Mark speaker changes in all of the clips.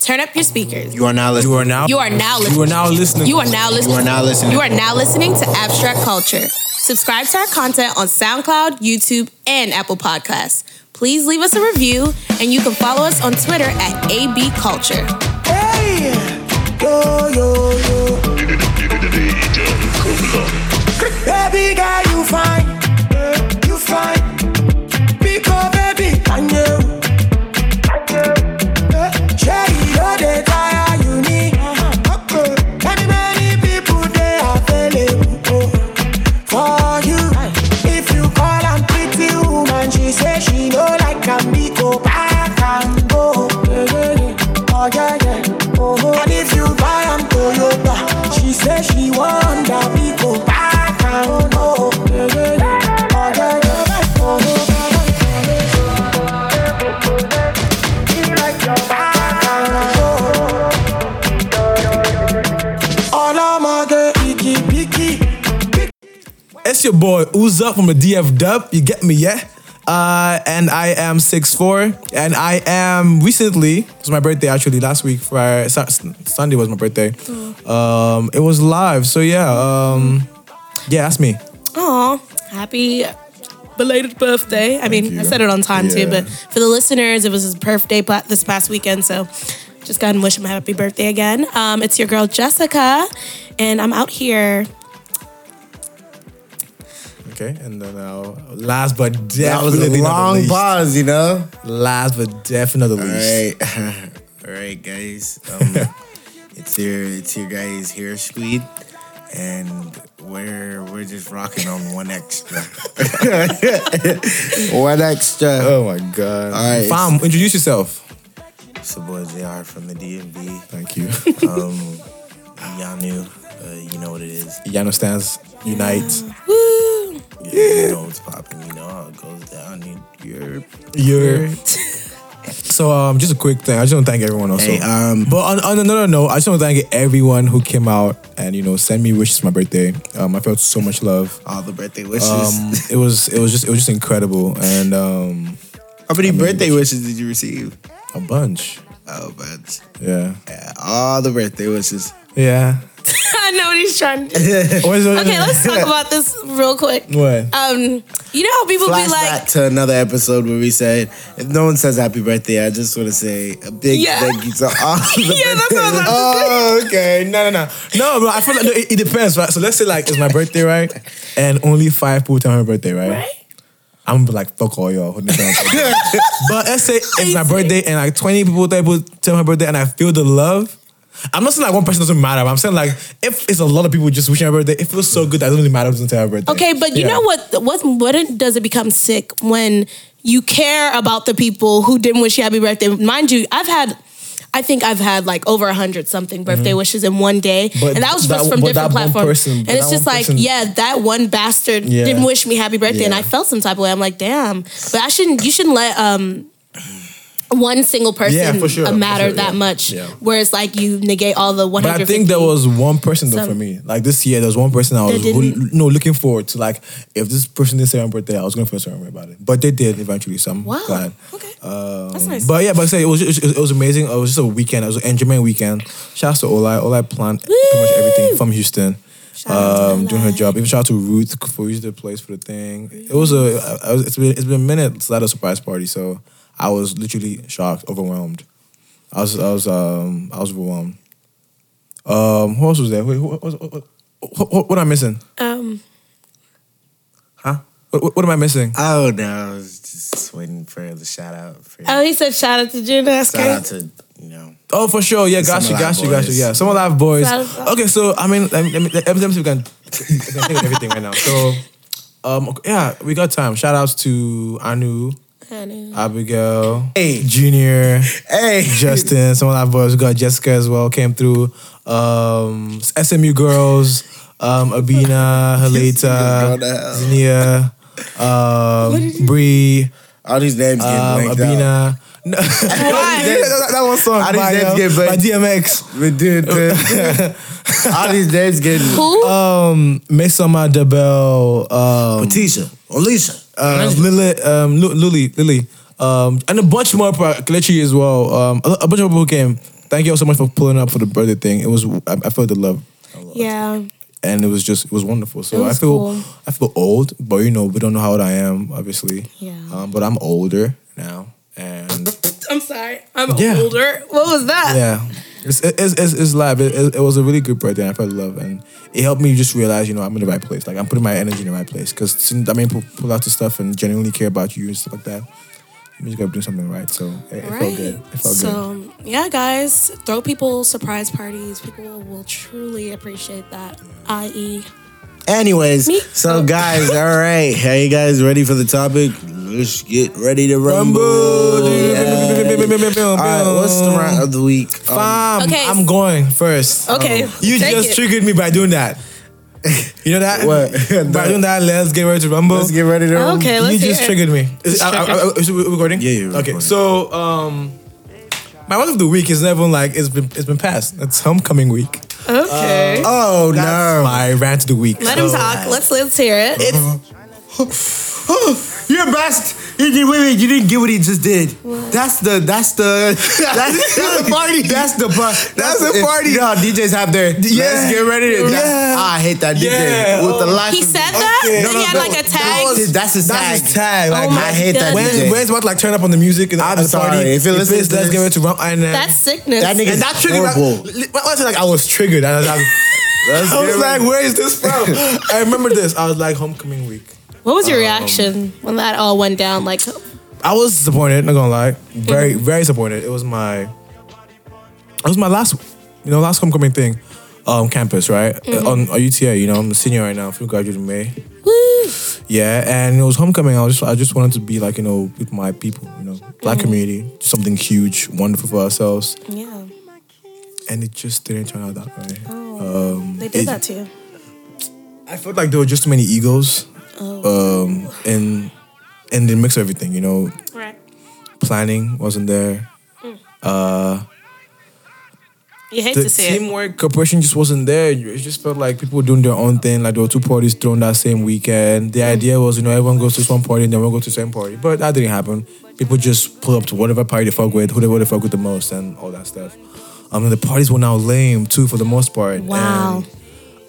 Speaker 1: Turn up your speakers.
Speaker 2: You are now listening.
Speaker 3: You are now.
Speaker 1: You are now listening.
Speaker 3: You are now listening.
Speaker 1: You are now listening.
Speaker 2: You are now listening.
Speaker 1: You are now listening to Abstract Culture. Subscribe to our content on SoundCloud, YouTube, and Apple Podcasts. Please leave us a review, and you can follow us on Twitter at AB Culture.
Speaker 4: Hey, yo, yo, yo. Baby girl, you fine, eh, you fine. Pick up, baby, and you. Eh, Cherry, you're the tire you need. Okay. Many, many people, they available oh, for you. If you call and pretty woman, she say she no like am, me go back and go. Eh, eh, eh. Oh, yeah, yeah. Oh, oh. And if you buy am Toyota, she say she want that me go back and go. Yeah, yeah, yeah. Oh, yeah, yeah. Oh, oh. Back and go. Olamide, Iggy, Biggy.
Speaker 3: It's your boy Uza from the DF Dub. You get me, yeah? Uh, and I am 6'4", and I am recently, it was my birthday actually, last week, Friday, Sa- Sunday was my birthday.
Speaker 1: Mm.
Speaker 3: Um, it was live, so yeah, um, yeah, that's me.
Speaker 1: Aw, happy belated birthday. I mean,
Speaker 3: you.
Speaker 1: I said it on time too,
Speaker 3: Yeah.
Speaker 1: but for the listeners, it was his birthday pa- this past weekend. So just go ahead and wish him a happy birthday again. Um, it's your girl, Jessica, and I'm out here.
Speaker 3: Okay, and then uh, last but definitely
Speaker 2: That was a
Speaker 3: not the
Speaker 2: long
Speaker 3: least,
Speaker 2: pause, you know?
Speaker 3: Last but definitely not the
Speaker 2: All
Speaker 3: least.
Speaker 2: right. All right, guys. Um, it's your it's your guys here, Sweet. And we're we're just rocking on one extra. one extra.
Speaker 3: Oh my god.
Speaker 2: All right.
Speaker 3: Fam, introduce yourself.
Speaker 2: It's your boy JR from the DMV.
Speaker 3: Thank you.
Speaker 2: Um, Yanu, uh, you know what it is.
Speaker 3: Yano stands Unite.
Speaker 1: Woo!
Speaker 2: You know what's popping. You know how it goes down. You- You're
Speaker 3: You're. So um, just a quick thing. I just want to thank everyone also.
Speaker 2: Hey, um,
Speaker 3: but on, on another note, I just want to thank everyone who came out and you know sent me wishes for my birthday. Um, I felt so much love.
Speaker 2: all the birthday wishes.
Speaker 3: Um, it was it was just it was just incredible and um,
Speaker 2: how many birthday wishes did you receive?
Speaker 3: a bunch.
Speaker 2: Oh, but
Speaker 3: Yeah,
Speaker 2: yeah, all the birthday wishes.
Speaker 3: yeah.
Speaker 1: I know what he's trying to do.
Speaker 3: What is- what is-
Speaker 1: Okay, let's talk about this real quick.
Speaker 3: what?
Speaker 1: Um, you know how people
Speaker 2: Flashback
Speaker 1: be like,
Speaker 2: to another episode where we said, if no one says happy birthday, I just want to say a big
Speaker 1: Yeah.
Speaker 2: thank you to all the
Speaker 1: Yeah, that's what
Speaker 2: birthday
Speaker 1: I was about to
Speaker 3: Oh, okay. No, no, no. No, but I feel like no, it, it depends, right? So let's say like it's my birthday, right? And only five people tell me my birthday, right?
Speaker 1: Right.
Speaker 3: I'm gonna be like, fuck all y'all. Hold me down. but let's say it's my
Speaker 1: Crazy.
Speaker 3: birthday and like 20 people, 30 people tell me my birthday and I feel the love. I'm not saying like one person doesn't matter, but I'm saying like if it's a lot of people just wishing my birthday, it feels so good that it doesn't really matter who's gonna tell my birthday.
Speaker 1: okay, but you
Speaker 3: Yeah.
Speaker 1: know what? What what it- does it become sick when you care about the people who didn't wish you happy birthday? Mind you, I've had. I think I've had like over a hundred something birthday wishes in one day,
Speaker 3: Mm-hmm. But
Speaker 1: and that was
Speaker 3: that-
Speaker 1: just from
Speaker 3: but
Speaker 1: different
Speaker 3: that one
Speaker 1: platforms.
Speaker 3: person-
Speaker 1: and
Speaker 3: but
Speaker 1: it's
Speaker 3: that
Speaker 1: just
Speaker 3: one
Speaker 1: like,
Speaker 3: person-
Speaker 1: yeah, that one bastard
Speaker 3: Yeah.
Speaker 1: didn't wish me happy birthday, and
Speaker 3: Yeah.
Speaker 1: I felt some type of way. I'm like, damn. But I shouldn't. You shouldn't let um one single person
Speaker 3: Yeah, for sure,
Speaker 1: uh,
Speaker 3: for
Speaker 1: matter
Speaker 3: sure,
Speaker 1: that
Speaker 3: yeah.
Speaker 1: much.
Speaker 3: Yeah.
Speaker 1: Where it's like you negate all the one
Speaker 3: But
Speaker 1: hundred.
Speaker 3: I think there was one person though
Speaker 1: Some-
Speaker 3: for me. Like this year, there was one person I
Speaker 1: That
Speaker 3: was really,
Speaker 1: didn't-
Speaker 3: no looking forward to. Like if this person didn't say my birthday, I was gonna feel a certain way about it. But they did eventually, so I'm
Speaker 1: Wow.
Speaker 3: glad.
Speaker 1: Okay. That's nice.
Speaker 3: Um, But yeah, but I say it was it was, it was amazing. It was just a weekend. It was an enjoyment weekend. Shout out to Olai. Olai planned pretty much everything from Houston.
Speaker 1: Shout out to
Speaker 3: um, doing her
Speaker 1: Olai.
Speaker 3: job. Even shout out to Ruth for using the place for the thing. It was a. I- I was- It's been it's been minutes at a surprise party, so I was literally shocked, overwhelmed. I was I was um I was overwhelmed. Um, who else was there? Wait, who, what, what, what, what, what am I missing?
Speaker 1: um,
Speaker 3: Huh? What, what, what am I missing?
Speaker 2: Oh no, I was just waiting for the shout out. For
Speaker 1: oh, he said shout out to June. That's
Speaker 2: shout
Speaker 1: crazy.
Speaker 2: out to you know.
Speaker 3: Oh, for sure. Yeah, got
Speaker 2: Some
Speaker 3: you,
Speaker 2: Alive
Speaker 3: got you, got you.
Speaker 2: Boys.
Speaker 3: Yeah, some alive boys.
Speaker 1: Some Alive Boys.
Speaker 3: Okay, so I mean, let me, let me, let me, let me see if we can, I can think of everything right now. So, um, okay, yeah, we got time. Shout outs to Anu, Abigail,
Speaker 2: Hey.
Speaker 3: Junior,
Speaker 2: Hey,
Speaker 3: Justin, some alive boys. We got Jessica as well, came through. Um, SMU girls, um, Abina,
Speaker 2: Yes,
Speaker 3: Halita,
Speaker 2: you just
Speaker 3: Zinia, um, Bree,
Speaker 2: all these names
Speaker 3: um,
Speaker 2: getting blanked out.
Speaker 3: Abina. No, that, that one song
Speaker 2: How did
Speaker 3: by,
Speaker 2: that
Speaker 3: uh,
Speaker 2: get
Speaker 3: by
Speaker 2: blanked?
Speaker 3: DMX.
Speaker 2: But dude, dude, all these names getting.
Speaker 1: Who?
Speaker 3: um Mesoma Debel, um
Speaker 2: Tisha, Alicia,
Speaker 3: uh, Lily, um Lu- Lily, Lily, um and um, a bunch more people, Kelechi as well. Um a, a bunch of people who came. thank you all so much for pulling up for the birthday thing. It was I, I felt the love,
Speaker 1: Yeah.
Speaker 3: and it was just it was wonderful. So
Speaker 1: It was
Speaker 3: I feel
Speaker 1: cool.
Speaker 3: I feel old, but you know we don't know how old I am, obviously.
Speaker 1: Yeah.
Speaker 3: Um, but I'm older now, and
Speaker 1: I'm sorry. I'm
Speaker 3: Yeah.
Speaker 1: older. What was that?
Speaker 3: yeah, it's it's it's, it's live. It, it, it was a really good birthday. And I felt love, and it helped me just realize, you know, I'm in the right place. Like I'm putting my energy in the right place because I mean, pull, pull out the stuff and genuinely care about you and stuff like that. You just gotta do something right. So it, it felt good. It felt good.
Speaker 1: so, yeah, guys, throw people surprise parties. People will truly appreciate that. e. I.e.,
Speaker 2: Anyways,
Speaker 1: Me?
Speaker 2: so guys, all right, are you guys ready for the topic? Let's get ready to rumble. All right, what's the round of the week? Um,
Speaker 3: Um,
Speaker 1: Okay.
Speaker 3: I'm going first.
Speaker 1: okay,
Speaker 3: Um, You
Speaker 1: take
Speaker 3: just
Speaker 1: it.
Speaker 3: triggered me by doing that. You know that?
Speaker 2: What?
Speaker 3: by doing that, let's get ready to rumble.
Speaker 2: let's get ready to rumble.
Speaker 1: Okay,
Speaker 3: you
Speaker 1: let's
Speaker 3: just
Speaker 1: hear it.
Speaker 3: triggered me. Is, I, I, I, is it recording?
Speaker 2: Yeah, yeah, we're
Speaker 3: Okay,
Speaker 2: recording.
Speaker 3: so um, my one of the week is never like it's been it's been passed. It's homecoming week.
Speaker 1: Okay,
Speaker 3: Uh,
Speaker 2: Oh
Speaker 3: That's
Speaker 2: no!
Speaker 3: my rant of the week.
Speaker 1: let him talk. Let's let's hear it.
Speaker 2: You're best. You did, wait, wait, you didn't get what he just did. That's the that's the that's, the party. That's the bu- that's,
Speaker 3: the party.
Speaker 2: No, DJs have their let's get ready to
Speaker 3: Yeah.
Speaker 2: I hate that DJ
Speaker 3: Yeah.
Speaker 2: with the
Speaker 3: Oh.
Speaker 2: life.
Speaker 1: he
Speaker 2: of-
Speaker 1: said that.
Speaker 3: Okay.
Speaker 1: Then
Speaker 3: No,
Speaker 1: he
Speaker 3: no,
Speaker 1: had
Speaker 3: no,
Speaker 1: like a
Speaker 3: that
Speaker 1: tag. Oh
Speaker 2: That was- that's his tag.
Speaker 3: That's his tag. Like
Speaker 1: my
Speaker 2: I hate that
Speaker 1: goodness.
Speaker 2: DJ.
Speaker 3: when, when it's about to, like turn up on the music and
Speaker 2: I'm
Speaker 3: at the party,
Speaker 2: sorry, if you listen to
Speaker 3: let's
Speaker 2: this-
Speaker 3: get ready to rumble. And, uh,
Speaker 1: that's sickness.
Speaker 2: That nigga-
Speaker 3: and that triggered. Like,
Speaker 2: horrible.
Speaker 3: li- when I said like I was triggered. I was like,
Speaker 2: Let's
Speaker 3: I
Speaker 2: get
Speaker 3: was like
Speaker 2: ready.
Speaker 3: where is this from? I remember this. I was like, homecoming week.
Speaker 1: what was your reaction when that all went down? Like,
Speaker 3: I was disappointed. Not gonna lie, very very disappointed. It was my, it was my last, you know, last homecoming thing, um, campus right Uh, on, on UTA. You know, I'm a senior right now. I'm graduate in May.
Speaker 1: woo.
Speaker 3: Yeah, and it was homecoming. I was just I just wanted to be like you know with my people. You know, black community, something huge, wonderful for ourselves,
Speaker 1: yeah,
Speaker 3: and it just didn't turn out that way.
Speaker 1: they did
Speaker 3: it-
Speaker 1: that to you.
Speaker 3: I felt like there were just too many egos,
Speaker 1: Oh.
Speaker 3: um, and and the mix of everything. You know,
Speaker 1: Right.
Speaker 3: planning wasn't there. Uh.
Speaker 1: You hate
Speaker 3: the
Speaker 1: to see it.
Speaker 3: teamwork cooperation just wasn't there. You- It just felt like people were doing their own thing. Like there were two parties thrown that same weekend.
Speaker 1: Mm.
Speaker 3: The idea was, you know, everyone goes to this one party and then we'll go to the same party. But that didn't happen. People just pull up to whatever party they fuck with, whoever they fuck with the most, and all that stuff. Um, and the parties were now lame too for the most part.
Speaker 1: Wow.
Speaker 3: And,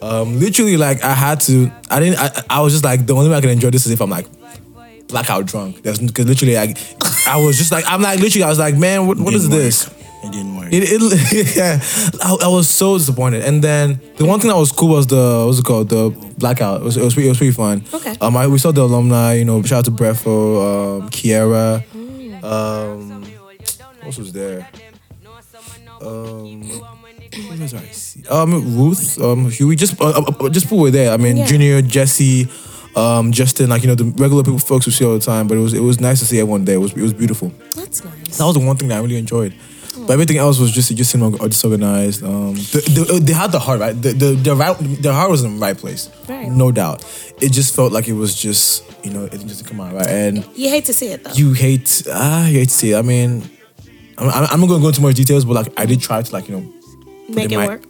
Speaker 3: um, literally, like I had to. I didn't. I, I was just like the only way I can enjoy this is if I'm like blackout drunk. That's because literally, like I was just like I'm like literally. I was like, man, what, what is
Speaker 2: Didn't work.
Speaker 3: this?
Speaker 2: It didn't work.
Speaker 3: It, it yeah, I, I was so disappointed. And then the one thing that was cool was the what's it called the blackout. It was it was, pretty- it was pretty fun.
Speaker 1: Okay.
Speaker 3: Um, I, we saw the alumni. You know, shout out to Breffo, um, Kiera. Um, what else was there? Um, who else did I see? Um, Ruth, um, Huey, just uh, uh, uh, just people were there. I mean,
Speaker 1: Yeah.
Speaker 3: Junior, Jesse, um, Justin, like you know the regular people, folks we see all the time. But it was it was nice to see everyone there. It was it was beautiful
Speaker 1: That's nice.
Speaker 3: that was the one thing that I really enjoyed. But everything else was just it just seemed all disorganized. Um, the, the, they had the heart right. The the the, right, the heart was in the right place,
Speaker 1: Right.
Speaker 3: no doubt. It just felt like it was just you know it didn't just come out right. And
Speaker 1: You hate to see it though.
Speaker 3: you hate ah you hate to see. It. I mean, I'm, I'm I'm not gonna go into more details, but like I did try to like you know
Speaker 1: Make
Speaker 3: they
Speaker 1: it
Speaker 3: might-
Speaker 1: work.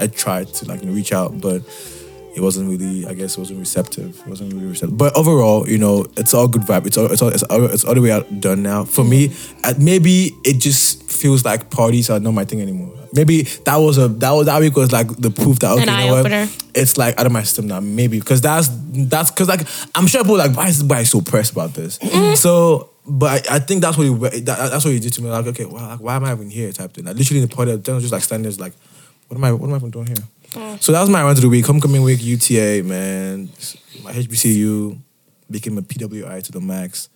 Speaker 3: I tried to like you know, reach out, but it wasn't really. I guess it wasn't receptive. It wasn't really receptive. But overall, you know, it's all good vibe. It's all it's all it's all, it's all the way out done now. For me, uh, maybe it just feels like parties are not my thing anymore. Maybe that was a that was that week was like the proof that okay,
Speaker 1: An
Speaker 3: you know
Speaker 1: eye-opener.
Speaker 3: what? It's like out of my system now. Maybe because that's that's because like I'm sure people are like why is this guy so pressed about this?
Speaker 1: Mm.
Speaker 3: So. But I, I think that's what he, that, that's what he did to me. Like, okay, wow, like, why am I even here? Type thing. Like, literally in the party, I was just like standing, there, like, what am I, what am I even doing here? So that was my round of the week. Homecoming week, UTA, man. My HBCU became a PWI to the max.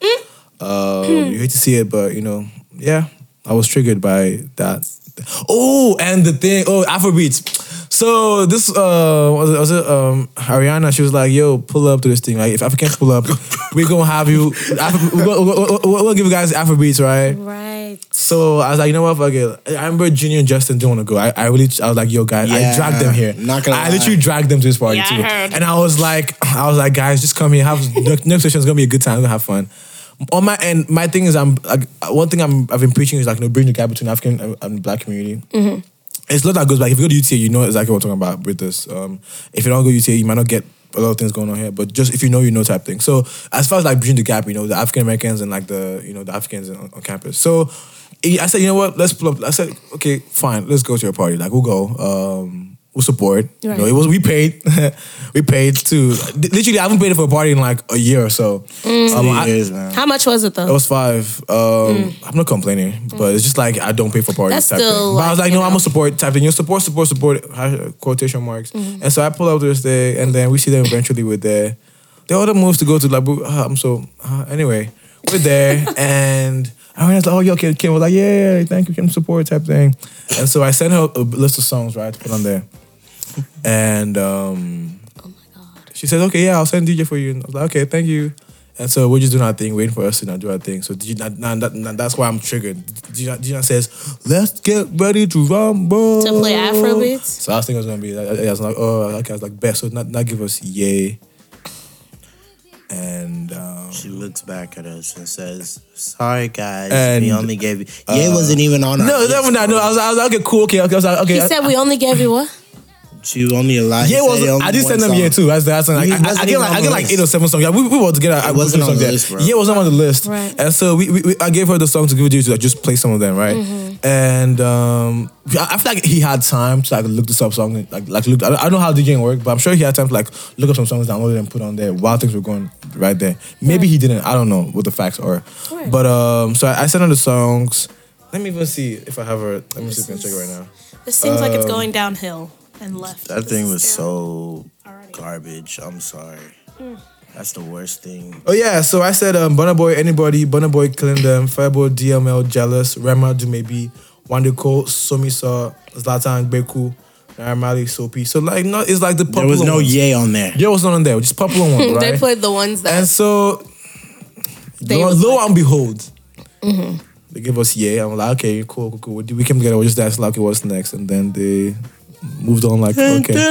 Speaker 3: Um, you hate to see it, but you know, yeah, I was triggered by that. Oh, and the thing, oh, Afrobeats. So this uh was it, was it um Ariana? She was like, "Yo, pull up to this thing. Like, if Africans pull up, we're gonna have you. Afro, we're, gonna, we're, gonna- we're gonna give you guys Afrobeats, right?"
Speaker 1: Right.
Speaker 3: So I was like, you know what, fuck it. I remember Junior and Justin didn't want to go. I, I really, I was like, yo, guys, I
Speaker 2: Yeah,
Speaker 3: dragged them here.
Speaker 2: not gonna
Speaker 3: I
Speaker 2: lie.
Speaker 3: literally dragged them to this party
Speaker 1: Yeah, I
Speaker 3: too.
Speaker 1: heard.
Speaker 3: And I was like, I was like, guys, just come here. Have next next session is gonna be a good time. We're gonna have fun. On my end, my thing is, I'm like, one thing I'm I've been preaching is like, you know, bring the gap between African and, and Black community. It's a lot that goes back. If you go to UTA, you know exactly what I'm talking about with this. Um, if you don't go to UTA, you might not get a lot of things going on here. But just if you know, you know type thing. So as far as like bridging the gap, you know, the African Americans and like the you know the Africans on, on campus. So I said, you know what? Let's pull up. I said, okay, fine. Let's go to your party. Like, we'll go. Um, we'll support. You know,
Speaker 1: Right.
Speaker 3: it was we paid. we paid to literally. I haven't paid for a party in like a year or so. Um, I-
Speaker 2: Years, man.
Speaker 1: How much was it though?
Speaker 2: Oh,
Speaker 3: it was five. Um, I'm not complaining, but it's just like I don't pay for parties.
Speaker 1: Mm. That's
Speaker 3: type
Speaker 1: still
Speaker 3: thing. But I was
Speaker 1: like,
Speaker 3: like,
Speaker 1: you
Speaker 3: no,
Speaker 1: know.
Speaker 3: I'm gonna support type thing. You know, support, support, support hash- quotation marks.
Speaker 1: Mm-hmm.
Speaker 3: And so I pull up this day, and then we see them eventually. We're there. The other moves to go to like, uh, I'm so uh, anyway. We're there, and I was like, oh, yo, Kim, Kim was like, yeah, yeah, thank you, Kim, support type thing. And so I sent her a list of songs right to put on there, and. um
Speaker 1: Oh
Speaker 3: she said, okay, yeah, I'll send DJ for you. And I was like, okay, thank you. And so we're just doing our thing, waiting for us to not do our thing. So DJ, nah, nah, nah, nah, that's why I'm triggered. DJ, DJ says, let's get ready to rumble.
Speaker 1: To play Afrobeats?
Speaker 3: So I was thinking it was going to be, like, I, I was like, oh, okay, I was like, best. So not, not give us yay. And um,
Speaker 2: She looks back at us and says, "Sorry, guys,
Speaker 3: And, uh,
Speaker 2: we only gave you." Ye wasn't even on. Our
Speaker 3: no,
Speaker 2: list,
Speaker 3: that one, no, no, I was, I was like, okay, cool, okay, okay. I was like, okay.
Speaker 1: he said we only gave you what?
Speaker 2: She only allowed.
Speaker 3: yeah,
Speaker 2: he
Speaker 3: it was.
Speaker 2: said he only
Speaker 3: I did send them
Speaker 2: one
Speaker 3: yeah
Speaker 2: song.
Speaker 3: too. That's that's like,
Speaker 2: It
Speaker 3: I,
Speaker 2: wasn't
Speaker 3: I get
Speaker 2: even
Speaker 3: like
Speaker 2: on
Speaker 3: I
Speaker 2: the
Speaker 3: get like
Speaker 2: list.
Speaker 3: eight or seven songs. Yeah, we, we were together. I
Speaker 2: wasn't on the list, bro.
Speaker 3: Yeah, it wasn't on the list.
Speaker 1: Right.
Speaker 3: And so we, we, we I gave her the song to give it to you, like just play some of them, right?
Speaker 2: Mm-hmm.
Speaker 3: And um, I, I feel like he had time to like look this up song, like like look. I don't, I don't know how DJing worked, but I'm sure he had time to like look up some songs, download it, and put on there while things were going right there. Maybe he didn't. I don't know what the facts are.
Speaker 1: Right.
Speaker 3: But um, so I, I sent her the songs. Let me even see if I have her. Let me see if I can check it right now.
Speaker 5: This seems like it's going downhill and left.
Speaker 2: Uh, That
Speaker 5: This
Speaker 2: thing
Speaker 5: is
Speaker 2: was
Speaker 5: terrible.
Speaker 2: so
Speaker 5: Alrighty.
Speaker 2: garbage. I'm sorry.
Speaker 1: Mm.
Speaker 2: That's the worst thing.
Speaker 3: Oh yeah, so I said um Burna Boy, anybody, Burna Boy killing them, Fireboy, DML, Jealous, Rema, Dumebi, Wanda Cole, Somisa, Zlatan, Beku, Naramali, Soapy. So like no, it's like the popular
Speaker 2: There was no
Speaker 3: ones.
Speaker 2: yay on there.
Speaker 3: There was none on there, just popular ones, right?
Speaker 1: They played the ones that
Speaker 3: and so
Speaker 1: They
Speaker 3: lo,
Speaker 1: was Mm-hmm.
Speaker 3: lo and behold, they give us yeah. I'm like, okay, cool, cool, cool. We- We came together, we just danced like okay, what's next? And then they moved on like okay.
Speaker 2: you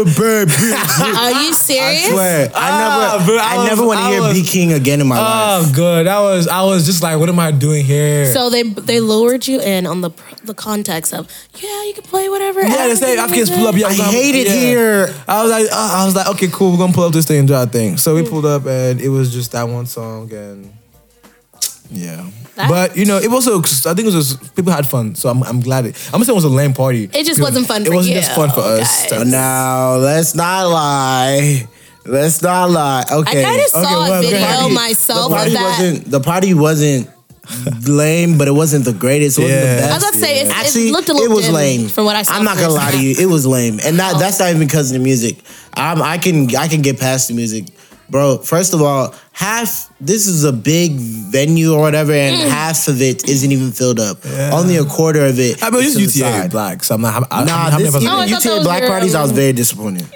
Speaker 2: a bird, bitch.
Speaker 1: Are you serious?
Speaker 2: I swear.
Speaker 3: Ah,
Speaker 2: I never,
Speaker 3: bro, I
Speaker 2: I, Ah,
Speaker 3: was-
Speaker 2: never want to
Speaker 3: I
Speaker 2: hear
Speaker 3: was-
Speaker 2: B King again in my life.
Speaker 3: Oh good. I was I was just like, what am I doing here?
Speaker 1: So they they lured you in on the pr- the context of yeah you can play whatever.
Speaker 3: Yeah, they say Africans pull up. Yeah,
Speaker 2: I
Speaker 3: was like-
Speaker 2: hate it
Speaker 3: yeah.
Speaker 2: here.
Speaker 3: I was like, uh, I was like, okay, cool. We're gonna pull up this thing and do our thing. So we
Speaker 1: Mm.
Speaker 3: pulled up, and it was just that one song, and yeah.
Speaker 1: That-
Speaker 3: but you know, it was. A, I think it was. Just, people had fun, so I'm. I'm glad it. I'm not saying it was a lame party.
Speaker 1: It just wasn't fun
Speaker 3: It
Speaker 1: for
Speaker 3: wasn't
Speaker 1: you Oh,
Speaker 3: just fun for us.
Speaker 1: guys.
Speaker 3: So
Speaker 2: Now let's not lie. Let's not lie. Okay.
Speaker 1: kinda saw
Speaker 2: okay,
Speaker 1: a video
Speaker 2: party-
Speaker 1: myself
Speaker 2: the
Speaker 1: of
Speaker 2: party
Speaker 1: that.
Speaker 2: Wasn't, the party wasn't lame, but it wasn't the greatest. It wasn't
Speaker 3: Yeah.
Speaker 2: the best.
Speaker 1: I was about to say, it's- it
Speaker 2: Actually,
Speaker 1: looked a little
Speaker 2: It was
Speaker 1: dim
Speaker 2: lame.
Speaker 1: from what I saw
Speaker 2: I'm not gonna lie to you. It was lame, and not, that's not even because of the music. I'm, I can I can get past the music, bro. First of all, half this is a big venue or whatever, and
Speaker 1: Mm.
Speaker 2: half of it isn't even filled up. Only a quarter of it.
Speaker 3: I mean,
Speaker 2: is
Speaker 3: it's
Speaker 2: to the
Speaker 3: just UTA
Speaker 2: side.
Speaker 3: black. So I'm not. I'm, I'm,
Speaker 2: Nah,
Speaker 3: I'm
Speaker 2: this,
Speaker 3: never.
Speaker 2: even
Speaker 1: Oh, I thought that
Speaker 2: UTA
Speaker 1: was
Speaker 2: black
Speaker 1: your,
Speaker 2: parties, I was
Speaker 1: um,
Speaker 2: very disappointed.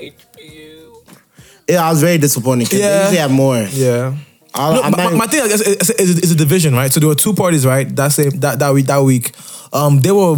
Speaker 2: Yeah, I was very disappointed because
Speaker 3: Yeah.
Speaker 2: they usually have more.
Speaker 3: yeah.
Speaker 2: I'll-
Speaker 3: No,
Speaker 2: I'm
Speaker 3: my,
Speaker 2: not-
Speaker 3: my thing is, is, is, is a division, right? So there were two parties, right? That same that that week. That week, um, they were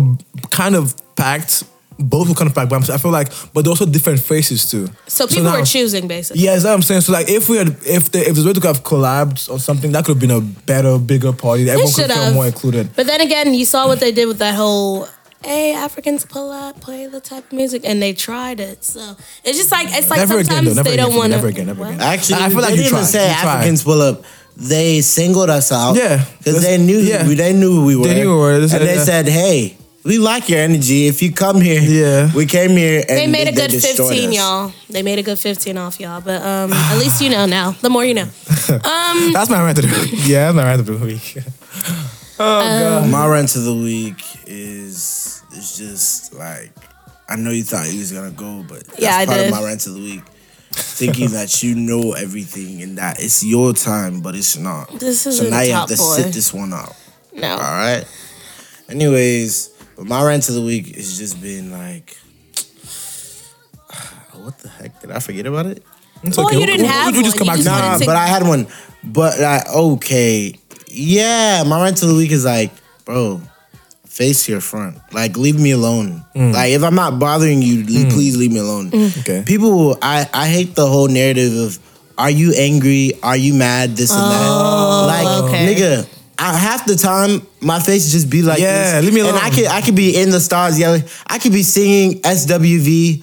Speaker 3: kind of packed. Both were kind of packed, but I'm- I feel like, but they're also different faces too.
Speaker 1: So people
Speaker 3: now-
Speaker 1: were choosing basically.
Speaker 3: Yeah, that's what I'm saying. So like, if we had, if the, if the way to have collabed on something, that could have been a better, bigger party. That
Speaker 1: They
Speaker 3: everyone could
Speaker 1: should
Speaker 3: feel
Speaker 1: have
Speaker 3: more included.
Speaker 1: But then again, you saw what they did with that whole hey Africans pull up, play the type of music, and they tried it. So it's just like it's like
Speaker 3: never again,
Speaker 1: sometimes
Speaker 3: though. Never
Speaker 1: they
Speaker 3: again,
Speaker 1: don't want to.
Speaker 3: Never again. Never again.
Speaker 2: Actually,
Speaker 3: I feel like
Speaker 2: they
Speaker 3: you
Speaker 2: didn't even
Speaker 3: tried.
Speaker 2: say
Speaker 3: You tried.
Speaker 2: Africans pull up. They singled us out.
Speaker 3: Yeah.
Speaker 2: because they
Speaker 3: That's-
Speaker 2: knew
Speaker 3: yeah.
Speaker 2: we, they knew who we were.
Speaker 3: knew we were. They said, uh,
Speaker 2: and they
Speaker 3: yeah.
Speaker 2: said, "Hey, we like your energy. If you come here,
Speaker 3: Yeah.
Speaker 2: we came here and
Speaker 1: They made a good
Speaker 2: destroyed
Speaker 1: 15,
Speaker 2: us.
Speaker 1: y'all. They made a good 15 off y'all. But um, at least you know now. The more you know. Um,
Speaker 3: That's my rant of the week. Oh, Yeah, that's my rant of the week.
Speaker 1: Um,
Speaker 2: My rant of the week is it's just like I know you thought he was gonna go, but that's
Speaker 1: Yeah, I
Speaker 2: part
Speaker 1: did.
Speaker 2: of my rant of the week. Thinking that you know everything and that it's your time, but it's not.
Speaker 1: This
Speaker 2: so
Speaker 1: isn't
Speaker 2: now you
Speaker 1: Top
Speaker 2: have to
Speaker 1: Boy.
Speaker 2: sit this one out.
Speaker 1: no.
Speaker 2: All right. Anyways, but my rant of the week has just been like, what the heck did I forget about it?
Speaker 3: It's
Speaker 1: Well, you didn't
Speaker 3: We'll-
Speaker 1: have
Speaker 3: we'll just
Speaker 1: one.
Speaker 3: come
Speaker 1: You just
Speaker 3: back to
Speaker 2: Nah,
Speaker 1: wanted
Speaker 3: it.
Speaker 1: to-
Speaker 2: but I had one. But like, okay, yeah, my rant of the week is like, bro, face your front. Like, leave me alone. Like, if I'm not bothering you, le- please leave me alone.
Speaker 3: Mm. Okay.
Speaker 2: People, I I hate the whole narrative of, are you angry? Are you mad? This and that. Like,
Speaker 1: okay.
Speaker 2: nigga. I, half the time, my face just be like,
Speaker 3: Yeah,
Speaker 2: this.
Speaker 3: leave me
Speaker 2: And
Speaker 3: alone.
Speaker 2: I could, I could be in the stars yelling. I could be singing SWV.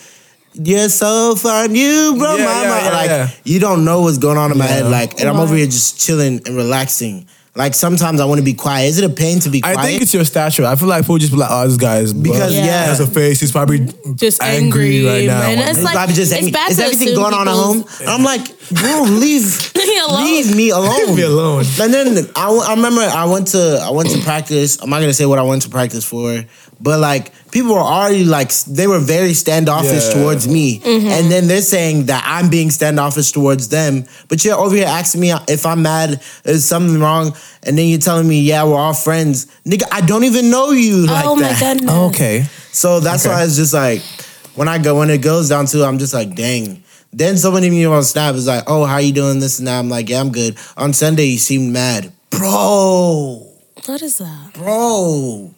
Speaker 2: You're so fun, you bro,
Speaker 3: Yeah,
Speaker 2: mama.
Speaker 3: yeah, yeah,
Speaker 2: like,
Speaker 3: yeah.
Speaker 2: you don't know what's going on in my head. Like, and I'm over here just chilling and relaxing. Like sometimes I want to be quiet. Is it a pain to be
Speaker 3: I
Speaker 2: quiet?
Speaker 3: think it's your stature. I feel like people just be like, oh, this guy is
Speaker 2: Because,
Speaker 3: buff.
Speaker 2: yeah.
Speaker 3: he has a face. He's probably
Speaker 1: Just
Speaker 3: angry,
Speaker 1: angry,
Speaker 3: right now.
Speaker 1: man. It's
Speaker 2: It's
Speaker 1: like-
Speaker 2: probably just
Speaker 1: it's
Speaker 2: angry.
Speaker 1: bad
Speaker 2: is
Speaker 1: to
Speaker 2: everything
Speaker 1: assume
Speaker 2: going on at home?
Speaker 1: people's-
Speaker 2: And I'm like, bro, leave,
Speaker 1: Leave me alone.
Speaker 2: leave me alone.
Speaker 3: Leave me alone.
Speaker 2: And then I, w- I remember I went to I went to practice. I'm not gonna say what I went to practice for, but like people were already like s- they were very standoffish
Speaker 3: Yeah.
Speaker 2: towards me,
Speaker 1: Mm-hmm.
Speaker 2: and then they're saying that I'm being standoffish towards them. But you're over here asking me if I'm mad, is something wrong, and then you're telling me, yeah, we're all friends, nigga. I don't even know you like
Speaker 1: oh
Speaker 2: that.
Speaker 1: my goodness.
Speaker 3: okay.
Speaker 2: So that's
Speaker 3: Okay.
Speaker 2: why it's just like when I go when it goes down to it, I'm just like dang. Then someone even on Snap is like, oh, how you doing this and that? I'm like, yeah, I'm good. On Sunday, you seemed mad, bro,
Speaker 1: What is that?
Speaker 2: bro.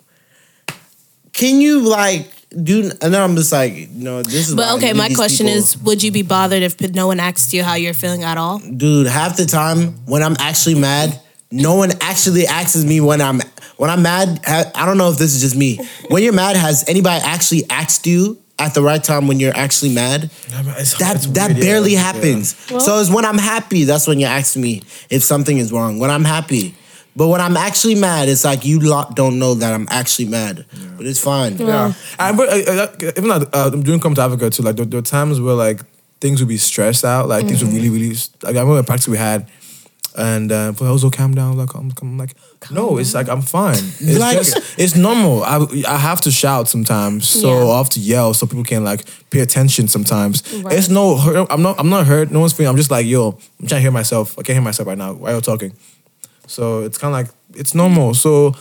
Speaker 2: Can you like do? And then I'm just like, no, this is. why I
Speaker 1: But okay,
Speaker 2: need
Speaker 1: my
Speaker 2: these
Speaker 1: question
Speaker 2: people."
Speaker 1: is would you be bothered if no one asked you how you're feeling at all?
Speaker 2: dude. Half the time when I'm actually mad, no one actually asks me when I'm when I'm mad. ha- I don't know if this is just me. When you're mad, has anybody actually asked you at the right time when you're actually mad? That that barely happens. So it's when I'm happy that's when you ask me if something is wrong. When I'm happy. But when I'm actually mad, it's like you lot don't know that I'm actually mad. But it's fine.
Speaker 3: Yeah. And but, uh, uh, even like, uh, during Come to Africa too, like there, there were times where like things would be stressed out, like things
Speaker 1: Mm.
Speaker 3: would really, really. st- Like, I remember a practice we had, and uh, for also calm down. Like I'm, I'm like, no, it's like I'm fine. It's
Speaker 2: Like-
Speaker 3: just, it's normal. I I have to shout sometimes, so
Speaker 1: Yeah.
Speaker 3: I have to yell so people can like pay attention sometimes. It's no, hurt- I'm not, I'm not hurt. No one's feeling. I'm just like, yo, I'm trying to hear myself. I can't hear myself right now. Why are you talking? So it's kind of like it's normal. So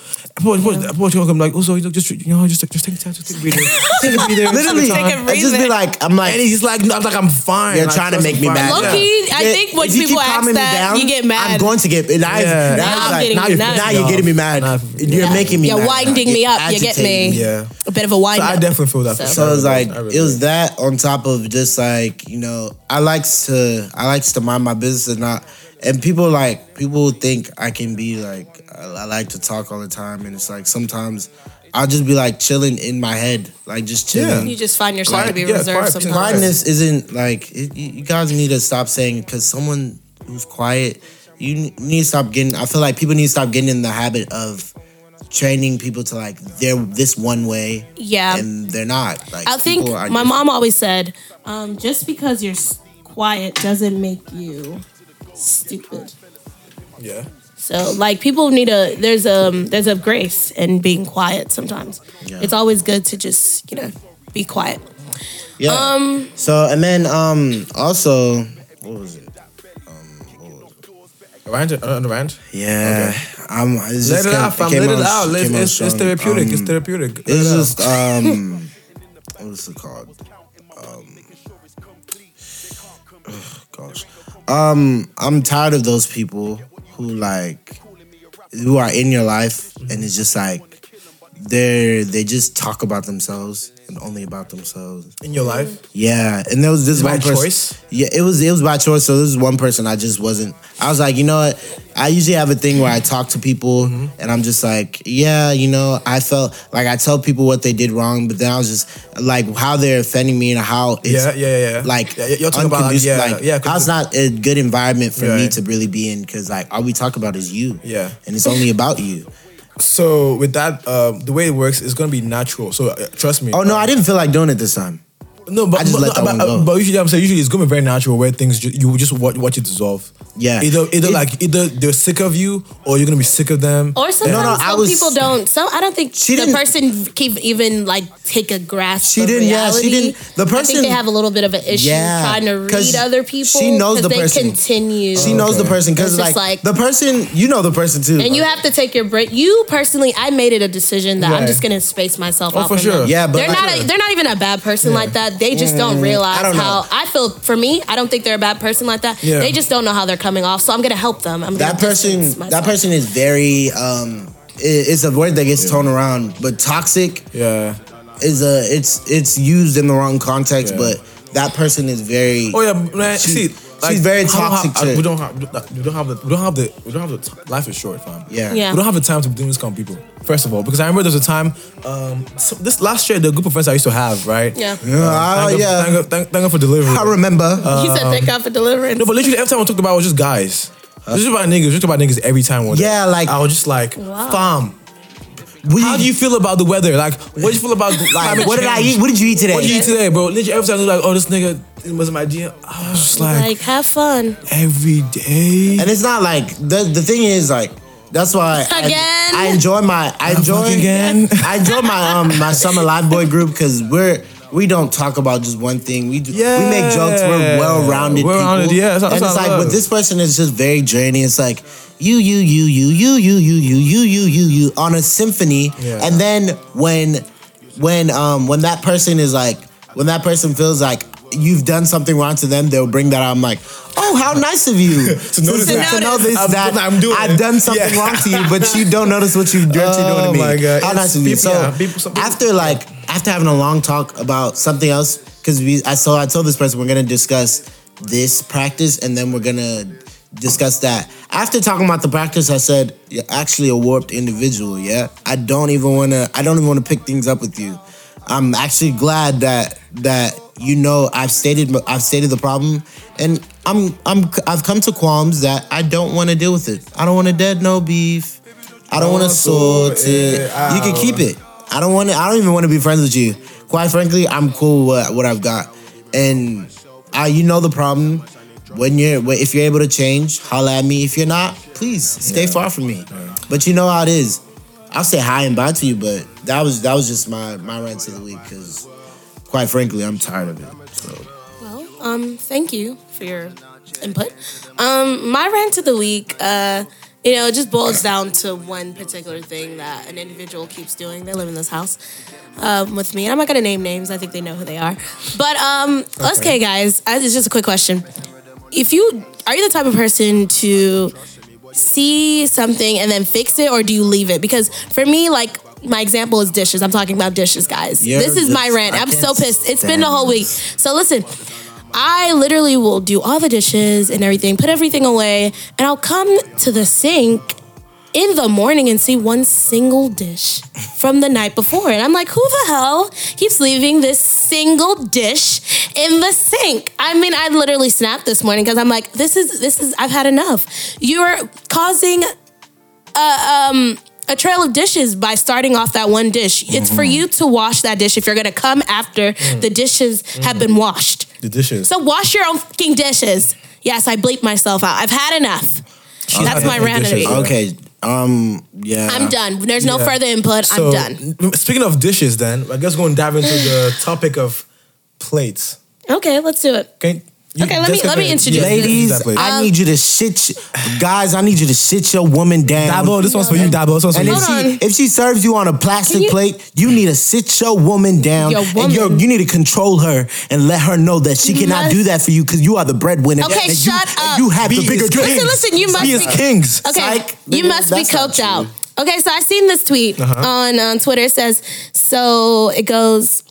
Speaker 3: but but but I'm like, also you know, just you know, just just take the time, just take a breather, take a breather.
Speaker 2: Literally,
Speaker 3: take a time.
Speaker 2: I just be like, I'm like,
Speaker 3: And he's like, no, I'm like, I'm fine.
Speaker 2: You're
Speaker 3: Like,
Speaker 2: trying to
Speaker 3: I'm
Speaker 2: make me
Speaker 3: fine.
Speaker 2: mad.
Speaker 1: Low-key, I think when
Speaker 2: If you
Speaker 1: people
Speaker 2: keep
Speaker 1: ask
Speaker 2: calming me
Speaker 1: that, you get mad.
Speaker 2: I'm going to get. And I,
Speaker 3: Yeah.
Speaker 2: now,
Speaker 1: Now
Speaker 2: it's
Speaker 1: I'm
Speaker 2: like,
Speaker 1: getting
Speaker 2: now, you're,
Speaker 1: mad.
Speaker 2: now you're
Speaker 3: No.
Speaker 2: getting me mad.
Speaker 3: No.
Speaker 2: You're
Speaker 1: Yeah.
Speaker 2: making me.
Speaker 1: You're
Speaker 2: mad.
Speaker 1: winding me
Speaker 2: You're
Speaker 1: up. You get me.
Speaker 2: agitating
Speaker 1: A
Speaker 3: Yeah.
Speaker 1: bit of a wind
Speaker 3: So I
Speaker 1: up.
Speaker 3: definitely feel that. for
Speaker 1: So-
Speaker 3: sure.
Speaker 2: So it was like
Speaker 3: I really
Speaker 2: it was
Speaker 3: do.
Speaker 2: that on top of just like you know I likes to I likes to mind my business and not and people like people think I can be like I, I like to talk all the time and it's like sometimes I'll just be like chilling in my head like just chilling.
Speaker 1: You just find yourself to be
Speaker 3: Yeah,
Speaker 1: reserved
Speaker 3: quiet-
Speaker 1: sometimes.
Speaker 3: quiet-
Speaker 2: Quietness isn't like it, you you guys need to stop saying because someone who's quiet, you n- need to stop getting. I feel like people need to stop getting in the habit of training people to like they're this one way
Speaker 1: Yeah.
Speaker 2: and they're not. Like
Speaker 1: Um, I think
Speaker 2: people are
Speaker 1: my
Speaker 2: just-
Speaker 1: mom always said, um, just because you're s- quiet doesn't make you stupid.
Speaker 3: yeah.
Speaker 1: So like people need a there's um there's a grace in being quiet sometimes.
Speaker 2: Yeah.
Speaker 1: It's always good to just, you know, be quiet.
Speaker 2: Yeah.
Speaker 1: Um
Speaker 2: so and then um also what was it?
Speaker 3: Rant uh, on the rant.
Speaker 2: Yeah, I'm. It's
Speaker 3: Let
Speaker 2: just
Speaker 3: it
Speaker 2: came-
Speaker 3: out, fam.
Speaker 2: came
Speaker 3: Let it
Speaker 2: on-
Speaker 3: out.
Speaker 2: came
Speaker 3: Let-
Speaker 2: on
Speaker 3: It's it's
Speaker 2: strong.
Speaker 3: therapeutic. It's
Speaker 2: Um,
Speaker 3: therapeutic. Let
Speaker 2: It's
Speaker 3: it out.
Speaker 2: just um, what's it called? Um, ugh, oh, gosh, um, I'm tired of those people who like who are in your life and it's just like they're they just talk about themselves and only about themselves.
Speaker 3: in your life.
Speaker 2: Yeah, and there was this
Speaker 3: By
Speaker 2: one person.
Speaker 3: choice?
Speaker 2: Yeah, it was it was by choice. So this is one person I just wasn't. I was like, you know what? I usually have a thing where I talk to people,
Speaker 3: Mm-hmm.
Speaker 2: and I'm just like, yeah, you know, I felt like I tell people what they did wrong, but then I was just like how they're offending me and how it's
Speaker 3: Yeah, yeah, yeah, yeah.
Speaker 2: like
Speaker 3: Yeah, you're talking about,
Speaker 2: unconducive,
Speaker 3: yeah,
Speaker 2: like,
Speaker 3: yeah, 'cause
Speaker 2: How's
Speaker 3: the-
Speaker 2: not a good environment for me
Speaker 3: Right.
Speaker 2: to really be in because like all we talk about is you.
Speaker 3: Yeah.
Speaker 2: and it's only about you.
Speaker 3: So with that, um, the way it works is gonna be natural. So uh, trust me.
Speaker 2: Oh no, I didn't feel like doing it this time.
Speaker 3: No, but
Speaker 2: I just
Speaker 3: but,
Speaker 2: let that
Speaker 3: but, uh,
Speaker 2: one go.
Speaker 3: but usually I'm saying usually it's gonna be very natural where things ju- you will just watch, watch it dissolve.
Speaker 2: Yeah.
Speaker 3: Either either
Speaker 2: It-
Speaker 3: like either they're sick of you or you're gonna be sick of them.
Speaker 1: or sometimes
Speaker 2: no, I
Speaker 1: some
Speaker 2: was-
Speaker 1: people don't some I don't think
Speaker 2: She
Speaker 1: the
Speaker 2: didn't-
Speaker 1: person can even like take a grasp.
Speaker 2: She
Speaker 1: of
Speaker 2: didn't- yeah, she
Speaker 1: reality.
Speaker 2: didn't- the
Speaker 1: I think
Speaker 2: person-
Speaker 1: they have a little bit of an issue
Speaker 2: Yeah,
Speaker 1: trying to
Speaker 2: 'cause
Speaker 1: read other people.
Speaker 2: she knows
Speaker 1: 'cause
Speaker 2: the
Speaker 1: they
Speaker 2: person.
Speaker 1: continue.
Speaker 2: She knows
Speaker 3: Oh,
Speaker 2: the
Speaker 3: Okay.
Speaker 2: person because
Speaker 1: It's just like-
Speaker 2: like, the person you know the person too.
Speaker 1: And you have to take your break. You personally, I made it a decision that I'm
Speaker 3: Right.
Speaker 1: just gonna space myself
Speaker 3: Oh,
Speaker 1: out.
Speaker 3: for
Speaker 1: from
Speaker 3: sure.
Speaker 1: them.
Speaker 2: Yeah, but
Speaker 1: they're
Speaker 2: like-
Speaker 1: not. A, they're not even a bad person
Speaker 3: Yeah. Mm-hmm.
Speaker 1: like that. They just don't realize
Speaker 2: I don't know.
Speaker 1: how. I feel for me, I don't think they're a bad person like that.
Speaker 3: Yeah.
Speaker 1: They just don't know how they're coming off. So I'm gonna help them. I'm
Speaker 2: that
Speaker 1: gonna
Speaker 2: person
Speaker 1: distance myself.
Speaker 2: that person is very um i- it's a word that gets thrown around but toxic
Speaker 3: Yeah.
Speaker 2: is a it's it's used in the wrong context
Speaker 3: Yeah.
Speaker 2: but that person is very
Speaker 3: Oh yeah, man.
Speaker 2: She-
Speaker 3: see,
Speaker 2: she's
Speaker 3: I
Speaker 2: very
Speaker 3: don't have-
Speaker 2: toxic
Speaker 3: I-
Speaker 2: to-
Speaker 3: we don't have we don't have the we don't have the we don't have the t- life is short, fam.
Speaker 2: yeah
Speaker 1: Yeah.
Speaker 3: We don't have the time to be doing this kind of people. First of all, because I remember there was a time, um, so this last year, the group of friends I used to have, right?
Speaker 1: Yeah.
Speaker 2: Yeah,
Speaker 3: thank
Speaker 2: uh, I-
Speaker 3: God-
Speaker 2: Ah, yeah.
Speaker 3: Thank, God- thank, thank God for delivery.
Speaker 2: I remember
Speaker 3: Uh, Um,
Speaker 1: He said, "Thank God for deliverance."
Speaker 3: No, but literally every time I talked about it was just guys. This is about niggas. We talk about niggas every time. One day.
Speaker 2: Yeah, like-
Speaker 3: I was just like,
Speaker 5: Wow.
Speaker 3: fam.
Speaker 2: What
Speaker 3: How do you feel about the weather? Like, what do you feel about
Speaker 2: like,
Speaker 3: climate
Speaker 2: what did I
Speaker 3: change?
Speaker 2: eat? What did you eat today?
Speaker 3: What did you eat today, bro? Literally every time I was like, oh, this nigga was in my DM. I was just like,
Speaker 5: Like, have fun.
Speaker 3: every day.
Speaker 2: and it's not like the the thing is like that's why I-
Speaker 1: Again?
Speaker 2: I, enjoy my I enjoy
Speaker 3: again?
Speaker 2: I enjoy my um my summer live boy group because we're we don't talk about just one thing. We do, we make jokes. We're
Speaker 3: Yeah.
Speaker 2: well-rounded
Speaker 3: We're
Speaker 2: people.
Speaker 3: rounded, yeah, that's-
Speaker 2: and
Speaker 3: that's
Speaker 2: it's
Speaker 3: what I
Speaker 2: like, but
Speaker 3: love.
Speaker 2: this person is just very journey. It's like you, you, you, you, you, you, you, you, you, you, you, you on a symphony,
Speaker 3: Yeah.
Speaker 2: and then when when um when that person is like when that person feels like you've done something wrong to them, they'll bring that out. I'm like, oh, how nice of you to,
Speaker 3: notice
Speaker 2: to,
Speaker 3: that.
Speaker 2: to know this
Speaker 3: I'm-
Speaker 2: that
Speaker 3: I'm doing
Speaker 2: I've
Speaker 3: it.
Speaker 2: done something
Speaker 3: Yeah.
Speaker 2: wrong to you, but you don't notice what you've what you're doing to
Speaker 3: Oh
Speaker 2: me.
Speaker 3: my God.
Speaker 2: how
Speaker 3: It's
Speaker 2: nice of you.
Speaker 3: people-
Speaker 2: So
Speaker 3: yeah, people- some people-
Speaker 2: after like after having a long talk about something else, because we I so I told this person we're gonna discuss this practice and then we're gonna discuss that. After talking about the practice, I said you're actually a warped individual. Yeah, I don't even wanna I don't even wanna pick things up with you. I'm actually glad that that you know I've stated I've stated the problem and I'm I'm I've come to qualms that I don't want to deal with it. I don't want to dead no beef. I don't want to
Speaker 3: Also,
Speaker 2: sort it.
Speaker 3: yeah,
Speaker 2: you can
Speaker 3: I-
Speaker 2: keep it. I don't want to. I don't even want to be friends with you. Quite frankly, I'm cool with what I've got, and I, you know the problem. When you're, when- if you're able to change, holla at me. If you're not, please stay far from me. But you know how it is. I'll say hi and bye to you, but that was that was just my my rant of the week because, quite frankly, I'm tired of it. So
Speaker 1: Well, um, thank you for your input. Um, my rant of the week, uh, you know, it just boils down to one particular thing that an individual keeps doing. They live in this house um, with me. And I'm not gonna name names. I think they know who they are. But um, okay, guys, I, it's just a quick question. If you are you the type of person to see something and then fix it, or do you leave it? Because for me, like. My example is dishes. I'm talking about dishes, guys.
Speaker 2: You're
Speaker 1: this is my
Speaker 2: just-
Speaker 1: rant.
Speaker 2: I
Speaker 1: I'm so
Speaker 2: can't
Speaker 1: pissed. It's been the whole
Speaker 2: stand
Speaker 1: week. So listen, I literally will do all the dishes and everything, put everything away, and I'll come to the sink in the morning and see one single dish from the night before. And I'm like, who the hell keeps leaving this single dish in the sink? I mean, I literally snapped this morning because I'm like, this is, this is, I've had enough. You're causing um, a trail of dishes by starting off that one dish. It's for you to wash that dish if you're gonna come after the dishes have been washed.
Speaker 3: the dishes.
Speaker 1: So wash your own fucking dishes. Yes, I bleeped myself out. I've had enough. That's
Speaker 3: had
Speaker 1: my
Speaker 3: enough
Speaker 1: rant of the week.
Speaker 3: dishes. Yeah.
Speaker 2: okay, um, yeah,
Speaker 1: I'm done. There's no
Speaker 3: Uh-huh. Yeah.
Speaker 1: further input.
Speaker 3: So,
Speaker 1: I'm done.
Speaker 3: n- Speaking of dishes, then I guess we're gonna dive into the topic of plates.
Speaker 1: Okay, let's do it.
Speaker 3: Can you
Speaker 1: Okay, let me-
Speaker 3: Jessica,
Speaker 1: let me
Speaker 3: can-
Speaker 1: introduce
Speaker 3: yeah,
Speaker 2: Ladies,
Speaker 3: that plate.
Speaker 2: I need you to shit, guys. I need you to shit your woman down.
Speaker 3: Dabo, this one's for you, Dabo. This one's for
Speaker 2: and
Speaker 3: you.
Speaker 2: if
Speaker 1: Hold on.
Speaker 2: she, if she serves you on a plastic
Speaker 1: Can you-
Speaker 2: plate, you need to sit your woman down.
Speaker 1: Your
Speaker 2: And
Speaker 1: woman.
Speaker 2: you need to control her and let her know that she
Speaker 1: You
Speaker 2: cannot
Speaker 1: must-
Speaker 2: do that for you because you are the breadwinner.
Speaker 1: Okay,
Speaker 2: and
Speaker 1: shut
Speaker 2: you,
Speaker 1: up.
Speaker 2: And you have
Speaker 3: B
Speaker 2: the bigger
Speaker 3: is
Speaker 2: dreams.
Speaker 1: Listen, listen, you must
Speaker 3: We
Speaker 1: be
Speaker 3: as kings.
Speaker 1: Okay,
Speaker 2: Psych.
Speaker 1: you
Speaker 2: Nigga,
Speaker 1: must be
Speaker 2: that's Uh-huh. not
Speaker 1: coked out.
Speaker 2: true.
Speaker 1: Okay, so I seen this tweet on on Twitter. It says so. It goes.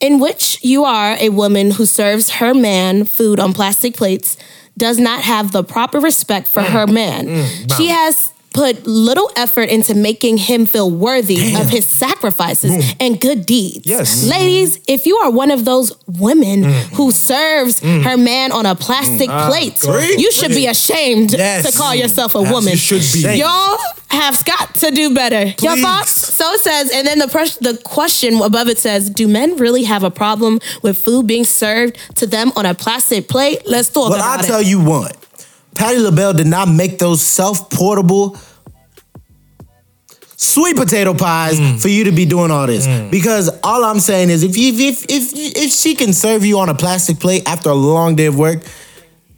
Speaker 1: In which you are a woman who serves her man food on plastic plates does not have the proper respect for
Speaker 2: Mm,
Speaker 1: her man. she has put little effort into making him feel worthy of his sacrifices and good deeds.
Speaker 3: Yes.
Speaker 1: Ladies, if you are one of those women
Speaker 2: Mm.
Speaker 1: who serves her man on a plastic
Speaker 2: Ah,
Speaker 1: plate,
Speaker 3: God.
Speaker 1: you should be ashamed
Speaker 3: Yes.
Speaker 1: to call yourself a
Speaker 3: As
Speaker 1: woman.
Speaker 3: you should be. Thank you.
Speaker 1: Y'all have got to do better. Your
Speaker 3: Please.
Speaker 1: thoughts? So it says, and then the pres- the question above it says, "Do men really have a problem with food being served to them on a plastic plate?" Let's talk
Speaker 2: But
Speaker 1: about
Speaker 2: I'll
Speaker 1: it.
Speaker 2: tell you one. Patty LaBelle did not make those self-portable sweet potato pies for you to be doing all this. Because all I'm saying is if, you, if if if she can serve you on a plastic plate after a long day of work,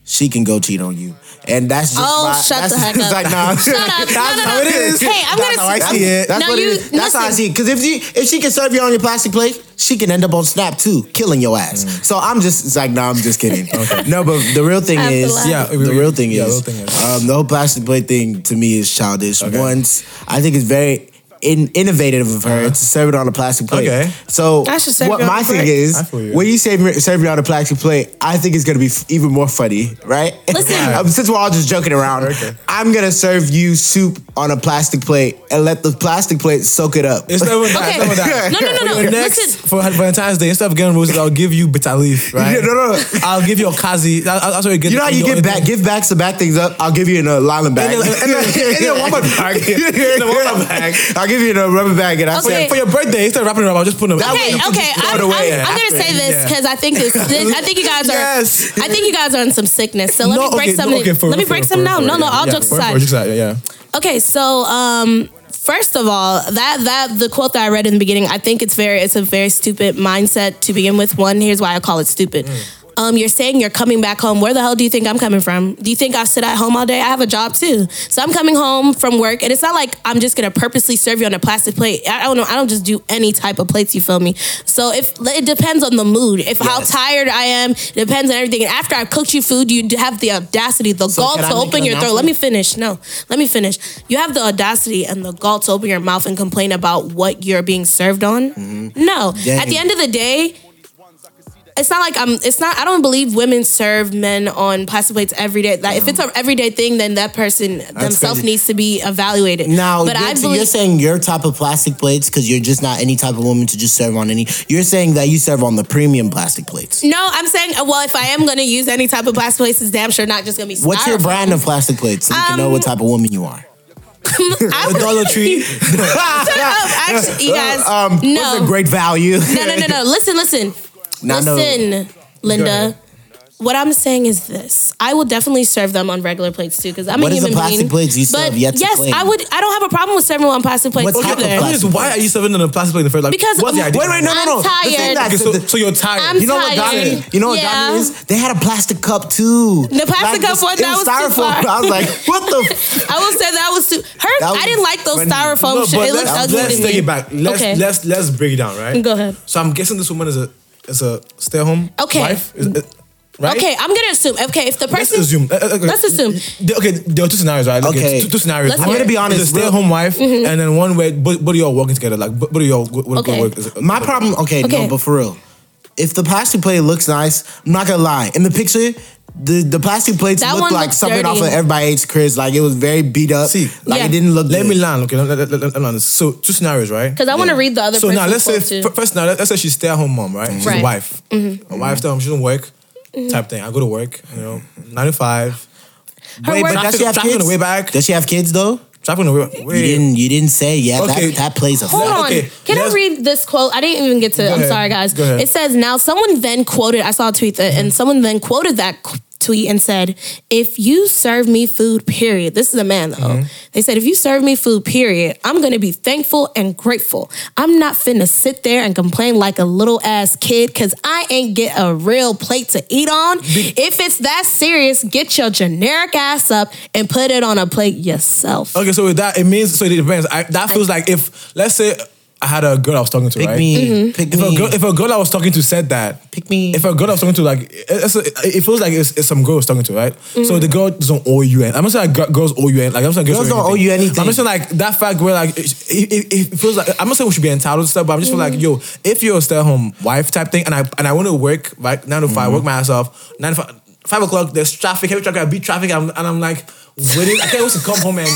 Speaker 2: she can go cheat on you. And that's just
Speaker 1: Oh,
Speaker 2: my-
Speaker 1: shut
Speaker 2: that's,
Speaker 1: the heck
Speaker 2: it's
Speaker 1: up.
Speaker 2: Like, nah,
Speaker 1: Shut up.
Speaker 2: That's
Speaker 1: No, no, no.
Speaker 2: how it is.
Speaker 1: Hey, I'm
Speaker 2: that's
Speaker 1: gonna-
Speaker 2: how I see it. That's
Speaker 1: No,
Speaker 2: what
Speaker 1: you-
Speaker 2: it is. That's how I
Speaker 1: listen.
Speaker 2: see it. Because if she if she can serve you on your plastic plate, she can end up on Snap too, killing your ass.
Speaker 3: Mm.
Speaker 2: So I'm just it's like, no, I'm just kidding. No, but the real thing
Speaker 1: I have to
Speaker 2: is,
Speaker 1: laugh.
Speaker 3: Yeah,
Speaker 2: the
Speaker 3: we- we-
Speaker 2: real thing
Speaker 3: yeah,
Speaker 2: is,
Speaker 3: real thing is.
Speaker 2: Um, the whole plastic plate thing to me is childish. Once I think it's very in, innovative of her to serve it on a plastic plate.
Speaker 3: Uh-huh. Okay.
Speaker 2: So
Speaker 1: I should serve
Speaker 2: what
Speaker 1: it on
Speaker 2: my
Speaker 1: a
Speaker 2: thing
Speaker 1: plate.
Speaker 2: is,
Speaker 3: I feel you.
Speaker 2: when you serve, it- serve it on a plastic plate, I think it's gonna be f- even more funny, right?
Speaker 1: Listen.
Speaker 2: Um, since we're all just joking around,
Speaker 3: Okay.
Speaker 2: I'm gonna serve you soup on a plastic plate and let the plastic plate soak it up.
Speaker 3: Instead of that,
Speaker 1: Okay.
Speaker 3: instead of that.
Speaker 1: No, no, no,
Speaker 3: For
Speaker 1: no.
Speaker 3: your next,
Speaker 1: Listen.
Speaker 3: for Valentine's Day, instead of getting roses, I'll give you bitter leaf, right?
Speaker 2: Yeah, no, no.
Speaker 3: I'll give you a kazi. That- That's what you get.
Speaker 2: You know how you
Speaker 3: the
Speaker 2: give
Speaker 3: only
Speaker 2: back, give backs to back things up. I'll give you in a nylon bag.
Speaker 3: In a- in a- in a rubber bag. In a rubber bag.
Speaker 2: I'll give you in a rubber bag, and I
Speaker 1: Okay.
Speaker 2: said,
Speaker 3: For your birthday, instead of wrapping it up, I'll just put them.
Speaker 2: That
Speaker 1: Okay,
Speaker 2: way you
Speaker 1: okay.
Speaker 2: can just throw it
Speaker 1: I'm,
Speaker 2: away
Speaker 1: I'm, I'm
Speaker 2: after.
Speaker 1: gonna say this
Speaker 3: Yeah.
Speaker 1: because I think this, this. I think you guys are.
Speaker 3: Yes.
Speaker 1: I think you guys are in some sickness. So let
Speaker 3: No,
Speaker 1: me break
Speaker 3: okay,
Speaker 1: some.
Speaker 3: no, okay, for
Speaker 1: let me
Speaker 3: real, for
Speaker 1: break
Speaker 3: real,
Speaker 1: some
Speaker 3: for real,
Speaker 1: down.
Speaker 3: for
Speaker 1: No,
Speaker 3: real,
Speaker 1: no.
Speaker 3: yeah.
Speaker 1: All
Speaker 3: Yeah,
Speaker 1: jokes
Speaker 3: for real, for
Speaker 1: aside.
Speaker 3: real, jokes aside. Yeah,
Speaker 1: Okay, so um, first of all, that that the quote that I read in the beginning, I think it's very it's a very stupid mindset to begin with. One, here's why I call it stupid.
Speaker 2: Mm.
Speaker 1: Um, you're saying you're coming back home. Where the hell do you think I'm coming from? Do you think I sit at home all day? I have a job too, so I'm coming home from work, and it's not like I'm just gonna purposely serve you on a plastic plate. I I don't know. I don't just do any type of plates. You feel me? So if it depends on the mood, if how tired I am, it depends on everything. And after I've cooked you food, you have the audacity, the gall
Speaker 2: can I
Speaker 1: to
Speaker 2: make
Speaker 1: open
Speaker 2: an
Speaker 1: your throat. Let me finish. No, let me finish. You have the audacity and the gall to open your mouth and complain about what you're being served on.
Speaker 2: Mm-hmm.
Speaker 1: No, at the
Speaker 2: Dang.
Speaker 1: end of the day, it's not like I'm. It's not. I don't believe women serve men on plastic plates every day. Like if it's an everyday thing, then that person themselves
Speaker 2: crazy.
Speaker 1: needs to be evaluated.
Speaker 2: Now,
Speaker 1: but
Speaker 2: you're,
Speaker 1: I
Speaker 2: you're
Speaker 1: believe.
Speaker 2: saying your type of plastic plates because you're just not any type of woman to just serve on any. You're saying that you serve on the premium plastic plates.
Speaker 1: No, I'm saying. uh, Well, if I am gonna use any type of plastic plates, it's damn sure not just gonna be.
Speaker 2: What's your
Speaker 1: styrofoam.
Speaker 2: brand of plastic plates so you can know what
Speaker 1: Um,
Speaker 2: type of woman you are?
Speaker 1: I
Speaker 3: yeah.
Speaker 1: would-
Speaker 3: Dollar Tree.
Speaker 1: Shut up, actually, you guys. no.
Speaker 2: Um, What's a great value?
Speaker 1: No, no, no, no. Listen, listen.
Speaker 2: Not no-
Speaker 1: listen, Linda. What I'm saying is this: I will definitely serve them on regular plates too, because I'm
Speaker 2: What
Speaker 1: a
Speaker 2: is the
Speaker 1: human
Speaker 2: plastic
Speaker 1: being.
Speaker 2: plates you
Speaker 1: but
Speaker 2: serve yet to
Speaker 1: yes,
Speaker 2: claim?
Speaker 1: I would. I don't have a problem with serving them on plastic plates.
Speaker 2: What type of
Speaker 1: either.
Speaker 2: plastic?
Speaker 3: Yes, why are you serving on a plastic plate in the first? Like,
Speaker 1: Because-
Speaker 3: what's the idea?
Speaker 2: Wait, wait, no, no,
Speaker 1: I'm
Speaker 2: no. The
Speaker 1: tired.
Speaker 2: thing that-
Speaker 3: Okay, so, so you're tired.
Speaker 1: I'm
Speaker 2: You know what got
Speaker 1: tired.
Speaker 2: me? You know what got
Speaker 1: Yeah.
Speaker 2: me is they had a plastic cup too.
Speaker 1: The plastic cup
Speaker 2: this-
Speaker 1: one,
Speaker 2: it
Speaker 1: that was too far.
Speaker 2: I was like, what the? f-
Speaker 1: I will say that was too. Her,
Speaker 2: That
Speaker 1: I didn't
Speaker 2: was
Speaker 1: like those
Speaker 2: funny.
Speaker 1: styrofoam
Speaker 3: No,
Speaker 1: shit.
Speaker 3: but
Speaker 1: It looked
Speaker 3: let's,
Speaker 1: ugly
Speaker 3: let's
Speaker 1: to
Speaker 3: take
Speaker 1: me.
Speaker 3: it back. Let's
Speaker 1: okay.
Speaker 3: let's let's break it down, right?
Speaker 1: Go ahead.
Speaker 3: So I'm guessing this woman is a is a stay at home
Speaker 1: Okay.
Speaker 3: wife, is, is- right?
Speaker 1: Okay, I'm gonna assume. Okay, if the
Speaker 3: Let's
Speaker 1: person,
Speaker 3: assume. uh, uh, okay.
Speaker 1: Let's assume.
Speaker 3: The- Okay, there are two scenarios, right? Look,
Speaker 2: Okay.
Speaker 3: two, two scenarios.
Speaker 1: Let's
Speaker 3: One
Speaker 1: hear
Speaker 3: where
Speaker 1: it.
Speaker 2: I'm gonna be
Speaker 3: It's a
Speaker 2: honest, Mm-hmm.
Speaker 3: stay-at-home wife, and then one where both, both of you are working together. Like both both of you are go, go,
Speaker 1: Okay.
Speaker 3: go work. is-
Speaker 2: My problem. Okay,
Speaker 1: Okay.
Speaker 2: no, but for real, if the plastic plate looks nice, I'm not gonna lie. In the picture. The, the plastic plates
Speaker 1: That
Speaker 2: looked
Speaker 1: one
Speaker 2: like
Speaker 1: looks
Speaker 2: something
Speaker 1: dirty.
Speaker 2: off of everybody's Chris. Like it was very beat up.
Speaker 3: See,
Speaker 2: like
Speaker 1: Yeah.
Speaker 2: it didn't look.
Speaker 3: Let
Speaker 2: good.
Speaker 3: me land. Okay, let, let, let, let me land. So two scenarios, right?
Speaker 1: because I want to read the other.
Speaker 3: So now
Speaker 1: person's
Speaker 3: let's say
Speaker 1: quote, too.
Speaker 3: f- first now let- let's say she's stay at home mom, right? She's
Speaker 1: Right.
Speaker 3: a wife.
Speaker 2: Mm-hmm.
Speaker 3: A wife stay at home. She don't work. Type thing. I go to work. You know, nine to five.
Speaker 1: Her
Speaker 2: Wait,
Speaker 1: work-
Speaker 2: but does she have
Speaker 3: Traffic on
Speaker 2: kids?
Speaker 3: the way back.
Speaker 2: Does she have kids though?
Speaker 3: Traveling away. Wait.
Speaker 2: You didn't. You didn't say. Yeah,
Speaker 3: Okay.
Speaker 2: that, that plays a.
Speaker 1: Hold
Speaker 3: Now,
Speaker 1: on.
Speaker 3: okay,
Speaker 1: Can I
Speaker 3: let's-
Speaker 1: read this quote? I didn't even get to. I'm
Speaker 3: ahead.
Speaker 1: sorry, guys.
Speaker 3: Go ahead.
Speaker 1: It says now someone then quoted. I saw a tweet that, and someone then quoted that qu- tweet and said, "If you serve me food, period. This is a man though.
Speaker 3: Mm-hmm.
Speaker 1: They said, if you serve me food, period, I'm gonna be thankful and grateful. I'm not finna sit there and complain like a little ass kid because I ain't get a real plate to eat on. if it's that serious, get your generic ass up and put it on a plate yourself.
Speaker 3: Okay, so with that it means so it depends. I, that feels like if let's say I had a girl I was talking to,
Speaker 2: Pick
Speaker 3: right?
Speaker 2: me.
Speaker 1: Mm-hmm.
Speaker 2: Pick
Speaker 3: If a
Speaker 2: me.
Speaker 3: girl, if a girl I was talking to said that,
Speaker 2: pick me.
Speaker 3: if a girl I was talking to, like, it- it's it feels like it's, it's some girl I was talking to, right? So the girl doesn't owe you, and I'm not saying like gir- girls owe you, any- like I'm not saying
Speaker 2: Mm. Girls don't owe you anything.
Speaker 3: I'm just saying like that fact where like it, it, it feels like I'm not saying we should be entitled to stuff, but I'm just
Speaker 2: Mm.
Speaker 3: feeling like yo, if you're a stay-at-home wife type thing, and I and I want to work like nine to 5
Speaker 2: Mm.
Speaker 3: work myself nine to five, five o'clock, there's traffic, heavy traffic, I beat traffic, I'm, and I'm like waiting, I can't wait to come home and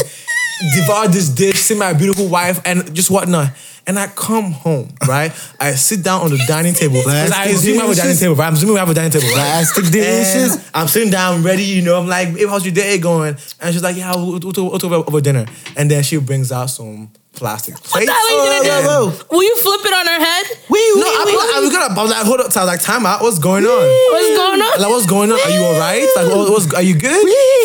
Speaker 3: devour this dish, see my beautiful wife, and just whatnot. And I come home, right? I sit down on the dining table.
Speaker 2: That's
Speaker 3: I assume I have a dining
Speaker 2: delicious.
Speaker 3: table, right? I'm assuming we have a dining table, right?
Speaker 2: Plastic dishes.
Speaker 3: And I'm sitting down, ready. You know, I'm like, "Babe, how's your day going?" And she's like, "Yeah, we'll we'll talk we'll talk over, over dinner." And then she brings out some plastic plates.
Speaker 1: the hell are you gonna
Speaker 3: And-
Speaker 1: do? Will you flip it on her head?
Speaker 3: No, I'm like, I was gonna. I was like, hold up, I was like, time out. What's going on?
Speaker 1: What's going on?
Speaker 3: Like, what's going on? Are you all right? Like, what- what's, are you good?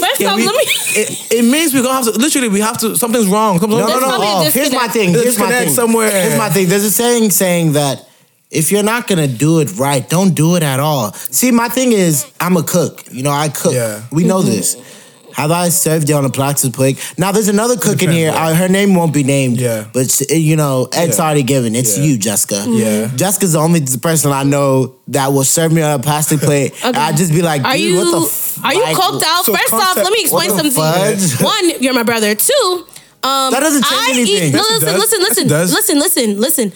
Speaker 1: First
Speaker 3: Yeah,
Speaker 1: off,
Speaker 3: we-
Speaker 1: let me-
Speaker 3: It, it means we're gonna have to. Literally, we have to. Something's wrong. Something's
Speaker 2: No,
Speaker 3: wrong.
Speaker 1: There's
Speaker 2: no, no.
Speaker 1: probably a
Speaker 2: oh, here's my
Speaker 1: disconnect.
Speaker 2: thing. Here's my
Speaker 3: Disconnect
Speaker 2: thing.
Speaker 3: somewhere.
Speaker 2: Here's my thing. There's a saying saying that if you're not gonna do it right, don't do it at all. See, my thing is, I'm a cook. You know, I cook.
Speaker 3: Yeah.
Speaker 2: We know
Speaker 1: Mm-hmm.
Speaker 2: this. Have I served you on a plastic plate? Now there's another cook in
Speaker 3: Depends,
Speaker 2: here.
Speaker 3: yeah.
Speaker 2: Uh, her name won't be named.
Speaker 3: Yeah.
Speaker 2: But she- eh, you know, it's
Speaker 3: Yeah.
Speaker 2: already given. It's
Speaker 3: Yeah.
Speaker 2: you, Jessica.
Speaker 1: Mm-hmm.
Speaker 3: Yeah.
Speaker 2: Jessica's the only person I know that will serve me on a plastic plate.
Speaker 1: Okay.
Speaker 2: I'd just be like,
Speaker 1: Are
Speaker 2: dude,
Speaker 1: you
Speaker 2: what the f-
Speaker 1: are you
Speaker 2: like,
Speaker 1: coked out?
Speaker 3: so
Speaker 1: First off,
Speaker 3: concept-
Speaker 1: let me explain
Speaker 2: what the
Speaker 1: something.
Speaker 2: fudge?
Speaker 1: One, you're my brother. Two, Um,
Speaker 2: That doesn't
Speaker 1: I
Speaker 2: change anything.
Speaker 1: Eat, no,
Speaker 3: Yes, it
Speaker 1: listen,
Speaker 3: does.
Speaker 1: listen,
Speaker 3: Yes, it
Speaker 1: listen,
Speaker 3: does.
Speaker 1: listen, listen, listen.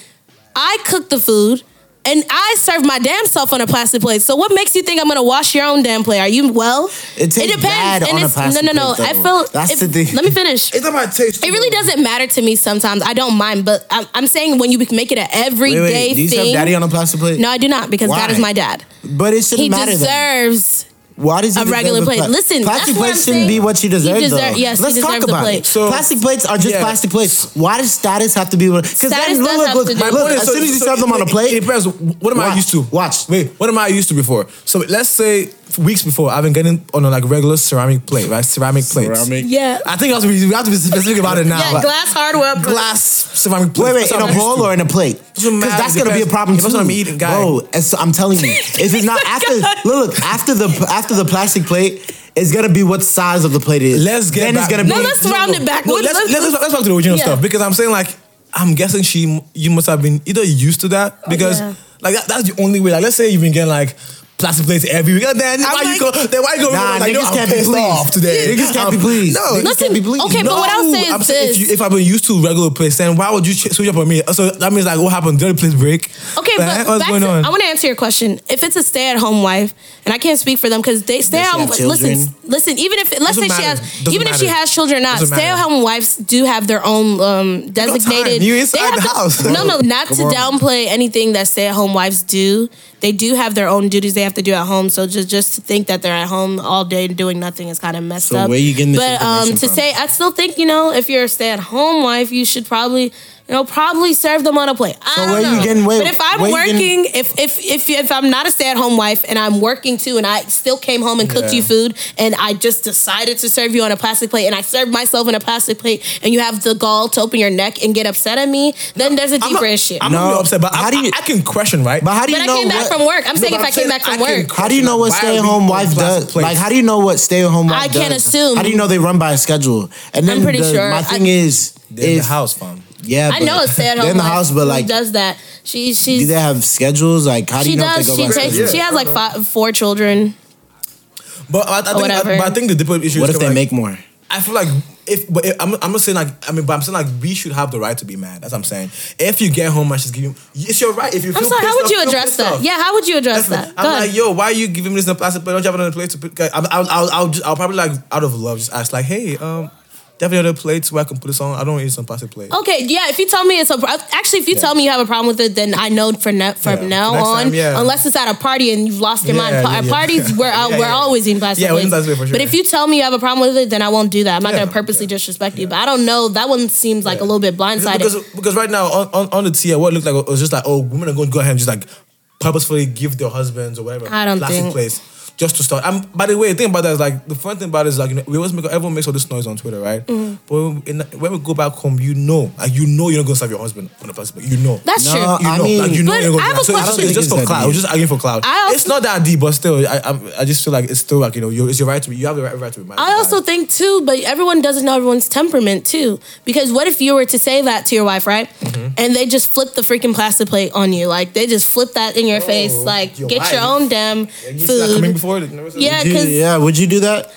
Speaker 1: I cook the food and I serve my damn self on a plastic plate. So what makes you think I'm gonna wash your own damn plate? Are you well?
Speaker 2: It tastes bad on a
Speaker 1: it's-
Speaker 2: plastic
Speaker 1: no, no, no.
Speaker 2: plate,
Speaker 1: I
Speaker 2: though.
Speaker 1: feel.
Speaker 2: That's
Speaker 1: if-
Speaker 2: the thing.
Speaker 1: Let me finish.
Speaker 6: It's about taste.
Speaker 1: It really doesn't matter to me sometimes. I don't mind, but I'm, I'm saying when you make it an everyday
Speaker 2: Wait, wait. Do you
Speaker 1: thing.
Speaker 2: have daddy on a plastic plate?
Speaker 1: no, I do not because God
Speaker 2: Why?
Speaker 1: is my dad.
Speaker 2: But it shouldn't
Speaker 1: He
Speaker 2: matter. then.
Speaker 1: deserves.
Speaker 2: Why does he
Speaker 1: a
Speaker 2: deserve
Speaker 1: regular plate?
Speaker 2: pla-
Speaker 1: Listen,
Speaker 2: plastic
Speaker 1: that's what
Speaker 2: plates
Speaker 1: I'm saying.
Speaker 2: shouldn't be what you deserve.
Speaker 1: deserve-
Speaker 2: though.
Speaker 1: yes, he
Speaker 2: let's talk
Speaker 1: deserves the
Speaker 2: about
Speaker 1: plate.
Speaker 2: it.
Speaker 3: So-
Speaker 2: plastic plates are just
Speaker 3: Yeah.
Speaker 2: plastic plates. Why does status have to be? Because
Speaker 1: Status
Speaker 2: then
Speaker 1: does
Speaker 2: look,
Speaker 1: have
Speaker 2: look,
Speaker 1: to
Speaker 2: look,
Speaker 1: do with
Speaker 2: look,
Speaker 3: Hold on,
Speaker 2: as
Speaker 3: so-
Speaker 2: soon as you
Speaker 3: so
Speaker 2: serve them on a
Speaker 3: it-
Speaker 2: plate,
Speaker 3: it depends. What am I
Speaker 2: Watch,
Speaker 3: used to?
Speaker 2: watch.
Speaker 3: Wait, what am I used to before? So let's say weeks before, I've been getting on a like regular ceramic plate, right? Ceramic plates.
Speaker 2: Ceramic.
Speaker 1: Yeah.
Speaker 3: I think that's what we we have to be specific about it now.
Speaker 1: Yeah,
Speaker 3: like,
Speaker 1: glass hardware.
Speaker 3: glass ceramic plate.
Speaker 2: Wait, wait,
Speaker 3: That's
Speaker 2: in
Speaker 3: what
Speaker 2: a
Speaker 3: I'm used
Speaker 2: bowl
Speaker 3: to.
Speaker 2: or in a plate?
Speaker 3: Doesn't
Speaker 2: Because
Speaker 3: matter,
Speaker 2: that's gonna be a
Speaker 3: depends.
Speaker 2: problem
Speaker 3: It
Speaker 2: too.
Speaker 3: depends what I'm eating, guy.
Speaker 2: Bro, and so I'm telling you, if it's not after, look, look, after the after the plastic plate, it's gonna be what size of the plate it is.
Speaker 3: Let's get
Speaker 2: then
Speaker 3: back.
Speaker 2: it's gonna
Speaker 1: No,
Speaker 2: be.
Speaker 1: let's round it back.
Speaker 3: No,
Speaker 1: Let's-
Speaker 3: let's, let's,
Speaker 1: let's-
Speaker 3: let's, let's talk to the original
Speaker 1: Yeah.
Speaker 3: stuff because I'm saying like I'm guessing she you must have been either used to that because
Speaker 1: Oh, yeah.
Speaker 3: like that, that's the only way. Like let's say you've been getting like plastic plates every week. and Then why you go? Then why you go?
Speaker 2: Nah,
Speaker 3: like,
Speaker 2: niggas
Speaker 3: yo, I'm
Speaker 2: can't be
Speaker 3: pissed
Speaker 2: pleased.
Speaker 3: off today.
Speaker 2: Niggas can't
Speaker 3: I'm-
Speaker 2: be pleased.
Speaker 3: No.
Speaker 2: Niggas
Speaker 1: Listen,
Speaker 2: can't be pleased.
Speaker 1: okay, but what I'll say is
Speaker 3: I'm saying
Speaker 1: this.
Speaker 3: if, you, if I've been used to regular plates, then why would you? Ch- switch up on me? So that means like what happened? Did the place break?
Speaker 1: Okay,
Speaker 3: Like,
Speaker 1: but
Speaker 3: what's
Speaker 1: back
Speaker 3: going
Speaker 1: to-
Speaker 3: on?
Speaker 1: I want to answer your question. If it's a stay-at-home wife, and I can't speak for them because they stay-at-home.
Speaker 2: have
Speaker 1: Listen,
Speaker 2: children.
Speaker 1: listen. Even if let's
Speaker 3: Doesn't
Speaker 1: say she
Speaker 3: matter.
Speaker 1: has,
Speaker 3: Doesn't
Speaker 1: even if she
Speaker 3: matter.
Speaker 1: has children, or not
Speaker 3: Doesn't matter.
Speaker 1: stay-at-home wives do have their own um, designated.
Speaker 3: You
Speaker 1: they
Speaker 3: inside
Speaker 1: have
Speaker 3: the house.
Speaker 1: No, no, not to
Speaker 2: on.
Speaker 1: downplay anything that stay-at-home wives do. They do have their own duties they have to do at home. So just just to think that they're at home all day doing nothing is kind of messed
Speaker 2: So
Speaker 1: up.
Speaker 2: where you getting this
Speaker 1: But um,
Speaker 2: information
Speaker 1: to
Speaker 2: from?
Speaker 1: say, I still think you know, if you're a stay-at-home wife, you should probably. You know, probably serve them on a plate. I
Speaker 2: So
Speaker 1: don't
Speaker 2: where you
Speaker 1: know.
Speaker 2: getting- wait,
Speaker 1: But if I'm
Speaker 2: where you
Speaker 1: working,
Speaker 2: getting-
Speaker 1: if if if if I'm not a stay at home wife and I'm working too, and I still came home and cooked
Speaker 3: Yeah.
Speaker 1: you food, and I just decided to serve you on a plastic plate, and I served myself on a plastic plate, and you have the gall to open your neck and get upset at me, then there's a
Speaker 3: I'm
Speaker 1: deeper
Speaker 3: not-
Speaker 1: issue.
Speaker 3: I'm not
Speaker 2: No.
Speaker 3: really upset, but
Speaker 2: How
Speaker 3: I,
Speaker 2: do you-
Speaker 3: I, I can question, right?
Speaker 2: But how do
Speaker 1: but
Speaker 2: you
Speaker 1: I
Speaker 2: know
Speaker 1: came back
Speaker 2: what?
Speaker 1: from work. I'm saying
Speaker 3: but
Speaker 1: if
Speaker 3: I'm
Speaker 1: I came
Speaker 3: saying
Speaker 1: back
Speaker 3: I
Speaker 1: from
Speaker 3: can
Speaker 1: work,
Speaker 2: How do you know what
Speaker 3: Why are we
Speaker 2: stay at home
Speaker 3: on
Speaker 2: wife
Speaker 3: plastic
Speaker 2: does?
Speaker 3: plates?
Speaker 2: Like, how do you know what stay at home wife
Speaker 1: I can't
Speaker 2: does?
Speaker 1: assume.
Speaker 2: How do you know they run by a schedule? And then
Speaker 1: I'm pretty
Speaker 2: the-
Speaker 1: sure.
Speaker 2: My
Speaker 1: I-
Speaker 2: thing is,
Speaker 3: They're in the
Speaker 2: if-
Speaker 3: house, fam.
Speaker 2: Yeah,
Speaker 1: I
Speaker 2: but
Speaker 1: know it's stay at home.
Speaker 2: They're in the house, but like,
Speaker 1: who does that? She she's
Speaker 2: do they have schedules? Like, how do
Speaker 1: she
Speaker 2: you know
Speaker 1: does.
Speaker 2: if they
Speaker 1: She
Speaker 2: go by
Speaker 1: takes.
Speaker 2: schedules?
Speaker 1: She has like five, four children.
Speaker 3: But I, I think, I,
Speaker 1: whatever.
Speaker 3: but I think the deeper issue.
Speaker 2: What
Speaker 3: is
Speaker 2: if they
Speaker 3: like,
Speaker 2: make more?
Speaker 3: I feel like if, but if, I'm, I'm not saying like I mean, but I'm saying like we should have the right to be mad. That's what I'm saying. If you get home and she's giving, it's your right. If you feel
Speaker 1: I'm sorry.
Speaker 3: pissed
Speaker 1: How would
Speaker 3: off,
Speaker 1: you
Speaker 3: feel
Speaker 1: address
Speaker 3: pissed
Speaker 1: that?
Speaker 3: off.
Speaker 1: Yeah. How would you address
Speaker 3: Definitely.
Speaker 1: that?
Speaker 3: I'm
Speaker 1: Go ahead.
Speaker 3: like, yo, why are you giving me this in a plastic plate? Don't you have another plate to put? I'll, I'll, I'll, I'll, just, I'll probably like out of love just ask like, hey, um, definitely another plate where I can put this on. I don't want to use some plastic plate.
Speaker 1: Okay, yeah. If you tell me it's a actually, if you tell me you have a problem with it, then I know for ne- from
Speaker 3: Yeah,
Speaker 1: now
Speaker 3: next
Speaker 1: on,
Speaker 3: time, yeah.
Speaker 1: unless it's at a party and you've lost your
Speaker 3: Yeah,
Speaker 1: mind. Pa-
Speaker 3: yeah,
Speaker 1: at
Speaker 3: yeah.
Speaker 1: Parties we're out,
Speaker 3: Yeah,
Speaker 1: we're
Speaker 3: yeah.
Speaker 1: always in plastic
Speaker 3: Yeah, we're in
Speaker 1: plates.
Speaker 3: plastic for
Speaker 1: But
Speaker 3: sure.
Speaker 1: if you tell me you have a problem with it, then I won't do that. I'm not
Speaker 3: Yeah,
Speaker 1: gonna purposely
Speaker 3: yeah,
Speaker 1: disrespect you. But I don't know. That one seems like a
Speaker 3: Yeah.
Speaker 1: little bit blindsided.
Speaker 3: Because, because right now on, on, on the tier, what it looked like was just like, oh, women are going to go ahead and just like purposefully give their husbands or whatever
Speaker 1: I don't
Speaker 3: plastic
Speaker 1: think-
Speaker 3: plates just to start. And by the way, the thing about that is like the fun thing about it is like you know, we always make everyone makes all this noise on Twitter, right?
Speaker 1: Mm-hmm.
Speaker 3: But when, in, when we go back home, you know, like you know, you're not going to serve your husband on a plastic plate. You know.
Speaker 1: That's
Speaker 2: No,
Speaker 1: true.
Speaker 3: you
Speaker 2: I
Speaker 3: know,
Speaker 2: mean-
Speaker 3: like you know,
Speaker 1: But
Speaker 3: you're gonna
Speaker 1: I have
Speaker 3: do
Speaker 1: a
Speaker 3: that. so
Speaker 1: question.
Speaker 3: it's just- it's just
Speaker 2: I don't think
Speaker 3: for
Speaker 2: it's that
Speaker 3: cloud.
Speaker 2: deep.
Speaker 3: We're just arguing for cloud.
Speaker 1: I also-
Speaker 3: it's not that deep, but still, I, I'm, I just feel like it's still like you know, you it's your right to be. You have the right, right to be mad.
Speaker 1: I also think too, but everyone doesn't know everyone's temperament too. Because what if you were to say that to your wife, right?
Speaker 3: Mm-hmm.
Speaker 1: And they just flip the freaking plastic plate on you, like they just flip that in your face, like
Speaker 3: Oh, your
Speaker 1: get your
Speaker 3: wife.
Speaker 1: own damn
Speaker 3: And you see that coming
Speaker 1: food.
Speaker 3: before. it never said-
Speaker 1: Yeah,
Speaker 2: Do you-
Speaker 1: because
Speaker 2: yeah, would you do that?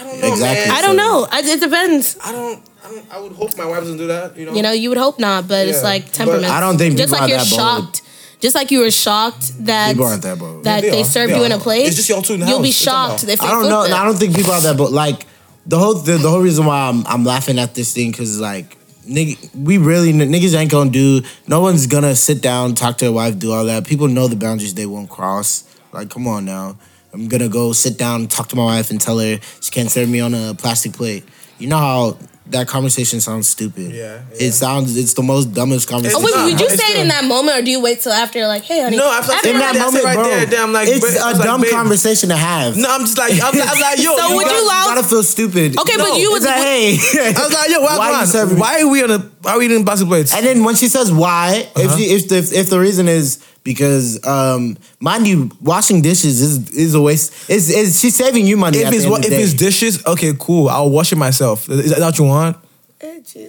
Speaker 2: exactly.
Speaker 1: I don't know. I, it depends.
Speaker 3: I don't, I don't. I would hope my wife doesn't do that. You know.
Speaker 1: You know, you would hope not, but it's
Speaker 3: Yeah.
Speaker 1: like temperament.
Speaker 2: I don't think
Speaker 1: just
Speaker 2: people
Speaker 1: like
Speaker 2: are
Speaker 1: you're
Speaker 2: that bold.
Speaker 1: shocked. Just like you were shocked that
Speaker 2: People aren't that bold.
Speaker 1: that they,
Speaker 3: Yeah, they are.
Speaker 1: serve
Speaker 3: They
Speaker 1: you in
Speaker 3: are.
Speaker 1: a plate.
Speaker 3: It's just y'all two in the
Speaker 1: You'll be
Speaker 3: house. It's all
Speaker 1: shocked
Speaker 3: about-
Speaker 1: if they
Speaker 2: I don't
Speaker 1: flip
Speaker 2: know.
Speaker 1: it.
Speaker 2: I don't think people are that, but like the whole the, the whole reason why I'm I'm laughing at this thing because like nigga, we really niggas ain't gonna do. No one's gonna sit down, talk to their wife, do all that. People know the boundaries they won't cross. Like, come on now. I'm gonna go sit down, talk to my wife, and tell her she can't serve me on a plastic plate. You know how that conversation sounds stupid.
Speaker 3: Yeah,
Speaker 2: It sounds. It's the most dumbest conversation.
Speaker 1: Oh, wait,
Speaker 3: Nah,
Speaker 1: would you
Speaker 3: it's
Speaker 1: say it in
Speaker 3: still-
Speaker 1: that moment, or do you wait till after? Like, hey, honey.
Speaker 3: No, I'm like-
Speaker 1: after
Speaker 2: in that
Speaker 3: That's it
Speaker 2: moment,
Speaker 3: right
Speaker 2: bro,
Speaker 3: there, damn, like,
Speaker 2: it's
Speaker 3: babe,
Speaker 2: a
Speaker 3: it's like,
Speaker 2: dumb
Speaker 3: babe.
Speaker 2: conversation to have.
Speaker 3: No, I'm just like, I'm, I'm like, yo.
Speaker 1: So would
Speaker 3: got-
Speaker 1: you allow-
Speaker 2: gotta feel stupid.
Speaker 1: Okay, but
Speaker 3: No,
Speaker 1: you would.
Speaker 2: It's like, hey,
Speaker 3: I was like, yo, why,
Speaker 2: Why you
Speaker 3: why,
Speaker 2: serving me?
Speaker 3: why are we on a? Why are we eating plastic plates?
Speaker 2: And then when she says why,
Speaker 3: Uh-huh.
Speaker 2: if, she, if, the, if the reason is because, um, mind you, washing dishes is is a waste. Is is she's saving you money?
Speaker 3: if
Speaker 2: at
Speaker 3: it's
Speaker 2: the
Speaker 3: what,
Speaker 2: end
Speaker 3: if
Speaker 2: of the
Speaker 3: it's
Speaker 2: day.
Speaker 3: dishes, okay, cool. I'll wash it myself. Is that what you want?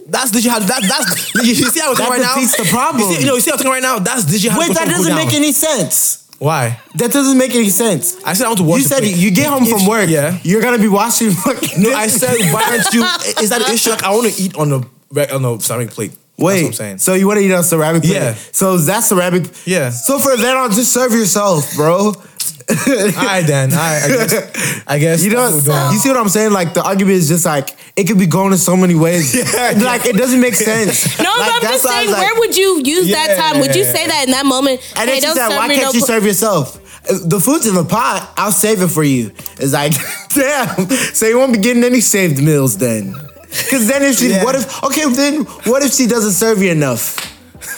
Speaker 3: That's digi how that, that's you see how I'm talking
Speaker 2: That
Speaker 3: right now.
Speaker 2: defeats the problem.
Speaker 3: You see, you know, you see how I'm talking right now. That's digi how.
Speaker 2: wait, that
Speaker 3: control
Speaker 2: doesn't
Speaker 3: cool down.
Speaker 2: make any sense.
Speaker 3: Why?
Speaker 2: That doesn't make any sense.
Speaker 3: I said I want to watch.
Speaker 2: You
Speaker 3: the
Speaker 2: said
Speaker 3: play.
Speaker 2: you get home
Speaker 3: If-
Speaker 2: from work.
Speaker 3: Yeah.
Speaker 2: You're gonna be watching. fucking-
Speaker 3: No, I said why aren't you? Is that an issue? Like I want to eat on a re- on a ceramic plate.
Speaker 2: Wait.
Speaker 3: That's what I'm saying.
Speaker 2: So you want to eat on ceramic? Plate.
Speaker 3: Yeah.
Speaker 2: So that's ceramic.
Speaker 3: Yeah.
Speaker 2: So for then on, just serve yourself, bro.
Speaker 3: all right then. All right. I guess. I guess
Speaker 2: You know,
Speaker 3: that's what we're doing.
Speaker 2: you see what I'm saying? Like the argument is just like it could be going in so many ways. Like it doesn't make sense.
Speaker 1: No,
Speaker 2: Like,
Speaker 1: but I'm
Speaker 2: that's
Speaker 1: just
Speaker 2: why I was
Speaker 1: saying,
Speaker 2: like-
Speaker 1: where would you use that time? Would you
Speaker 3: Yeah.
Speaker 1: say that in that moment?
Speaker 2: And
Speaker 1: "Hey,
Speaker 2: then she said, "Why
Speaker 1: me
Speaker 2: can't you
Speaker 1: pl-
Speaker 2: serve yourself? The food's in the pot. I'll save it for you." It's like, damn. So you won't be getting any saved meals then. Because then if she,
Speaker 3: Yeah.
Speaker 2: what if? Okay, then what if she doesn't serve you enough?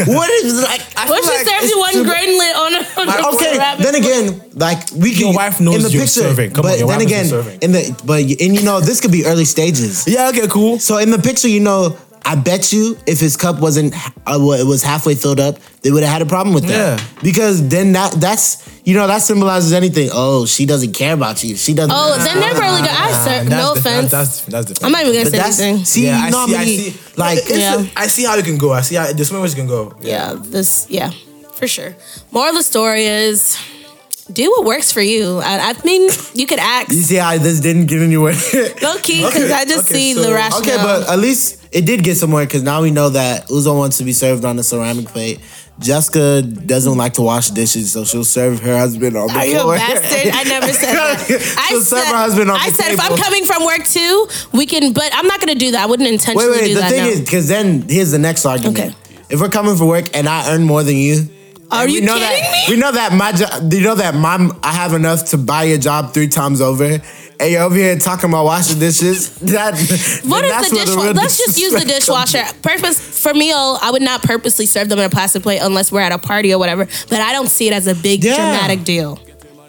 Speaker 2: What if like? I
Speaker 1: What
Speaker 2: feel
Speaker 1: if
Speaker 2: like
Speaker 1: she serves
Speaker 2: it's
Speaker 1: you one
Speaker 2: too-
Speaker 1: greenlit on a on a
Speaker 2: Okay,
Speaker 1: rabbit?
Speaker 2: then again, like we can.
Speaker 3: Your wife knows you're serving. Come on,
Speaker 2: but
Speaker 3: your
Speaker 2: then
Speaker 3: wife knows
Speaker 2: again,
Speaker 3: you're serving.
Speaker 2: in the but and you know this could be early stages.
Speaker 3: Yeah. Okay. Cool.
Speaker 2: So in the picture, you know, I bet you if his cup wasn't uh, wa- it was halfway filled up, they would have had a problem with that.
Speaker 3: Yeah.
Speaker 2: Because then that that's you know that symbolizes anything. Oh, she doesn't care about you. She doesn't.
Speaker 1: Oh, then they're probably good. I
Speaker 3: Nah,
Speaker 1: serve.
Speaker 3: that's
Speaker 1: No
Speaker 3: different.
Speaker 1: offense.
Speaker 3: That's that's different.
Speaker 1: I'm not even gonna
Speaker 2: But
Speaker 1: say
Speaker 2: that's
Speaker 1: anything.
Speaker 2: see,
Speaker 3: yeah,
Speaker 2: you know
Speaker 3: I see,
Speaker 2: what I
Speaker 3: I
Speaker 2: mean?
Speaker 3: see.
Speaker 2: Like
Speaker 3: Like,
Speaker 1: Yeah.
Speaker 3: I see how you can go. I see how there's so many ways you can go.
Speaker 1: yeah, this, yeah, for sure. Moral of the story is do what works for you. I, I mean, you could
Speaker 2: you
Speaker 1: ask
Speaker 2: see how this didn't get anywhere.
Speaker 1: low key because
Speaker 3: Okay,
Speaker 1: I just
Speaker 3: okay,
Speaker 1: see
Speaker 3: so-
Speaker 1: the rationale.
Speaker 2: Okay, but at least it did get somewhere because now we know that Uzo wants to be served on a ceramic plate. Jessica doesn't like to wash dishes, so she'll serve her husband on the
Speaker 1: Are you a
Speaker 2: floor.
Speaker 1: bastard? I never said that. I
Speaker 2: She'll
Speaker 1: said,
Speaker 2: serve her husband on
Speaker 1: I
Speaker 2: the
Speaker 1: said if I'm
Speaker 2: table.
Speaker 1: coming from work too, we can. But I'm not gonna do that. I wouldn't intentionally
Speaker 2: Wait, wait.
Speaker 1: do
Speaker 2: The
Speaker 1: that.
Speaker 2: thing
Speaker 1: no.
Speaker 2: is, because then here's the next argument.
Speaker 1: Okay.
Speaker 2: If we're coming for work and I earn more than you,
Speaker 1: Are
Speaker 2: and
Speaker 1: you
Speaker 2: we know
Speaker 1: kidding
Speaker 2: that,
Speaker 1: me?
Speaker 2: We know that my job. You know that my I have enough to buy your job three times over. And you're over here talking about washing dishes. That
Speaker 1: What
Speaker 2: then
Speaker 1: is
Speaker 2: that's
Speaker 1: the
Speaker 2: where
Speaker 1: dishwasher?
Speaker 2: real
Speaker 1: Let's just use the
Speaker 2: disrespect comes.
Speaker 1: dishwasher. Purpose for meal, I would not purposely serve them in a plastic plate unless we're at a party or whatever. But I don't see it as a big
Speaker 2: Yeah.
Speaker 1: dramatic deal.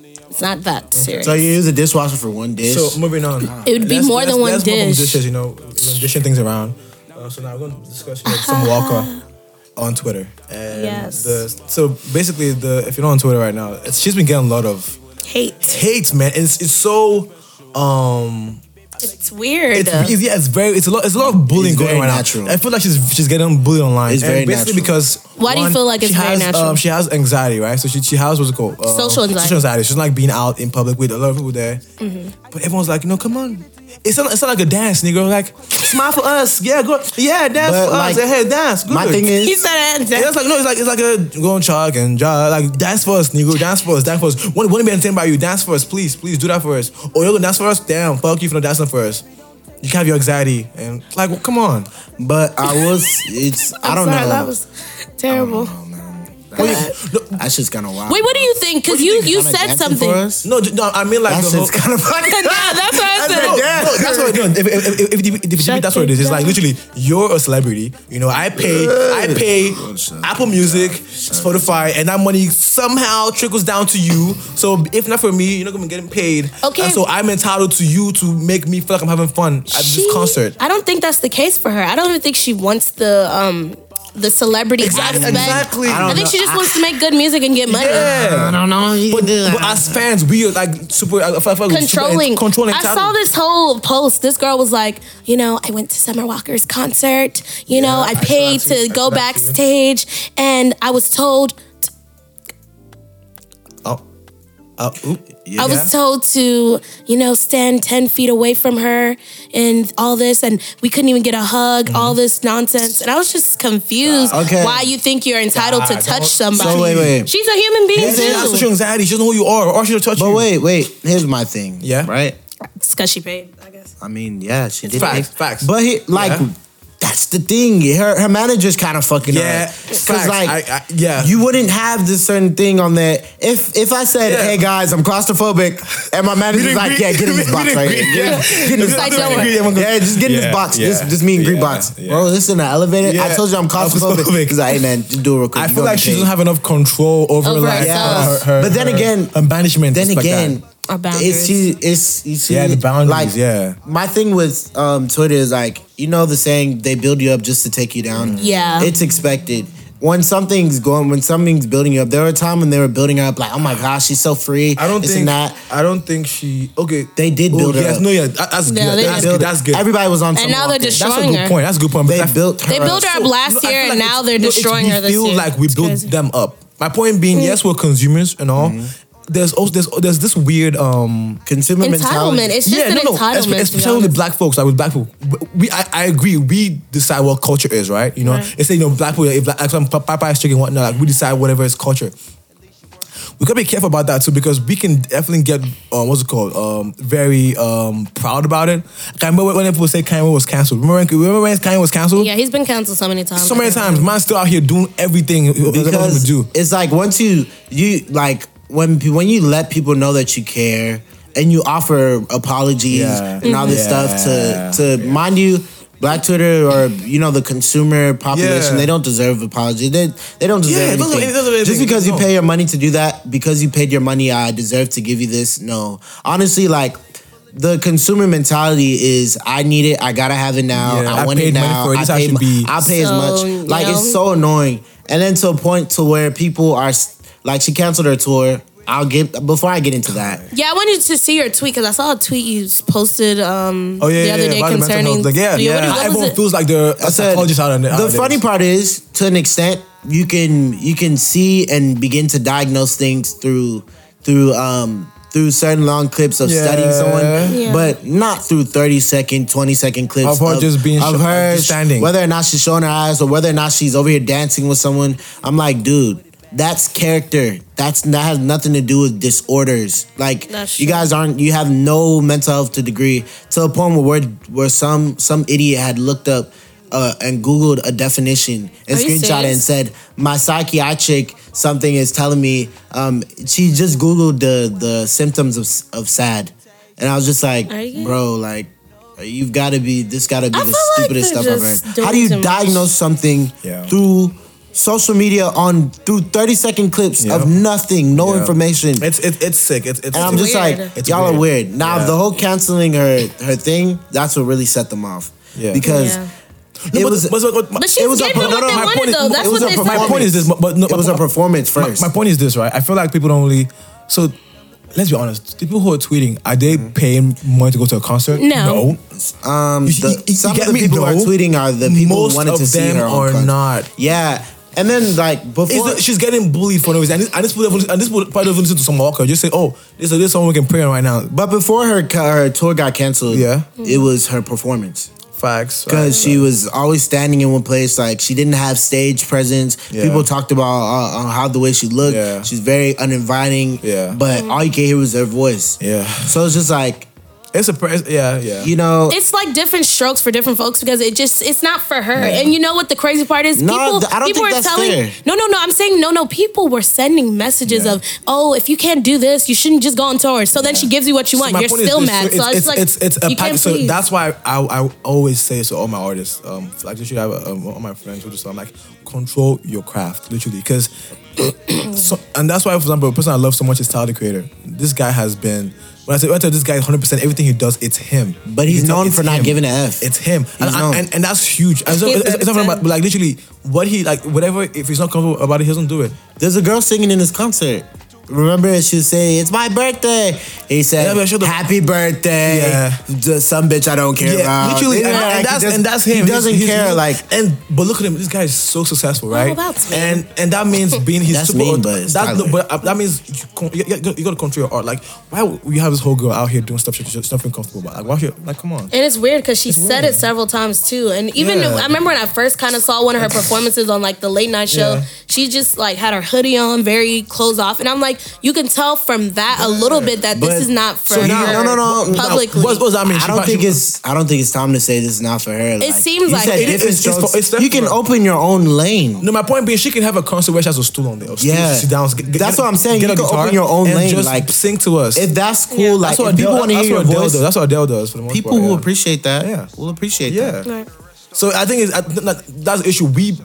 Speaker 1: It's not that serious.
Speaker 2: So you use a dishwasher for one dish.
Speaker 3: So moving on.
Speaker 1: It would be more than one
Speaker 3: let's move on to
Speaker 1: dish.
Speaker 3: Dishes, you know, we're dishing things around. Uh, so now we're going to discuss you know, some Walker on Twitter. And
Speaker 1: Uh-huh. Yes.
Speaker 3: The, so basically, the if you're not on Twitter right now, it's, she's been getting a lot of
Speaker 1: Hate.
Speaker 3: hate, man. It's it's so. Um,
Speaker 1: It's weird.
Speaker 3: it's it's- yeah, it's very, it's a lot, it's a lot of bullying
Speaker 2: It's
Speaker 3: going
Speaker 2: very
Speaker 3: right
Speaker 2: natural.
Speaker 3: now. I feel like she's she's getting bullied online.
Speaker 2: It's
Speaker 3: and
Speaker 2: very
Speaker 3: basically
Speaker 2: natural.
Speaker 3: because
Speaker 1: Why do you feel like it's
Speaker 3: she
Speaker 1: very
Speaker 3: has,
Speaker 1: natural?
Speaker 3: Um, she has anxiety, right? So she she has what's it called Um,
Speaker 1: Social anxiety.
Speaker 3: Social anxiety. She's like being out in public with a lot of people there,
Speaker 1: Mm-hmm.
Speaker 3: but everyone's like, no, come on. It's not, it's not like a dance, nigga. Like, smile for us. Yeah, go. Yeah, dance
Speaker 2: But,
Speaker 3: for
Speaker 2: like,
Speaker 3: us. Hey, dance. Good.
Speaker 2: my thing
Speaker 1: he
Speaker 2: is,
Speaker 1: said
Speaker 3: Yeah, it's
Speaker 1: that.
Speaker 3: like no, it's like it's like a go on chug and jog. Like dance for us, nigga. Dance for us. Dance for us. Want want to be entertained by you? Dance for us, please, please do that for us. Or you're gonna dance for us? Damn, fuck you for not dancing for us. You can have your anxiety and like, well, come on.
Speaker 2: but I was. It's I don't
Speaker 1: Sorry,
Speaker 2: know.
Speaker 1: that was terrible.
Speaker 2: That's just kind of wild.
Speaker 1: Wait, what do you think? Because
Speaker 2: do
Speaker 1: you,
Speaker 2: think?
Speaker 1: you
Speaker 2: Kinda
Speaker 1: said
Speaker 2: dancing
Speaker 1: something.
Speaker 2: for
Speaker 1: No,
Speaker 2: us?
Speaker 3: No, j- no, I mean like
Speaker 2: That
Speaker 3: the whole.
Speaker 2: shit's kind of funny.
Speaker 1: that's what I
Speaker 3: No,
Speaker 1: said.
Speaker 3: no, that's what no, if, if, if, if, if, if, if,
Speaker 1: Shut
Speaker 3: that's what it is. It's like
Speaker 1: it
Speaker 3: literally, you're a celebrity. You know, I pay, I pay Apple Music, Spotify, and that money somehow trickles down to you. So if not for me, you're not gonna be getting paid.
Speaker 1: Okay.
Speaker 3: And so I'm entitled to you to make me feel like I'm having fun at
Speaker 1: She-
Speaker 3: this concert.
Speaker 1: I don't think that's the case for her. I don't even think she wants the um the celebrity
Speaker 3: Exactly.
Speaker 1: aspect.
Speaker 3: exactly.
Speaker 1: I, think she just wants to make good music and get money.
Speaker 3: Yeah.
Speaker 2: don't know. You
Speaker 3: But,
Speaker 2: can do
Speaker 3: but
Speaker 2: that.
Speaker 3: as fans, we are like super, I feel like we're super
Speaker 1: Controlling.
Speaker 3: controlling.
Speaker 1: I saw
Speaker 3: entitled.
Speaker 1: this whole post. This girl was like, you know, I went to Summer Walker's concert. You know, I
Speaker 3: I saw
Speaker 1: paid
Speaker 3: that too. I
Speaker 1: to
Speaker 3: saw
Speaker 1: go
Speaker 3: that too.
Speaker 1: backstage, and I was told
Speaker 3: Oh, oh, oop. yeah.
Speaker 1: I was told to, you know, stand 10 feet away from her and all this. And we couldn't even get a hug,
Speaker 3: Mm-hmm.
Speaker 1: all this nonsense. And I was just confused
Speaker 2: Stop. Okay.
Speaker 1: why you think you're entitled
Speaker 3: Stop.
Speaker 1: to touch
Speaker 3: Don't-
Speaker 1: somebody.
Speaker 2: So wait, wait.
Speaker 1: She's a human being,
Speaker 3: Yeah, she has
Speaker 1: too.
Speaker 3: social anxiety. She doesn't know who you are, or she'll touch
Speaker 2: But
Speaker 3: you.
Speaker 2: wait, wait. Here's my thing.
Speaker 3: Yeah.
Speaker 2: Right.
Speaker 1: It's because she paid, I guess.
Speaker 2: I mean, yeah, she did.
Speaker 3: facts,
Speaker 2: it.
Speaker 3: facts.
Speaker 2: But he, like,
Speaker 3: Yeah.
Speaker 2: that's the thing. Her her manager's kind of fucking
Speaker 3: Yeah,
Speaker 2: her.
Speaker 3: facts.
Speaker 2: like,
Speaker 3: I- I- yeah.
Speaker 2: you wouldn't have this certain thing on there. If if I said,
Speaker 3: Yeah.
Speaker 2: hey guys, I'm claustrophobic, and my manager's
Speaker 3: Meet and
Speaker 2: like,
Speaker 3: greet.
Speaker 2: yeah, get in this
Speaker 3: Meet
Speaker 2: box
Speaker 3: and
Speaker 2: right
Speaker 3: greet,
Speaker 2: here.
Speaker 3: yeah.
Speaker 2: Get in this
Speaker 1: Like,
Speaker 2: box
Speaker 1: don't
Speaker 2: right
Speaker 1: worry.
Speaker 2: here. Yeah, just get in this
Speaker 3: Yeah,
Speaker 2: box.
Speaker 3: yeah,
Speaker 2: This this meet and greet
Speaker 3: yeah,
Speaker 2: box,
Speaker 3: yeah.
Speaker 2: bro. This in the elevator. I
Speaker 3: Yeah.
Speaker 2: told you I'm claustrophobic.
Speaker 3: Claustrophobic.
Speaker 2: He's like, hey man, just do it real quick.
Speaker 3: I
Speaker 2: You
Speaker 3: feel
Speaker 2: gonna
Speaker 3: like
Speaker 2: get
Speaker 3: she
Speaker 2: paid."
Speaker 3: doesn't have enough control over,
Speaker 1: Over
Speaker 3: like
Speaker 1: herself.
Speaker 3: her, her,
Speaker 2: But then
Speaker 3: her
Speaker 2: again-
Speaker 3: banishment.
Speaker 2: Then
Speaker 3: stuff like
Speaker 2: again,
Speaker 3: that.
Speaker 1: Or
Speaker 2: it's
Speaker 1: boundaries.
Speaker 2: she, it's you see,
Speaker 3: Yeah, the boundaries,
Speaker 2: Like,
Speaker 3: yeah.
Speaker 2: my thing with um, Twitter is like, you know, the saying they build you up just to take you down.
Speaker 1: Mm. Yeah.
Speaker 2: it's expected. When something's going, when something's building you up, there were a time when they were building her up, like, oh my gosh, she's so free.
Speaker 3: I don't
Speaker 2: this
Speaker 3: think
Speaker 2: and that.
Speaker 3: I don't think she. Okay, Oh,
Speaker 2: They did build her
Speaker 3: yes,
Speaker 2: up.
Speaker 3: No, yeah, that- that's
Speaker 1: Yeah,
Speaker 3: good.
Speaker 1: they
Speaker 3: That's
Speaker 1: did.
Speaker 3: good. That's good.
Speaker 2: Everybody was
Speaker 1: And
Speaker 2: on.
Speaker 1: now
Speaker 2: Summer
Speaker 1: they're
Speaker 2: Walker.
Speaker 1: just
Speaker 3: that's a
Speaker 1: destroying
Speaker 3: good
Speaker 1: her.
Speaker 3: point. That's a good point.
Speaker 2: They
Speaker 3: but I-
Speaker 2: built. Her
Speaker 1: They built
Speaker 2: up.
Speaker 1: her up last
Speaker 3: I feel
Speaker 1: year, and
Speaker 3: like
Speaker 1: now
Speaker 3: it's-
Speaker 1: they're
Speaker 3: no, it's-
Speaker 1: destroying
Speaker 3: we
Speaker 1: her this
Speaker 3: feel
Speaker 1: year.
Speaker 3: like we
Speaker 1: It's
Speaker 3: built
Speaker 1: crazy.
Speaker 3: them up. My point being, yes, we're consumers and all. There's also there's there's this weird um
Speaker 2: Consumer
Speaker 1: Entitlement.
Speaker 2: mentality.
Speaker 1: It's just an entitlement.
Speaker 3: espe-
Speaker 1: to be
Speaker 3: Especially
Speaker 1: honest.
Speaker 3: with black folks, like with black people, we I, I agree. We decide what culture is, right? You know,
Speaker 5: Right.
Speaker 3: it's you know black people, if like, like some Popeye's chicken, whatnot. Like we decide whatever is culture. We gotta be careful about that too, because we can definitely get um, what's it called? Um, very um, proud about it. I remember when people say Kanye was canceled. Remember when, remember when Kanye was canceled?
Speaker 1: Yeah, he's been canceled so many times.
Speaker 3: So many times, man's still out here doing everything because
Speaker 2: because
Speaker 3: do.
Speaker 2: it's like once you you like when pe- when you let people know that you care and you offer apologies
Speaker 3: Yeah.
Speaker 2: and all this
Speaker 3: Yeah.
Speaker 2: stuff to to mind you black twitter or you know the consumer population
Speaker 3: Yeah.
Speaker 2: they don't deserve apology they they don't deserve
Speaker 3: Yeah, it doesn't-
Speaker 2: anything.
Speaker 3: it doesn't really
Speaker 2: just
Speaker 3: think-
Speaker 2: because you
Speaker 3: no.
Speaker 2: pay your money to do that because you paid your money i deserve to give you this no honestly like the consumer mentality is I need it, I gotta have it now,
Speaker 3: Yeah,
Speaker 2: I,
Speaker 3: I
Speaker 2: want it
Speaker 3: paid money
Speaker 2: now,
Speaker 3: for it,
Speaker 2: I,
Speaker 3: this I
Speaker 2: pay,
Speaker 3: should
Speaker 2: mu-
Speaker 3: be-
Speaker 2: I pay
Speaker 1: So,
Speaker 2: as
Speaker 1: you
Speaker 2: much. Like
Speaker 1: know?
Speaker 2: it's so annoying. And then to a point to where people are s- like she canceled her tour. I'll get before I get into that.
Speaker 1: Yeah, I wanted to see your tweet because I saw a tweet you posted um,
Speaker 3: Oh yeah,
Speaker 1: the
Speaker 3: yeah,
Speaker 1: other
Speaker 3: yeah.
Speaker 1: day
Speaker 3: about the mental
Speaker 1: concerning.
Speaker 3: health. Like, yeah,
Speaker 1: you- what-
Speaker 3: yeah.
Speaker 1: what was
Speaker 3: Everyone
Speaker 1: it?
Speaker 3: feels like they're a
Speaker 2: said,
Speaker 3: psychologist out there.
Speaker 2: the funny part is, to an extent, you can you can see and begin to diagnose things through through um through certain long clips of
Speaker 3: Yeah.
Speaker 2: studying someone,
Speaker 1: Yeah.
Speaker 2: but not through 30 second, 20 second clips
Speaker 3: Of her just being
Speaker 2: of
Speaker 3: sho-
Speaker 2: her
Speaker 3: just standing.
Speaker 2: whether or not she's showing her eyes or whether or not she's over here dancing with someone. I'm like, dude. That's character. That's that has nothing to do with disorders. Like
Speaker 1: That's
Speaker 2: you
Speaker 1: true.
Speaker 2: guys aren't. You have no mental health to degree to a point where where some some idiot had looked up uh, and googled a definition and
Speaker 1: Are you
Speaker 2: screenshot it and
Speaker 1: serious?
Speaker 2: said my psychiatric something is telling me um, she just googled the the symptoms of of sad, and I was just like,
Speaker 1: Are you-
Speaker 2: bro, like. You've got to be. This got to be
Speaker 1: I
Speaker 2: the
Speaker 1: feel like
Speaker 2: stupidest
Speaker 1: they're
Speaker 2: stuff I've
Speaker 1: just
Speaker 2: heard.
Speaker 1: doing
Speaker 2: How do you
Speaker 1: too much.
Speaker 2: diagnose something
Speaker 3: Yeah.
Speaker 2: through social media on through thirty second clips
Speaker 3: Yeah.
Speaker 2: of nothing, no
Speaker 3: Yeah.
Speaker 2: information?
Speaker 3: it's it's it's sick. It's it's.
Speaker 2: And I'm just
Speaker 1: weird.
Speaker 2: like,
Speaker 3: It's
Speaker 2: y'all are
Speaker 3: weird.
Speaker 2: weird. Now
Speaker 3: Yeah.
Speaker 2: the whole canceling her her thing, that's what really set them off.
Speaker 3: Yeah.
Speaker 2: Because
Speaker 1: Yeah.
Speaker 2: it
Speaker 3: but-
Speaker 2: was
Speaker 3: but- but- but-
Speaker 1: But she's
Speaker 2: It was a
Speaker 1: giving
Speaker 2: pro-
Speaker 1: them
Speaker 2: no,
Speaker 1: what
Speaker 2: no,
Speaker 1: they
Speaker 3: my point
Speaker 1: wanted,
Speaker 3: is-
Speaker 1: though. That's
Speaker 2: it was
Speaker 1: what
Speaker 2: a
Speaker 1: they said.
Speaker 3: my point is this, but, but no,
Speaker 2: it was a
Speaker 3: but-
Speaker 2: performance
Speaker 3: my,
Speaker 2: first.
Speaker 3: my point is this, right? I feel like people don't really. So, let's be honest. People who are tweeting, are they
Speaker 2: Mm-hmm.
Speaker 3: paying money to go to a concert?
Speaker 1: No.
Speaker 2: um,
Speaker 3: You- you-
Speaker 2: the,
Speaker 3: you
Speaker 2: some
Speaker 3: get
Speaker 2: of the
Speaker 3: me,
Speaker 2: people who are
Speaker 3: though?
Speaker 2: tweeting are the people
Speaker 3: Most
Speaker 2: who wanted
Speaker 3: of
Speaker 2: to see
Speaker 3: them
Speaker 2: her on
Speaker 3: are
Speaker 2: concert.
Speaker 3: not.
Speaker 2: Yeah, and then like
Speaker 3: It's
Speaker 2: before
Speaker 3: the- she's getting bullied for no reason. And this, and this, people- and this people probably doesn't listen to some Walker. Just say, oh, this is this is someone we can pray on right now.
Speaker 2: but before her ca- her tour got canceled,
Speaker 3: Yeah.
Speaker 2: it was her performance.
Speaker 3: Facts.
Speaker 2: because she was always standing in one place. Like she didn't have stage presence.
Speaker 3: Yeah.
Speaker 2: People talked about uh, uh, how the way she looked.
Speaker 3: Yeah.
Speaker 2: She's very uninviting.
Speaker 3: Yeah.
Speaker 2: But all you can hear was her voice.
Speaker 3: Yeah.
Speaker 2: So it's just like
Speaker 3: It's a press. Yeah, yeah.
Speaker 2: you know.
Speaker 1: it's like different strokes for different folks because it just it's not for her. And you know what the crazy part is?
Speaker 2: No, th- I don't think
Speaker 1: people
Speaker 2: that's
Speaker 1: telling
Speaker 2: fair.
Speaker 1: no, no, no. I'm saying no, no. People were sending messages
Speaker 3: Yeah.
Speaker 1: of oh, if you can't do this, you shouldn't just go on tour. So then she gives you what you want.
Speaker 3: my
Speaker 1: You're
Speaker 3: point is
Speaker 1: still
Speaker 3: this,
Speaker 1: mad.
Speaker 3: It's,
Speaker 1: So I was
Speaker 3: it's,
Speaker 1: like,
Speaker 3: it's, it's a
Speaker 1: you
Speaker 3: pack.
Speaker 1: can't
Speaker 3: So
Speaker 1: please.
Speaker 3: that's why I, I always say to all my artists, um, like you should have um, all my friends who do so. I'm like, control your craft, literally, because. so, and that's why, for example, a person I love so much is Tyler the Creator. This guy has been. When I say, when I tell this guy 100, percent everything he does, it's him.
Speaker 2: But he's
Speaker 3: You can tell
Speaker 2: known
Speaker 3: it's
Speaker 2: for not
Speaker 3: him.
Speaker 2: giving a F.
Speaker 3: It's him, and,
Speaker 2: known.
Speaker 3: and, and, and that's huge. And so,
Speaker 1: He's
Speaker 3: it's, it's not
Speaker 1: very
Speaker 3: about, but like literally, what he like, whatever. If he's not comfortable about it, he doesn't do it.
Speaker 2: There's a girl singing in this concert. Remember, she was saying, "It's my birthday." He
Speaker 3: Yeah,
Speaker 2: said,
Speaker 3: but shut the-
Speaker 2: "Happy birthday,
Speaker 3: Yeah.
Speaker 2: to some bitch I don't care
Speaker 3: Yeah,
Speaker 2: about."
Speaker 3: literally,
Speaker 2: You know,
Speaker 3: and,
Speaker 2: like,
Speaker 3: and
Speaker 2: he
Speaker 3: that's
Speaker 2: does-
Speaker 3: and that's him.
Speaker 2: He doesn't
Speaker 3: He's- he's-
Speaker 2: care.
Speaker 3: he's-
Speaker 2: like
Speaker 3: and but look at him. This guy is so successful, right?
Speaker 1: that's mean.
Speaker 3: and and that means being his
Speaker 2: That's
Speaker 3: super.
Speaker 2: mean, but it's
Speaker 3: that,
Speaker 2: Tyler.
Speaker 3: but uh, that means you, con- you, you, you got to control your art. Like why would we have this whole girl out here doing stuff she she's not feeling comfortable about? Like why? Should, like come on.
Speaker 1: And it's weird because she said it several times too. And even
Speaker 3: Yeah.
Speaker 1: I remember when I first kind of saw one of her performances on like the late night show,
Speaker 3: Yeah.
Speaker 1: she just like had her hoodie on, very clothes off. And I'm like, you can tell from that a little bit that
Speaker 2: But-
Speaker 1: this is not for
Speaker 2: so
Speaker 1: her
Speaker 2: now- no, no, no, no.
Speaker 1: publicly.
Speaker 3: What, what does that mean?
Speaker 2: I
Speaker 3: She
Speaker 2: don't
Speaker 3: might-
Speaker 2: think
Speaker 3: she-
Speaker 2: it's. I don't think it's time to say this is not for her. Like,
Speaker 1: seems
Speaker 2: you
Speaker 1: like
Speaker 2: said
Speaker 1: it. It
Speaker 2: different
Speaker 3: is- it's
Speaker 2: strokes.
Speaker 3: for- it's
Speaker 2: you can
Speaker 3: definitely-
Speaker 2: open your own lane.
Speaker 3: No, my point being, she can have a concert where she has a stool on there. Or stool,
Speaker 2: Yeah.
Speaker 3: sit down. Get, get-
Speaker 2: That's what I'm saying.
Speaker 3: Get
Speaker 2: You
Speaker 3: a
Speaker 2: can
Speaker 3: guitar
Speaker 2: open your own
Speaker 3: and
Speaker 2: lane,
Speaker 3: Just
Speaker 2: like-
Speaker 3: sing to us.
Speaker 2: If that's cool, like
Speaker 3: that's what
Speaker 2: if people
Speaker 3: Adele-
Speaker 2: want to
Speaker 3: that's
Speaker 2: hear your
Speaker 3: what Adele
Speaker 2: voice.
Speaker 3: does. That's what Adele does for the most
Speaker 2: people
Speaker 3: part,
Speaker 2: who
Speaker 3: yeah.
Speaker 2: appreciate that
Speaker 3: Yeah.
Speaker 2: will appreciate that.
Speaker 3: Yeah. So I think it's, I, th- like, that's the issue. We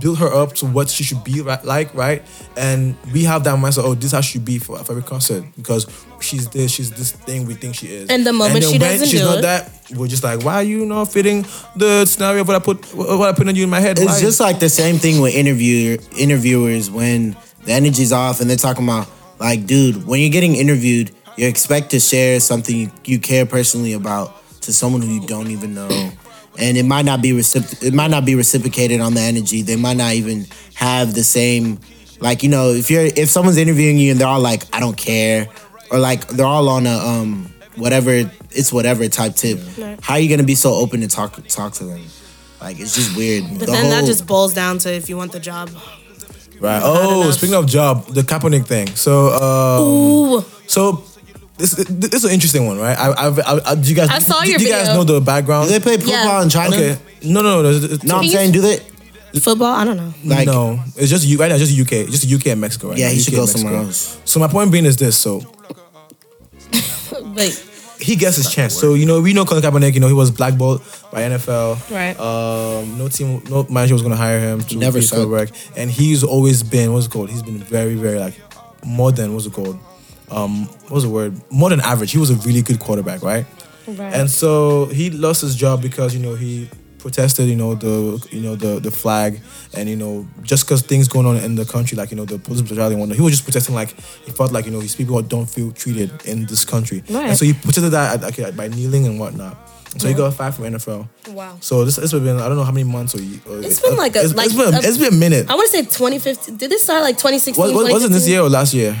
Speaker 3: build her up to what she should be right, like, right? And we have that mindset. Oh, this is how she should be for, for every concert because she's this, she's this thing we think she is.
Speaker 1: And the moment
Speaker 3: then
Speaker 1: she
Speaker 3: when
Speaker 1: doesn't
Speaker 3: she's
Speaker 1: do
Speaker 3: not
Speaker 1: it-
Speaker 3: that. We're just like, why are you not fitting the scenario of what I put, what what I put on you in my head?
Speaker 2: It's
Speaker 3: Why?
Speaker 2: just like the same thing with interviewer interviewers when the energy's off and they're talking about like, dude, when you're getting interviewed, you expect to share something you, you care personally about to someone who you don't even know. And it might not be recipro- it might not be reciprocated on the energy. They might not even have the same Like you know, if you're if someone's interviewing you and they're all like, I don't care, or like they're all on a um whatever it's whatever type tip.
Speaker 1: Right.
Speaker 2: How are you gonna be so open to talk talk to them? Like it's just weird.
Speaker 1: But then that
Speaker 3: Oh.
Speaker 1: just boils down to if you want the job.
Speaker 3: Right. Oh,
Speaker 1: enough.
Speaker 3: speaking of job, the Kaepernick thing. So, uh,
Speaker 1: Ooh,
Speaker 3: so this this is an interesting one, right? I, I've, I, I, do you guys?
Speaker 5: I saw
Speaker 3: do,
Speaker 5: your
Speaker 3: do you guys
Speaker 5: video.
Speaker 3: know the background?
Speaker 2: do they play football
Speaker 5: Yeah.
Speaker 2: in China?
Speaker 3: okay. No, no, no. there's- it's-
Speaker 2: No, I'm
Speaker 5: He's-
Speaker 2: saying do they?
Speaker 1: football. I don't know.
Speaker 2: Like,
Speaker 3: no, it's just U- right now. Just UK, just UK and Mexico. Right
Speaker 2: Yeah,
Speaker 3: now,
Speaker 2: he should
Speaker 3: UK
Speaker 2: go
Speaker 3: and Mexico.
Speaker 2: somewhere else.
Speaker 3: So my point being is this: so
Speaker 1: Wait,
Speaker 3: he gets his chance. So you know, we know Colin Kaepernick. You know, he was blackballed by NFL.
Speaker 1: Right.
Speaker 3: Um, no team, no manager was going to hire him to
Speaker 2: never
Speaker 3: never field
Speaker 2: sucked.
Speaker 3: work, and he's always been what's it called. He's been very, very like more than what's it called. Um, what's the word? More than average. He was a really good quarterback, right?
Speaker 1: Right.
Speaker 3: And so he lost his job because you know he protested, you know the you know the the flag, and you know just because things going on in the country, like you know the police brutality and whatnot, he was just protesting like he felt like you know his people don't feel treated in this country,
Speaker 1: Right.
Speaker 3: and so he protested that at, like, by kneeling and whatnot. So he got fired from NFL.
Speaker 1: Wow.
Speaker 3: So this it's been I don't know how many months or, ye- or uh,
Speaker 1: It's been like a-
Speaker 3: it's-
Speaker 1: like
Speaker 3: it's been
Speaker 1: a-
Speaker 3: it's been a minute.
Speaker 1: I want to say 2015. Did this start like 2016?
Speaker 3: Was, was, wasn't this
Speaker 1: 2015?
Speaker 3: year or last year?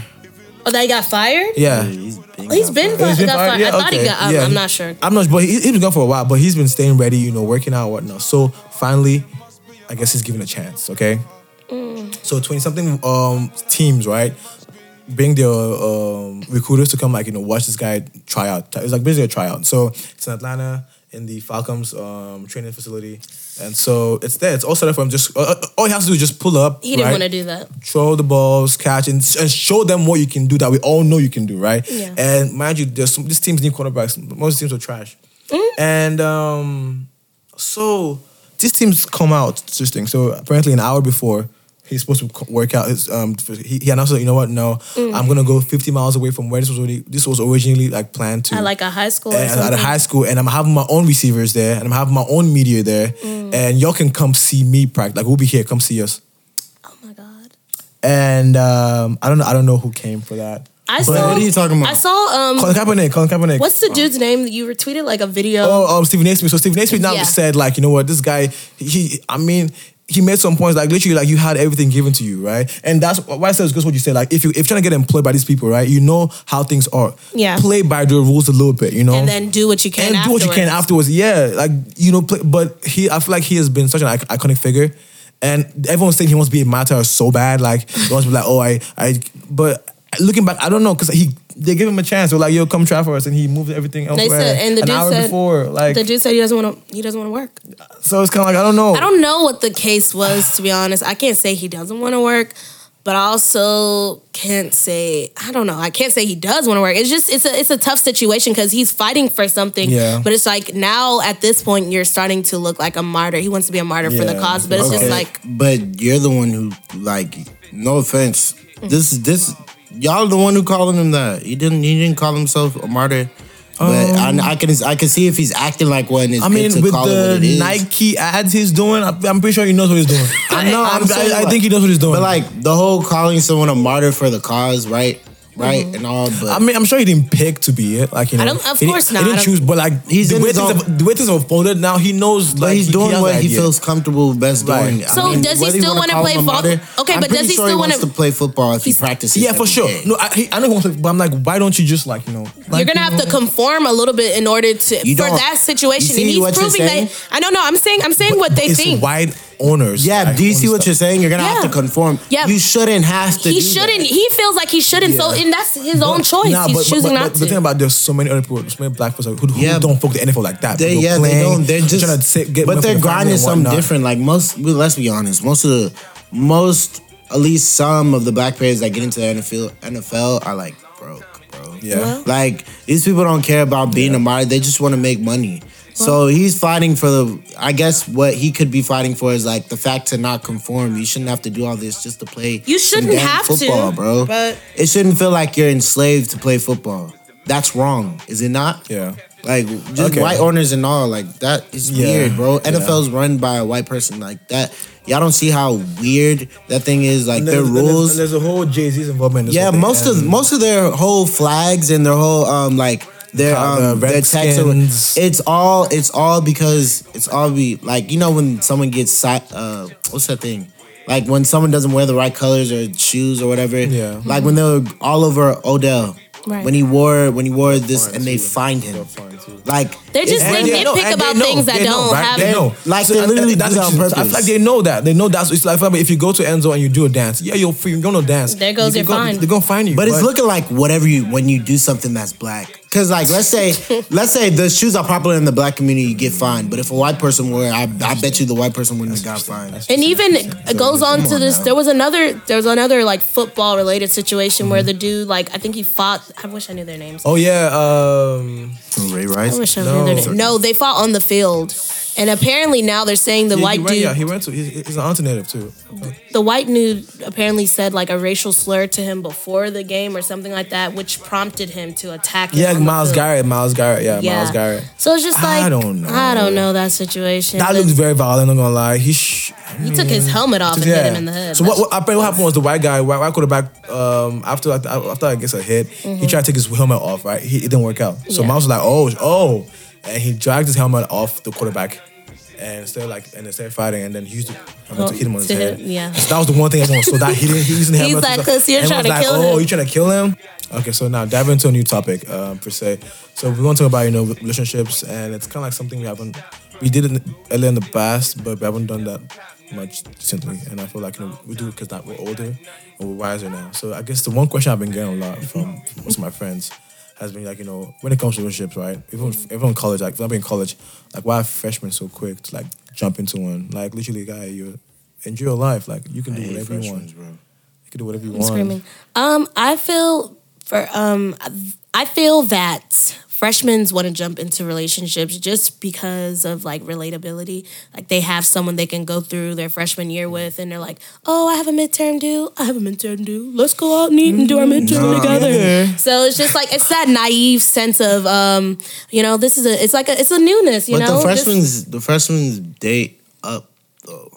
Speaker 1: Oh, that he got fired.
Speaker 3: Yeah.
Speaker 2: He's been
Speaker 1: He's been,
Speaker 3: He's been
Speaker 1: got
Speaker 3: fired?
Speaker 1: fired.
Speaker 3: Yeah,
Speaker 1: I thought
Speaker 3: okay.
Speaker 1: he got. I'm,
Speaker 3: Yeah.
Speaker 1: I'm not sure.
Speaker 3: I'm not, but he, he's been gone for a while. But he's been staying ready, you know, working out and whatnot. So finally, I guess he's given a chance. Okay.
Speaker 1: Mm.
Speaker 3: So twenty something um, teams, right? Bring their um, recruiters to come, like you know, watch this guy try out. It's like basically a tryout. So it's in Atlanta in the Falcons um, training facility, and so it's there. It's all set up for him. Just uh, uh, all he has to do is just pull up.
Speaker 1: He didn't
Speaker 3: right?
Speaker 1: want to do that.
Speaker 3: throw the balls, catch, and, and show them what you can do that we all know you can do, right?
Speaker 1: Yeah.
Speaker 3: And mind you, there's some, these teams need quarterbacks. Most teams are trash.
Speaker 1: Mm-hmm.
Speaker 3: And um, so these teams come out to this thing. So apparently, an hour before. He's supposed to co- work out his. Um, he, he announced that you know what? No,
Speaker 1: Mm.
Speaker 3: I'm gonna go 50 miles away from where this was. Already, this was originally like planned to
Speaker 1: At like a high school. Or
Speaker 3: and at
Speaker 1: something.
Speaker 3: a high school, and I'm having my own receivers there, and I'm having my own media there,
Speaker 1: Mm.
Speaker 3: and y'all can come see me practice. Like we'll be here, come see us.
Speaker 1: Oh my god.
Speaker 3: And um, I don't know, I don't know who came for that.
Speaker 1: I saw.
Speaker 2: what are you talking about?
Speaker 1: I saw. Um,
Speaker 3: Colin Kaepernick. Colin Kaepernick.
Speaker 1: what's the dude's name that you retweeted like a video?
Speaker 3: Oh, um, Stephen A. Smith. So Stephen A. Smith now
Speaker 1: Yeah.
Speaker 3: said, like, you know what, this guy, he, I mean, he made some points, like literally, like you had everything given to you, right? And that's why I said it's just what you said. Like, if you if you're trying to get employed by these people, right, you know how things are.
Speaker 1: Yeah.
Speaker 3: Play by the rules a little bit, you know.
Speaker 1: and then do what you can.
Speaker 3: and do what you can
Speaker 1: afterwards.
Speaker 3: afterwards. Yeah, like you know, play, but he, I feel like he has been such an ic- iconic figure, and everyone's saying he wants to be a martyr so bad. Like he wants to be like, oh, I, I. But looking back, I don't know because he they give him a chance. They're like, yo, come try for us, and he moved everything
Speaker 1: They
Speaker 3: elsewhere.
Speaker 1: said, and the
Speaker 3: an
Speaker 1: dude
Speaker 3: hour
Speaker 1: said,
Speaker 3: before, like,
Speaker 1: the dude said he doesn't want to. He doesn't want to work.
Speaker 3: so it's kind of like I don't know.
Speaker 1: I don't know what the case was, to be honest. I can't say he doesn't want to work, but I also can't say I don't know. I can't say he does want to work. It's just it's a it's a tough situation because he's fighting for something.
Speaker 3: Yeah.
Speaker 1: But it's like now at this point you're starting to look like a martyr. He wants to be a martyr for the
Speaker 3: Yeah.
Speaker 1: cause, but it's just like
Speaker 2: but you're the one who, like, no offense, this this y'all the one who calling him that. He didn't he didn't call himself a martyr. But I, I can I can see if he's acting like one. It's
Speaker 3: Um, I mean,
Speaker 2: good to
Speaker 3: with
Speaker 2: call it what
Speaker 3: the
Speaker 2: it is.
Speaker 3: Nike ads he's doing, I'm, I'm pretty sure he knows what he's doing. I know.
Speaker 2: I'm
Speaker 3: I'm,
Speaker 2: saying,
Speaker 3: I, I
Speaker 2: like-
Speaker 3: think he knows what he's doing.
Speaker 2: but like the whole calling someone a martyr for the cause, right, right, and all. But
Speaker 3: Mm-hmm. I mean, I'm sure he didn't pick to be it. Like you know,
Speaker 1: I don't- of
Speaker 3: he didn't-
Speaker 1: course not.
Speaker 3: He
Speaker 1: I don't-
Speaker 3: didn't choose, but like
Speaker 2: He's
Speaker 3: the
Speaker 2: in
Speaker 3: way,
Speaker 2: his
Speaker 3: things
Speaker 2: own-
Speaker 3: have, the way things have folded now, he knows.
Speaker 2: But
Speaker 3: like
Speaker 2: he's
Speaker 3: he-
Speaker 2: doing
Speaker 3: he has
Speaker 2: what
Speaker 3: an
Speaker 2: he
Speaker 3: idea.
Speaker 2: feels comfortable best
Speaker 3: Right.
Speaker 2: doing.
Speaker 1: So does he
Speaker 2: whether you
Speaker 1: still
Speaker 2: wanna
Speaker 1: wanna
Speaker 2: call
Speaker 1: play
Speaker 2: him a
Speaker 1: fo-
Speaker 2: martyr,
Speaker 1: Okay,
Speaker 2: I'm
Speaker 1: but does
Speaker 2: pretty
Speaker 1: he
Speaker 2: sure
Speaker 1: still
Speaker 2: wants
Speaker 1: wanna-
Speaker 2: to play football if he
Speaker 1: He's-
Speaker 2: practices?
Speaker 3: Yeah, for
Speaker 2: every
Speaker 3: sure.
Speaker 2: day?
Speaker 3: No, I, he, I know he wants to, but I'm like, why don't you just like you know?
Speaker 1: you're gonna have to conform a little bit in order to
Speaker 2: You
Speaker 1: for
Speaker 2: don't-
Speaker 1: that situation.
Speaker 2: you see
Speaker 1: and he's
Speaker 2: what you're
Speaker 1: proving
Speaker 2: saying?
Speaker 1: that I don't know. I'm saying I'm saying what they
Speaker 3: it's
Speaker 1: think.
Speaker 3: wide owners.
Speaker 2: Yeah,
Speaker 3: like,
Speaker 2: do you
Speaker 3: own
Speaker 2: see what
Speaker 3: stuff.
Speaker 2: you're saying? You're gonna have to
Speaker 1: Yeah.
Speaker 2: conform.
Speaker 1: Yeah.
Speaker 2: you shouldn't have to.
Speaker 1: he
Speaker 2: do that.
Speaker 1: shouldn't. He feels like he shouldn't. So,
Speaker 3: Yeah.
Speaker 1: and that's his
Speaker 3: But-
Speaker 1: own choice.
Speaker 3: nah,
Speaker 1: he's
Speaker 3: but- but-
Speaker 1: choosing not
Speaker 3: but- but The
Speaker 1: to.
Speaker 3: thing about there's so many other people, so many black folks who, who
Speaker 2: Yeah.
Speaker 3: don't fuck the NFL like that.
Speaker 2: They,
Speaker 3: They're
Speaker 2: yeah,
Speaker 3: playing,
Speaker 2: they don't. They're just
Speaker 3: trying to sit, get
Speaker 2: but
Speaker 3: money
Speaker 2: they're
Speaker 3: for the family
Speaker 2: grinding
Speaker 3: and
Speaker 2: something
Speaker 3: whatnot.
Speaker 2: different. Like most, well, let's be honest. Most of the, most at least some of the black players that get into the NFL, NFL are like broke, bro.
Speaker 3: Yeah. Well-
Speaker 2: like these people don't care about being a martyr. They just want to make money. so he's fighting for the. I guess what he could be fighting for is like the fact to not conform. You shouldn't have to do all this just to play.
Speaker 1: You
Speaker 2: some
Speaker 1: shouldn't
Speaker 2: damn
Speaker 1: have to,
Speaker 2: football, bro.
Speaker 1: but-
Speaker 2: it shouldn't feel like you're enslaved to play football. That's wrong, is it not?
Speaker 3: Yeah.
Speaker 2: Like just
Speaker 3: Okay.
Speaker 2: white owners and all, like that is
Speaker 3: Yeah,
Speaker 2: weird, bro.
Speaker 3: yeah.
Speaker 2: NFL's run by a white person like that. Y'all don't see how weird that thing is, like
Speaker 3: And
Speaker 2: their
Speaker 3: there's, and there's- and
Speaker 2: rules.
Speaker 3: There's a whole Jay Z's involvement. in this
Speaker 2: Yeah,
Speaker 3: whole thing,
Speaker 2: most of
Speaker 3: and-
Speaker 2: most of their whole flags and their whole um like their
Speaker 3: Col- uh,
Speaker 2: um their text or-
Speaker 3: Redskins.
Speaker 2: it's all it's all because it's all be like you know when someone gets si- uh what's that thing Like when someone doesn't wear the right colors or shoes or whatever.
Speaker 3: Yeah.
Speaker 2: Like when they were all over Odell.
Speaker 1: Right.
Speaker 2: When he wore when he wore this
Speaker 3: Fine,
Speaker 2: and they
Speaker 3: too.
Speaker 2: find him.
Speaker 3: Fine, too.
Speaker 2: Like
Speaker 1: They're just
Speaker 2: it's-
Speaker 1: They
Speaker 3: And
Speaker 1: nitpick
Speaker 3: and
Speaker 1: about things that
Speaker 3: they know,
Speaker 1: don't
Speaker 3: right? They
Speaker 1: happen.
Speaker 3: know.
Speaker 2: Like, they
Speaker 3: and-
Speaker 2: literally
Speaker 3: and
Speaker 2: do that on
Speaker 3: excuse- I
Speaker 2: purpose.
Speaker 3: feel like they know that. They know that's it's like for example, if you go to Enzo and you do a dance, yeah, you're free, you're gonna dance.
Speaker 1: There goes
Speaker 3: You-
Speaker 1: your
Speaker 3: you're gonna-
Speaker 1: fine.
Speaker 3: They're gonna find you.
Speaker 2: But it's looking like whatever you when you do something that's black. Cause like let's say let's say the shoes are popular in the black community, you get fined. But if a white person wore, it, I, I bet you the white person wouldn't have got fined.
Speaker 1: And even it goes on to this. There was another. There was another like football related situation where the dude like I think he fought. I wish I knew their names.
Speaker 3: Oh yeah, um,
Speaker 2: Ray
Speaker 1: I
Speaker 2: Rice.
Speaker 1: wish I knew their
Speaker 3: No.
Speaker 1: names. No, they fought on the field, and apparently now they're saying the
Speaker 3: he-
Speaker 1: white
Speaker 3: he went,
Speaker 1: dude,
Speaker 3: yeah, he went to. He's, he's an alternative too.
Speaker 1: the white dude apparently said like a racial slur to him before the game or something like that, which prompted him to attack. him
Speaker 3: Yeah,
Speaker 1: on the
Speaker 3: Miles
Speaker 1: field.
Speaker 3: Garrett, Miles Garrett, yeah,
Speaker 1: Yeah.
Speaker 3: Miles Garrett.
Speaker 1: So it's just like
Speaker 3: I don't know.
Speaker 1: I don't know that situation.
Speaker 3: That
Speaker 1: but
Speaker 3: looks very violent. I'm not gonna lie. He sh-
Speaker 1: he took his helmet off and hit him in the head.
Speaker 3: So what, what, I bet what happened was the white guy, white, white quarterback, um, after after I guess a hit, he tried to take his helmet off. Right, he, it didn't work out. So
Speaker 1: Mm-hmm. Yeah.
Speaker 3: Miles was like, oh, sh- oh, and he dragged his helmet off the quarterback, and still like, and they started fighting, and then he used the helmet to hit him on his
Speaker 1: Oh, to
Speaker 3: head.
Speaker 1: hit- yeah.
Speaker 3: So that was the one thing everyone. So that he didn't. He used the
Speaker 1: He's
Speaker 3: helmet.
Speaker 1: like,
Speaker 3: so-
Speaker 1: 'cause you're
Speaker 3: everyone's
Speaker 1: trying to
Speaker 3: like,
Speaker 1: kill
Speaker 3: Oh,
Speaker 1: him."
Speaker 3: you trying to kill him? Okay, so now dive into a new topic um, per se. So we want to talk about you know relationships, and it's kind of like something we haven't we did it earlier in the past, but we haven't done that much recently. And I feel like you know we do because that we're older and we're wiser now. So I guess the one question I've been getting a lot from, from most of my friends has been like you know when it comes to relationships, right? Even even in college, like for example in college, like why are freshmen so quick to like jump into one? Like literally, guy, you enjoy your life. Like you can do whatever you want. You can do whatever you
Speaker 1: I'm
Speaker 3: want.
Speaker 1: screaming. Um, I feel for um, I feel that freshmen want to jump into relationships just because of like relatability. Like they have someone they can go through their freshman year with, and they're like, "Oh, I have a midterm due. I have a midterm due. Let's go out and eat and do our
Speaker 3: Mm-hmm.
Speaker 1: midterm together." So it's just like it's that naive sense of um, you know, this is a it's like a it's a newness. You
Speaker 2: But
Speaker 1: know,
Speaker 2: the
Speaker 1: This-
Speaker 2: freshmen's the freshmen's date up though.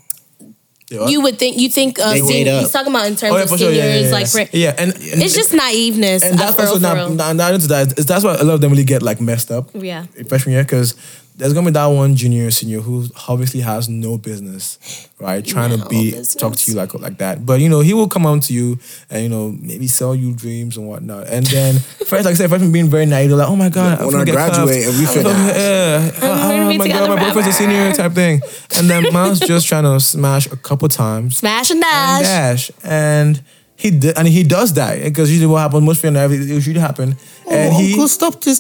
Speaker 1: you would think you think uh,
Speaker 2: They
Speaker 1: sen-
Speaker 2: date up.
Speaker 1: he's talking about in terms
Speaker 3: Oh, yeah,
Speaker 1: of
Speaker 3: for
Speaker 1: seniors,
Speaker 3: sure. Yeah, yeah, yeah.
Speaker 1: like fr-
Speaker 3: yeah. And, and
Speaker 1: It's just naiveness.
Speaker 3: and that's
Speaker 1: for real,
Speaker 3: also
Speaker 1: for
Speaker 3: not,
Speaker 1: real.
Speaker 3: not, not into that. It's, that's why a lot of them really get like messed up.
Speaker 1: Yeah.
Speaker 3: in Freshman year, because there's gonna be that one junior, senior who obviously has no business, right? Trying
Speaker 1: No
Speaker 3: to be
Speaker 1: business.
Speaker 3: talk to you like like that. But you know, he will come on to you and you know maybe sell you dreams and whatnot. And then first, like I said, freshman being very naive, they're like, oh my god,
Speaker 2: When I
Speaker 3: I'm gonna get
Speaker 2: graduate
Speaker 3: cuffed.
Speaker 2: and we
Speaker 3: I'm
Speaker 2: fin-
Speaker 3: gonna- yeah,
Speaker 1: gonna
Speaker 3: Ah,
Speaker 1: be
Speaker 3: my god,
Speaker 1: together
Speaker 3: my boyfriend's a senior type thing. And then mom's just trying to smash a couple times.
Speaker 1: Smash and
Speaker 3: and
Speaker 1: dash.
Speaker 3: dash, and he di- and he does that because usually what happens most friends it usually happen,
Speaker 2: Oh,
Speaker 3: and he
Speaker 2: stop this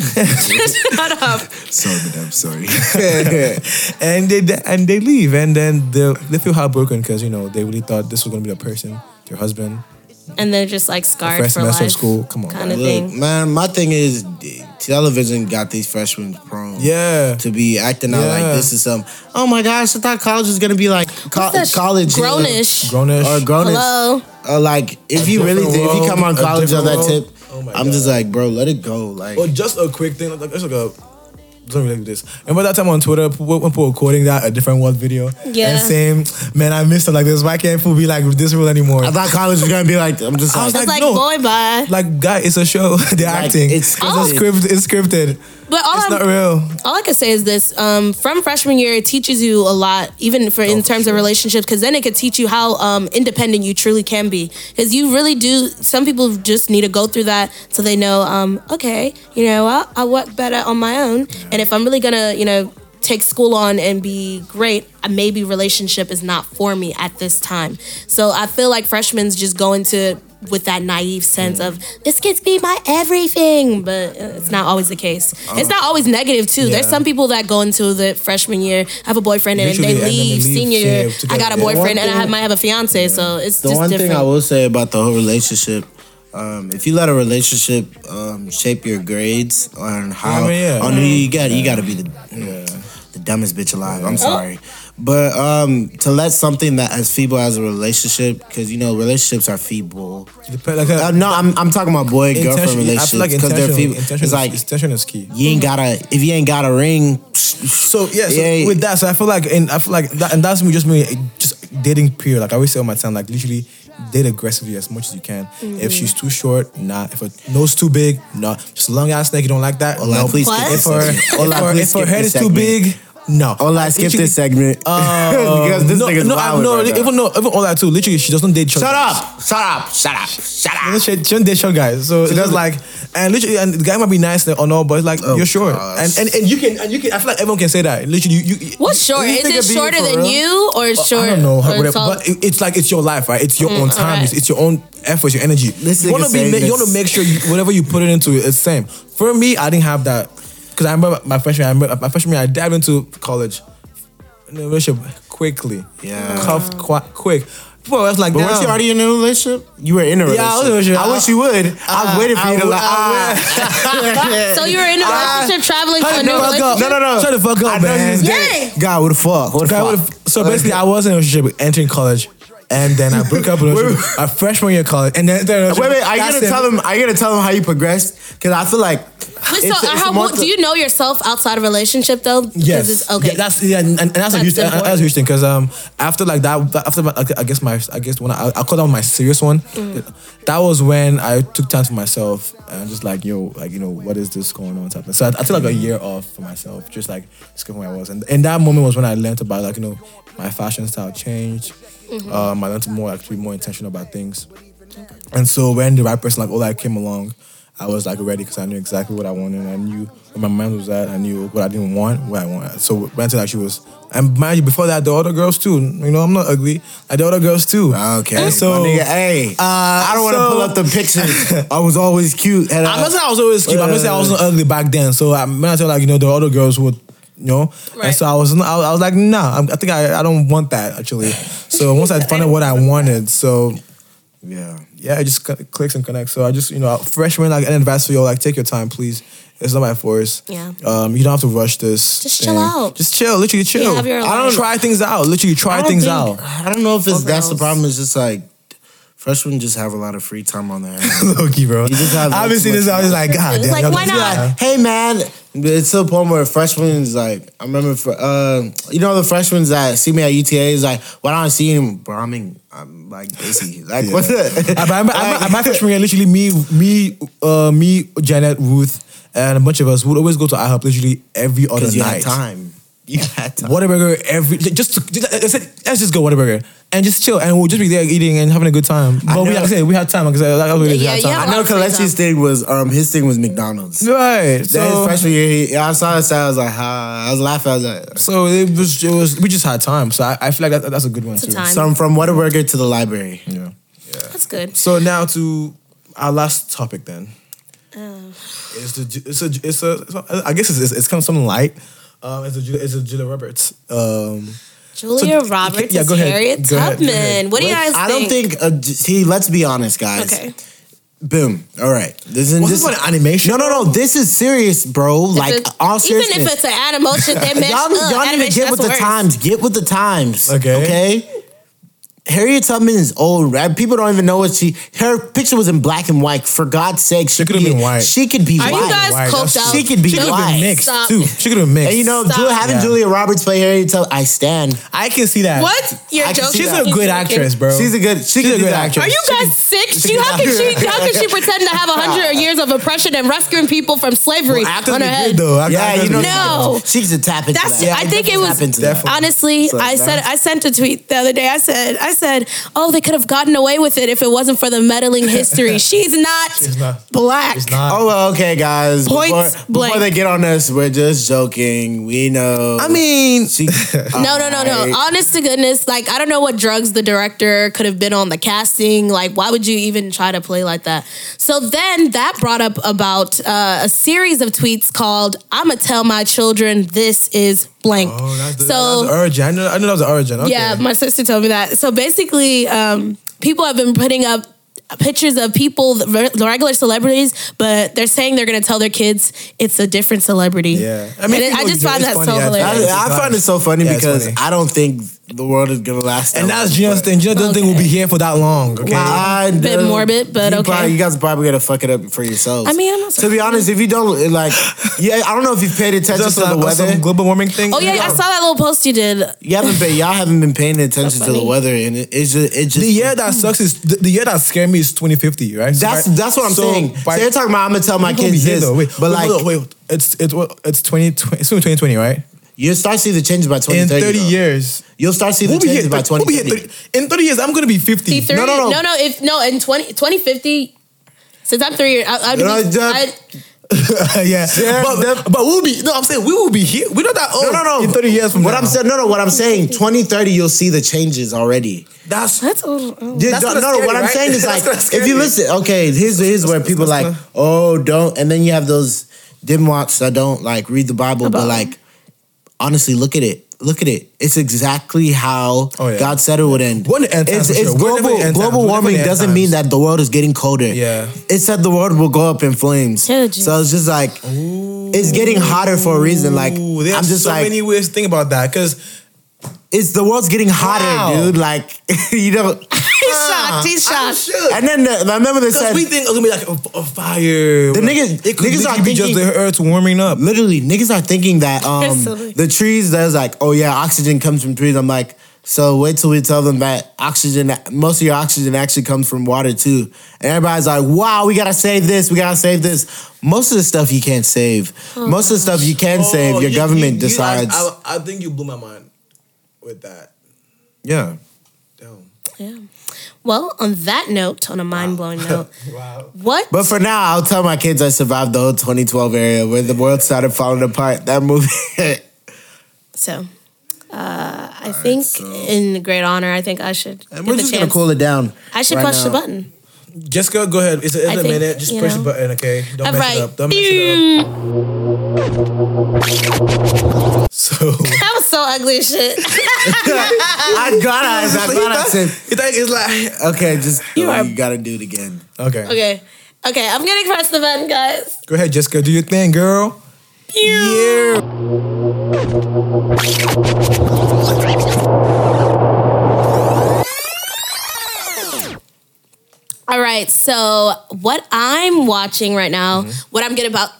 Speaker 1: Shut up.
Speaker 2: sorry, but I'm sorry.
Speaker 3: and they di- and they leave, and then they they feel heartbroken because you know they really thought this was gonna be the person, their husband,
Speaker 1: And they're just like scarred
Speaker 3: first
Speaker 1: for
Speaker 3: semester
Speaker 1: life.
Speaker 3: of school. Come on,
Speaker 1: Kinda
Speaker 3: man.
Speaker 2: Look,
Speaker 1: thing.
Speaker 2: man, my thing is d- television got these freshmen prone.
Speaker 3: yeah.
Speaker 2: To be acting out
Speaker 3: Yeah.
Speaker 2: like this is some. Oh my gosh, I thought college was gonna be like co-
Speaker 1: That's
Speaker 2: college you know,
Speaker 1: Grownish.
Speaker 3: Grownish.
Speaker 2: or grown
Speaker 1: Hello.
Speaker 2: Uh, like if you really
Speaker 3: different
Speaker 2: if you come on
Speaker 3: world, a
Speaker 2: college on that
Speaker 3: different
Speaker 2: tip,
Speaker 3: world. Oh my
Speaker 2: I'm
Speaker 3: God.
Speaker 2: just like, bro, let it go. Like
Speaker 3: Well, Oh, just a quick thing. Like, it's like a. Don't relate to this. Remember that time on Twitter, people, when people were quoting that a different world video
Speaker 1: Yeah.
Speaker 3: and saying, "Man, I missed it like this. Why can't people be like this rule anymore?"
Speaker 2: I thought college was gonna be like. I'm just
Speaker 3: I
Speaker 2: like,
Speaker 3: was
Speaker 1: It's like,
Speaker 3: like, no.
Speaker 1: boy, bye.
Speaker 3: like, guy, it's a show. They're
Speaker 2: Like,
Speaker 3: acting.
Speaker 2: it's
Speaker 3: It's
Speaker 2: scripted.
Speaker 3: scripted. It's scripted.
Speaker 1: But all
Speaker 3: It's
Speaker 1: I'm,
Speaker 3: not real.
Speaker 1: all I can say is this: um, from freshman year, it teaches you a lot, even for in terms of relationships, because then it could teach you how um, independent you truly can be. Because you really do. Some people just need to go through that so they know, um, okay, you know, I, I work better on my own, and if I'm really gonna, you know. Take school on and be great. uh, Maybe relationship is not for me at this time. So I feel like freshmen just go into with that naive sense of this could be my everything, but uh, it's not always the case. it's not always negative too. There's
Speaker 3: Yeah.
Speaker 1: some people that go into the freshman year, have a boyfriend, and, they,
Speaker 3: Literally, and then they
Speaker 1: leave
Speaker 3: leave
Speaker 1: senior year.
Speaker 3: together.
Speaker 1: I got a
Speaker 3: Yeah.
Speaker 1: boyfriend, and I
Speaker 2: One
Speaker 1: have,
Speaker 2: thing-
Speaker 1: might have a fiance. So it's
Speaker 2: the
Speaker 1: just
Speaker 2: one
Speaker 1: different.
Speaker 2: thing I will say about the whole relationship, um, if you let a relationship um, shape your grades on how
Speaker 3: I mean, yeah.
Speaker 2: on who you got, you got to be the the dumbest bitch alive. I'm sorry, but um, to let something that as feeble as a relationship, because you know relationships are feeble.
Speaker 3: Dep- like, uh,
Speaker 2: Uh, no, I'm, I'm talking about boy girlfriend
Speaker 3: intention- I
Speaker 2: relationships
Speaker 3: feel like
Speaker 2: because they're
Speaker 3: intention-
Speaker 2: feeble.
Speaker 3: intention
Speaker 2: It's
Speaker 3: is-
Speaker 2: like
Speaker 3: intention is key.
Speaker 2: you ain't gotta if you ain't got a ring.
Speaker 3: So yeah, so
Speaker 2: Yeah.
Speaker 3: with that, so I feel like, and I feel like, that, and that's me just me just dating period. Like I always say all my time, like literally date aggressively as much as you can. If she's too short, nah. If her nose too big, nah. Just long ass neck, you don't like that.
Speaker 2: Ola,
Speaker 3: no.
Speaker 2: please
Speaker 1: skip
Speaker 3: If
Speaker 1: this
Speaker 3: her,
Speaker 2: segment. Ola,
Speaker 3: if her,
Speaker 2: please
Speaker 3: if her
Speaker 2: skip
Speaker 3: head is
Speaker 2: this
Speaker 3: too
Speaker 2: segment.
Speaker 3: big, No.
Speaker 2: Ola, I skipped this segment because this
Speaker 3: no,
Speaker 2: nigga's
Speaker 3: no,
Speaker 2: wild.
Speaker 3: I, no,
Speaker 2: right now.
Speaker 3: even no, even all that too. Literally, she doesn't date.
Speaker 2: Shut up! Shut up! Shut up! Shut up!
Speaker 3: She, she doesn't date short guys. So it's just
Speaker 2: doesn't-
Speaker 3: like, and literally, and the guy might be nice or no, but it's
Speaker 2: Oh,
Speaker 3: like you're short,
Speaker 2: gosh.
Speaker 3: and, and and you can, and you can. I feel like everyone can say that. Literally, you. you
Speaker 1: What's
Speaker 3: you
Speaker 1: short? Is
Speaker 3: think
Speaker 1: it
Speaker 3: of being
Speaker 1: shorter
Speaker 3: for
Speaker 1: than
Speaker 3: real?
Speaker 1: you or shorter?
Speaker 3: I don't know,
Speaker 1: or
Speaker 3: whatever,
Speaker 1: tall? Mm,
Speaker 3: but it- it's like it's your life, right? It's your own time,
Speaker 1: alright.
Speaker 3: it's, it's your own efforts, your energy.
Speaker 2: This
Speaker 3: you want
Speaker 2: nigga
Speaker 3: to be,
Speaker 2: saying
Speaker 3: you want to
Speaker 2: this.
Speaker 3: make sure you, whatever you put it into it, it's same. For me, I didn't have that because I remember my freshman, I remember my freshman, year, I dived into college, in a relationship quickly,
Speaker 2: Yeah.
Speaker 3: cuffed qu- quick. Before I was like,
Speaker 2: But was you
Speaker 3: damn.
Speaker 2: already in a relationship? You were in a relationship.
Speaker 3: Yeah, I was in a relationship.
Speaker 2: I wish you would. I waited for
Speaker 3: I
Speaker 2: you to
Speaker 3: would-
Speaker 2: like.
Speaker 3: I
Speaker 2: ah.
Speaker 1: so you're in a relationship traveling to a
Speaker 3: Shut
Speaker 1: new
Speaker 3: the fuck up.
Speaker 1: relationship.
Speaker 2: No, no, no.
Speaker 3: Shut the fuck up,
Speaker 2: I know you
Speaker 3: man.
Speaker 2: was
Speaker 1: Yay!
Speaker 2: dead. God, what the fuck? What the
Speaker 3: Guy
Speaker 2: fuck?
Speaker 3: would've- so basically, I was in a relationship entering college, and then I broke up with a relationship, a freshman year of college, and then. then
Speaker 2: Wait, wait. Are you
Speaker 3: that's
Speaker 2: gonna
Speaker 3: it.
Speaker 2: tell them? Are you gonna tell them how you progressed? Because I feel like.
Speaker 1: Wait, so uh,
Speaker 2: it's a- it's a
Speaker 1: how,
Speaker 2: month-
Speaker 1: do you know yourself outside of relationship though? Because
Speaker 3: Yes.
Speaker 1: It's, okay.
Speaker 3: Yeah, that's yeah, and, and that's, a
Speaker 1: That's
Speaker 3: huge. That's,
Speaker 1: important.
Speaker 3: that's a huge thing because um after like that that- after my, I guess my I guess when I I called out my serious one,
Speaker 1: Mm.
Speaker 3: that was when I took time for myself and I'm just like yo like you know what is this going on type. of- So I, I took like a year off for myself, just like discovering who I was, and and that moment was when I learned about like you know my fashion style changed.
Speaker 1: Mm-hmm.
Speaker 3: Um, I learned to more actually more intentional about things. And so when the right person like Ola came along, I was like ready because I knew exactly what I wanted. I knew where my mind was at. I knew what I didn't want, what I wanted. So Ranted actually was, and mind you, before that, the other girls too. You know, I'm not ugly. Like the other girls too.
Speaker 2: Okay.
Speaker 3: And so. uh,
Speaker 2: my nigga, hey, I don't want to
Speaker 3: so-
Speaker 2: pull up the pictures. I was always cute. and
Speaker 3: I'm not saying I was always cute. I'm just saying I wasn't ugly back then. So I, when I tell like you know the other girls would, you know, and
Speaker 1: Right.
Speaker 3: so I was I was I was like nah, I'm, I think I, I don't want that actually. So once I found out what I wanted, so
Speaker 2: Yeah.
Speaker 3: yeah, it just co- clicks and connects. So I just, you know, freshman like an advice for you, like take your time, please. It's not by force.
Speaker 1: Yeah.
Speaker 3: Um, you don't have to rush this.
Speaker 1: Just chill out.
Speaker 3: Just chill. Literally chill.
Speaker 1: Yeah, have your
Speaker 3: I don't
Speaker 1: life.
Speaker 3: try things out. Literally try
Speaker 2: don't
Speaker 3: things
Speaker 2: think-
Speaker 3: out.
Speaker 2: I don't know if it's
Speaker 1: Or
Speaker 2: that's the
Speaker 1: girls.
Speaker 2: problem. It's just like freshmen just have a lot of free time on their hands.
Speaker 3: Loki, bro.
Speaker 2: just have, like,
Speaker 3: I've been seeing
Speaker 2: too
Speaker 3: this.
Speaker 2: much
Speaker 3: I was just like, God,
Speaker 1: It's
Speaker 3: damn,
Speaker 1: like,
Speaker 3: y'all
Speaker 1: why
Speaker 3: just-
Speaker 1: not?
Speaker 3: Yeah.
Speaker 2: hey man, it's to a point where freshmen is like, I remember, fr- uh, you know, the freshmen that see me at UTA is like, why don't I see him? Bro, I'm, in, I'm like busy. Like, what's it?
Speaker 3: I remember, I remember- my freshman year, literally me, me, uh, me, Janet, Ruth, and a bunch of us would always go to IHOP literally every other
Speaker 2: Because you
Speaker 3: night.
Speaker 2: had time. You had time.
Speaker 3: Whataburger every just, to, just I said, let's just go Whataburger and just chill and we'll just be there eating and having a good time. But we
Speaker 2: know.
Speaker 3: like I said, we had time because that was what it is, we
Speaker 1: Yeah, yeah,
Speaker 3: had time.
Speaker 2: I know
Speaker 1: Well, I'll say
Speaker 2: Kalechi's thing was, um, his thing was McDonald's.
Speaker 3: Right.
Speaker 2: That his
Speaker 3: So,
Speaker 2: freshman year, he, I saw that, I was like, ha. I was laughing. I was like,
Speaker 3: so it was it was we just had time. So I, I feel like that, that's a good one
Speaker 1: a
Speaker 3: too.
Speaker 1: time.
Speaker 2: so I'm from Whataburger to the library.
Speaker 3: Yeah.
Speaker 1: That's good.
Speaker 3: So now to our last topic then.
Speaker 1: Uh.
Speaker 3: It's the it's a it's a it's a- I guess it's it's, it's kind of something light. Um, it's a Ju- it's a Julia Roberts. Um,
Speaker 1: Julia
Speaker 3: So-
Speaker 1: Roberts
Speaker 3: yeah,
Speaker 1: is
Speaker 3: go ahead.
Speaker 1: Harriet
Speaker 3: Go ahead, go
Speaker 1: Tubman.
Speaker 3: ahead.
Speaker 1: What do you guys
Speaker 2: I don't think, uh, see, let's be honest, guys.
Speaker 1: Okay.
Speaker 2: Boom. All right. This is
Speaker 3: was this
Speaker 2: this,
Speaker 3: one animation?
Speaker 2: No, no, no. This is serious, bro. like
Speaker 1: It's a-
Speaker 2: all
Speaker 1: even
Speaker 2: seriousness.
Speaker 1: if it's an animation, they mesh
Speaker 2: y'all,
Speaker 1: up.
Speaker 2: y'all need to
Speaker 1: Animation,
Speaker 2: get with
Speaker 1: that's
Speaker 2: the
Speaker 1: worse.
Speaker 2: times. Get with the times.
Speaker 3: Okay.
Speaker 2: Okay. Harriet Tubman is old, right? People don't even know what she. Her picture was in black and white. For God's sake, she,
Speaker 3: could have
Speaker 2: be-
Speaker 3: been white.
Speaker 2: She could be
Speaker 1: Are
Speaker 2: white.
Speaker 1: you guys
Speaker 3: Why?
Speaker 1: coked
Speaker 3: That's-
Speaker 1: out?
Speaker 2: she could be
Speaker 3: she could have
Speaker 2: Why?
Speaker 3: been mixed
Speaker 1: Stop.
Speaker 3: too. She could have been mixed.
Speaker 2: and you know,
Speaker 1: Stop.
Speaker 2: Ju- having
Speaker 3: Yeah.
Speaker 2: Julia Roberts play Harriet Tubman, I stand.
Speaker 3: I can see that.
Speaker 1: What? You're
Speaker 2: I can
Speaker 1: joking.
Speaker 2: see
Speaker 3: She's
Speaker 2: that.
Speaker 3: a good actress, bro.
Speaker 2: She's a good.
Speaker 3: She's
Speaker 2: She could
Speaker 3: a
Speaker 2: do
Speaker 3: good
Speaker 2: that.
Speaker 3: actress.
Speaker 1: Are you guys sick? You, how can she? How can she pretend to have hundred years of oppression and rescuing people from slavery
Speaker 3: Actors
Speaker 1: on
Speaker 3: be
Speaker 1: her
Speaker 3: good,
Speaker 1: head?
Speaker 3: though. Actors-
Speaker 2: Yeah, you
Speaker 3: actors
Speaker 2: know,
Speaker 3: be-
Speaker 1: No.
Speaker 2: she could tap into
Speaker 1: That's.
Speaker 2: that.
Speaker 1: I think it was.
Speaker 2: Tap into that.
Speaker 1: Honestly,
Speaker 2: So
Speaker 1: I said
Speaker 2: that's-
Speaker 1: I sent a tweet the other day. I said I said, oh, they could have gotten away with it if it wasn't for the meddling history. She's not,
Speaker 3: She's not.
Speaker 1: black.
Speaker 3: She's not.
Speaker 2: Oh well, okay, guys.
Speaker 1: Point
Speaker 2: before,
Speaker 1: blank.
Speaker 2: before they get on us, we're just joking. We know.
Speaker 3: I mean,
Speaker 2: she,
Speaker 1: No, no, no, no. Honest to goodness, like I don't know what drugs the director could have been on the casting. Like, why would you even try to play like that? So then that brought up about uh, a series of tweets called "I'ma tell my children this is blank."
Speaker 3: Oh, that's the,
Speaker 1: so
Speaker 3: that's the origin. I know, I know that was the origin. Okay.
Speaker 1: yeah, my sister told me that. So basically, um, people have been putting up pictures of people, the the regular celebrities, but they're saying they're going to tell their kids it's a different celebrity.
Speaker 3: Yeah. I
Speaker 1: I
Speaker 3: mean,
Speaker 1: mean, I
Speaker 3: people
Speaker 1: just
Speaker 3: do-
Speaker 1: find
Speaker 3: it's
Speaker 1: that
Speaker 3: funny
Speaker 1: so
Speaker 3: at times.
Speaker 1: hilarious.
Speaker 2: I, I find it so funny
Speaker 3: Yeah, it's
Speaker 2: because
Speaker 3: funny.
Speaker 2: I don't think the world is gonna last. That
Speaker 3: and that's
Speaker 2: long,
Speaker 3: Gino's
Speaker 2: but-
Speaker 3: thing. Gino doesn't think we'll be here for that long. Okay.
Speaker 2: I
Speaker 1: Bit
Speaker 2: know.
Speaker 1: morbid, but
Speaker 2: you
Speaker 1: okay.
Speaker 2: Probably, you guys are probably gonna fuck it up for yourselves.
Speaker 1: I mean, I'm not
Speaker 2: to be honest, if you don't like, yeah, I don't know if you've paid attention
Speaker 3: Just
Speaker 2: to the
Speaker 3: like some
Speaker 2: weather.
Speaker 3: global warming thing.
Speaker 1: Oh yeah, I saw that little post you did.
Speaker 2: You haven't been, y'all haven't been paying attention to the
Speaker 1: funny.
Speaker 2: weather, and it, it's just, it just
Speaker 3: The year that sucks is the, the year that scared me is 2050, right? So
Speaker 2: That's
Speaker 3: by-
Speaker 2: that's what I'm
Speaker 3: so
Speaker 2: saying.
Speaker 3: by-
Speaker 2: so you're talking about I'm gonna tell my
Speaker 3: We're gonna
Speaker 2: kids
Speaker 3: be here,
Speaker 2: this,
Speaker 3: though. Wait, wait,
Speaker 2: but like
Speaker 3: hold on, wait, it's it's what- it's 2020, it's 2020, right?
Speaker 2: You'll start seeing the changes by
Speaker 3: in
Speaker 2: 2030.
Speaker 3: 30
Speaker 2: though.
Speaker 3: years.
Speaker 2: You'll start seeing
Speaker 3: We'll
Speaker 2: the
Speaker 3: be here.
Speaker 2: changes by
Speaker 3: we'll be here
Speaker 2: 2030.
Speaker 3: 30 in 30 years, I'm going to be 50.
Speaker 1: See, 30,
Speaker 3: no, no, no.
Speaker 1: no, If no, in 20, 2050, since I'm three years, I, I'd be,
Speaker 2: No, that-
Speaker 1: I'd,
Speaker 3: yeah.
Speaker 2: Yeah,
Speaker 3: but, but we'll be, no, I'm saying we will be here. We're not that old.
Speaker 2: No, no, no.
Speaker 3: In 30 years from
Speaker 2: what
Speaker 3: now.
Speaker 2: I'm saying, no, no. What I'm saying, 2030, you'll see the changes already.
Speaker 3: That's,
Speaker 1: that's all. oh.
Speaker 2: Yeah,
Speaker 3: That's
Speaker 2: no,
Speaker 3: kinda
Speaker 2: no,
Speaker 3: scary,
Speaker 2: what I'm
Speaker 3: right?
Speaker 2: saying is
Speaker 3: That's
Speaker 2: like,
Speaker 3: kinda
Speaker 2: if
Speaker 3: scary.
Speaker 2: you listen, okay, here's here's where people
Speaker 3: that's
Speaker 2: like, oh, don't, and then you have those dimwats that don't like read the Bible, but like, honestly, look at it, look at it. It's exactly how
Speaker 3: Oh, yeah.
Speaker 2: God said it would end.
Speaker 3: We're in the end times
Speaker 2: it's
Speaker 3: for
Speaker 2: it's
Speaker 3: sure. We're
Speaker 2: global
Speaker 3: definitely in the end times.
Speaker 2: global
Speaker 3: We're definitely in
Speaker 2: warming
Speaker 3: the end
Speaker 2: doesn't mean
Speaker 3: times.
Speaker 2: that the world is getting colder.
Speaker 3: Yeah.
Speaker 2: it said the world will go up in flames.
Speaker 1: Yeah, geez.
Speaker 2: so it's just like it's getting hotter for a reason. Like
Speaker 3: Ooh, there are
Speaker 2: I'm just
Speaker 3: so
Speaker 2: like,
Speaker 3: many ways to think about that because
Speaker 2: it's the world's getting hotter,
Speaker 3: Wow.
Speaker 2: dude. Like you know. Ah,
Speaker 1: He's shocked. He's
Speaker 3: I'm
Speaker 1: shocked.
Speaker 3: shook.
Speaker 2: And then the, I remember they
Speaker 3: Because
Speaker 2: said
Speaker 3: we think it's gonna be like a, a fire.
Speaker 2: The niggas-
Speaker 3: it could
Speaker 2: niggas
Speaker 3: literally
Speaker 2: are
Speaker 3: be just
Speaker 2: thinking-
Speaker 3: the earth warming up.
Speaker 2: literally niggas are thinking that um
Speaker 1: Silly.
Speaker 2: the trees there's like oh yeah oxygen comes from trees i'm like so wait till we tell them that oxygen most of your oxygen actually comes from water too and everybody's like wow we gotta save this we gotta save this most of the stuff you can't save most of the stuff you can save
Speaker 3: Oh,
Speaker 2: your
Speaker 3: you-
Speaker 2: government
Speaker 3: you- you- I-
Speaker 2: decides
Speaker 3: I, I think you blew my mind with that.
Speaker 2: yeah
Speaker 3: Damn.
Speaker 1: Yeah. Well, on that note, on a mind blowing note,
Speaker 3: Wow.
Speaker 1: what?
Speaker 2: but for now i'll tell my kids i survived the whole 2012 area where the world started falling apart that movie
Speaker 1: so, uh, I think in great honor, I think I should. get
Speaker 2: and we're
Speaker 1: the
Speaker 2: just gonna
Speaker 1: chance.
Speaker 2: cool it down
Speaker 1: I should
Speaker 2: right
Speaker 1: punch the
Speaker 2: now.
Speaker 1: button.
Speaker 3: Jessica, go ahead. It's, it's
Speaker 1: I
Speaker 3: a
Speaker 1: think,
Speaker 3: minute. Just
Speaker 1: you
Speaker 3: press
Speaker 1: know.
Speaker 3: the button, okay? Don't
Speaker 1: All
Speaker 3: mess
Speaker 1: right.
Speaker 3: it up. Don't mess it up. So
Speaker 1: That was so ugly as shit.
Speaker 2: i got eyes i got eyes
Speaker 3: it's like it's like
Speaker 2: Okay, just
Speaker 1: You
Speaker 2: you,
Speaker 1: are-
Speaker 2: gotta do it again.
Speaker 3: okay.
Speaker 1: okay. Okay, I'm gonna press the button, guys.
Speaker 3: Go ahead, Jessica. Do your thing, girl.
Speaker 2: Yeah.
Speaker 1: All right, so what I'm watching right now,
Speaker 2: Mm-hmm.
Speaker 1: what I'm getting about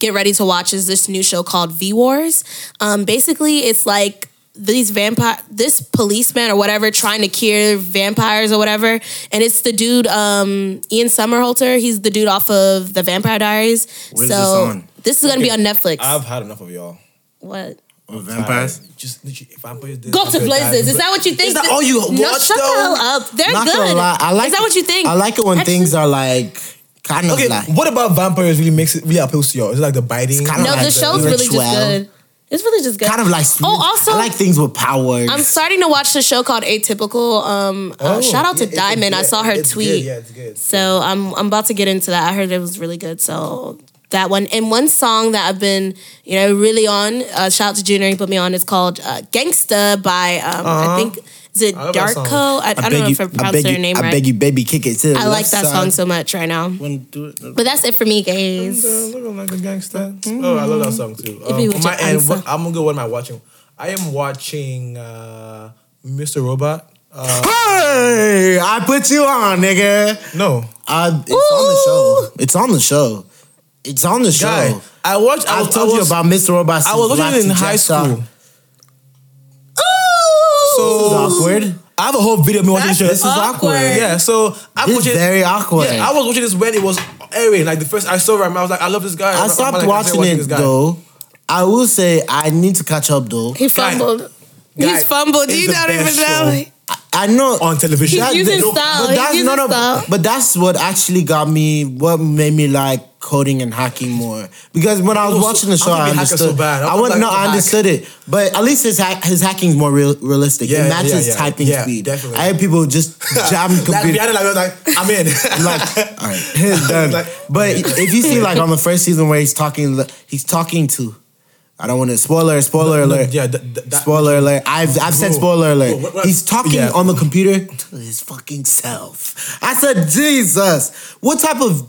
Speaker 1: get ready to watch is this new show called V Wars. Um, basically, it's like these vampire, this policeman or whatever, trying to cure vampires or whatever, and it's the dude um, Ian Somerhalder. He's the dude off of the Vampire Diaries.
Speaker 2: Where's
Speaker 1: so
Speaker 2: this on?
Speaker 1: this is gonna be on Netflix.
Speaker 3: I've had enough of y'all.
Speaker 1: what?
Speaker 2: Vampires.
Speaker 3: Tired. Just literally, vampires.
Speaker 1: Go up to Blazers. Is that what you think?
Speaker 3: Is that all you watch,
Speaker 1: No, shut the
Speaker 3: though?
Speaker 1: hell up. They're
Speaker 2: Not
Speaker 1: good.
Speaker 2: gonna lie, I like
Speaker 1: Is that what you think?
Speaker 2: I like it when
Speaker 1: Actually-
Speaker 2: things are like kind of
Speaker 3: Okay,
Speaker 2: like
Speaker 3: what about vampires really makes it really appeals to y'all? Is it like the biting?
Speaker 2: kinda
Speaker 1: No,
Speaker 2: like
Speaker 1: the
Speaker 2: the
Speaker 1: show's really just
Speaker 2: ritual.
Speaker 1: good. It's really just good.
Speaker 2: kind of like.
Speaker 1: Oh, also-
Speaker 2: I like things with power.
Speaker 1: I'm starting to watch the show called Atypical. Um, uh,
Speaker 3: Oh,
Speaker 1: shout out to
Speaker 3: yeah, it's
Speaker 1: Diamond. I
Speaker 3: good.
Speaker 1: saw her
Speaker 3: It's good,
Speaker 1: tweet.
Speaker 3: yeah, it's good.
Speaker 1: So I'm I'm about to get into that. I heard it was really good. So that one and one song that I've been you know really on. Uh, shout out to Junior, he put me on. It's called uh, "Gangsta" by um, I think is it
Speaker 3: I love that song.
Speaker 1: Darko? I, I, don't
Speaker 2: beg
Speaker 1: know
Speaker 2: you-
Speaker 1: if I
Speaker 2: beg
Speaker 1: pronounced
Speaker 2: you,
Speaker 1: her name
Speaker 2: I
Speaker 1: right.
Speaker 2: beg you, baby, kick it to the
Speaker 1: I like that song so much right now. But that's it for me, guys.
Speaker 3: Looking like a gangster.
Speaker 1: Mm-hmm.
Speaker 3: Oh, I love that song too. Um,
Speaker 1: you
Speaker 3: on
Speaker 1: with
Speaker 3: my
Speaker 1: your
Speaker 3: end,
Speaker 1: answer.
Speaker 3: what- I'm gonna go. What am I watching? I am watching uh, Mr. Robot. Uh,
Speaker 2: Hey, I put you on, nigga.
Speaker 3: no,
Speaker 2: I, it's on the show. It's on the show. It's on the show.
Speaker 3: guy. I watched. I,
Speaker 2: I
Speaker 3: was- I
Speaker 2: told you
Speaker 3: was-
Speaker 2: about Mr. Robot.
Speaker 3: I was watching it in high school.
Speaker 2: This is
Speaker 3: So
Speaker 2: awkward.
Speaker 3: I have a whole video of me watching
Speaker 1: That's
Speaker 3: the show.
Speaker 1: This is awkward. awkward.
Speaker 3: Yeah. So I
Speaker 2: This
Speaker 3: watched
Speaker 2: is
Speaker 3: it.
Speaker 2: very awkward.
Speaker 3: yeah, I was watching this when it was airing. Like the first I saw him, I was like, I love this guy.
Speaker 2: I
Speaker 3: I'm
Speaker 2: stopped
Speaker 3: like, I'm
Speaker 2: watching
Speaker 3: this
Speaker 2: it
Speaker 3: guy.
Speaker 2: though. I will say I need to catch up though.
Speaker 1: He
Speaker 3: Guy-
Speaker 1: fumbled.
Speaker 3: guy
Speaker 1: He's fumbled.
Speaker 3: is
Speaker 1: You
Speaker 3: the
Speaker 1: don't even
Speaker 3: best
Speaker 1: know.
Speaker 2: I know
Speaker 3: on television.
Speaker 1: He's
Speaker 2: That-
Speaker 1: using
Speaker 2: no,
Speaker 1: style.
Speaker 2: But
Speaker 1: He's
Speaker 2: that's
Speaker 1: using
Speaker 2: no, no,
Speaker 1: style.
Speaker 2: But that's what actually got me. What made me like coding and hacking more because when I was
Speaker 3: was so-
Speaker 2: watching the show,
Speaker 3: I wanna
Speaker 2: I
Speaker 3: be hacker so
Speaker 2: understood.
Speaker 3: bad. I
Speaker 2: I
Speaker 3: was
Speaker 2: wouldn't.
Speaker 3: like, I'm
Speaker 2: No,
Speaker 3: a
Speaker 2: I
Speaker 3: hack.
Speaker 2: understood it. But at least his hack, his hacking's more real, realistic.
Speaker 3: Yeah,
Speaker 2: it
Speaker 3: yeah,
Speaker 2: matches
Speaker 3: yeah.
Speaker 2: typing
Speaker 3: Yeah,
Speaker 2: speed.
Speaker 3: definitely.
Speaker 2: I had people just jamming
Speaker 3: Like,
Speaker 2: computer.
Speaker 3: behind it, like, I was like, I'm in.
Speaker 2: like, all right, done.
Speaker 3: Like-
Speaker 2: but if you see, like, on the first season where he's talking, he's talking to. I don't want to spoiler, spoiler
Speaker 3: No, no,
Speaker 2: alert.
Speaker 3: yeah, that- that- that-
Speaker 2: spoiler alert. I've I've said
Speaker 3: Bro,
Speaker 2: spoiler alert.
Speaker 3: bro, what- what-
Speaker 2: he's talking
Speaker 3: yeah.
Speaker 2: on the computer to his fucking self. I said, Jesus, what type of?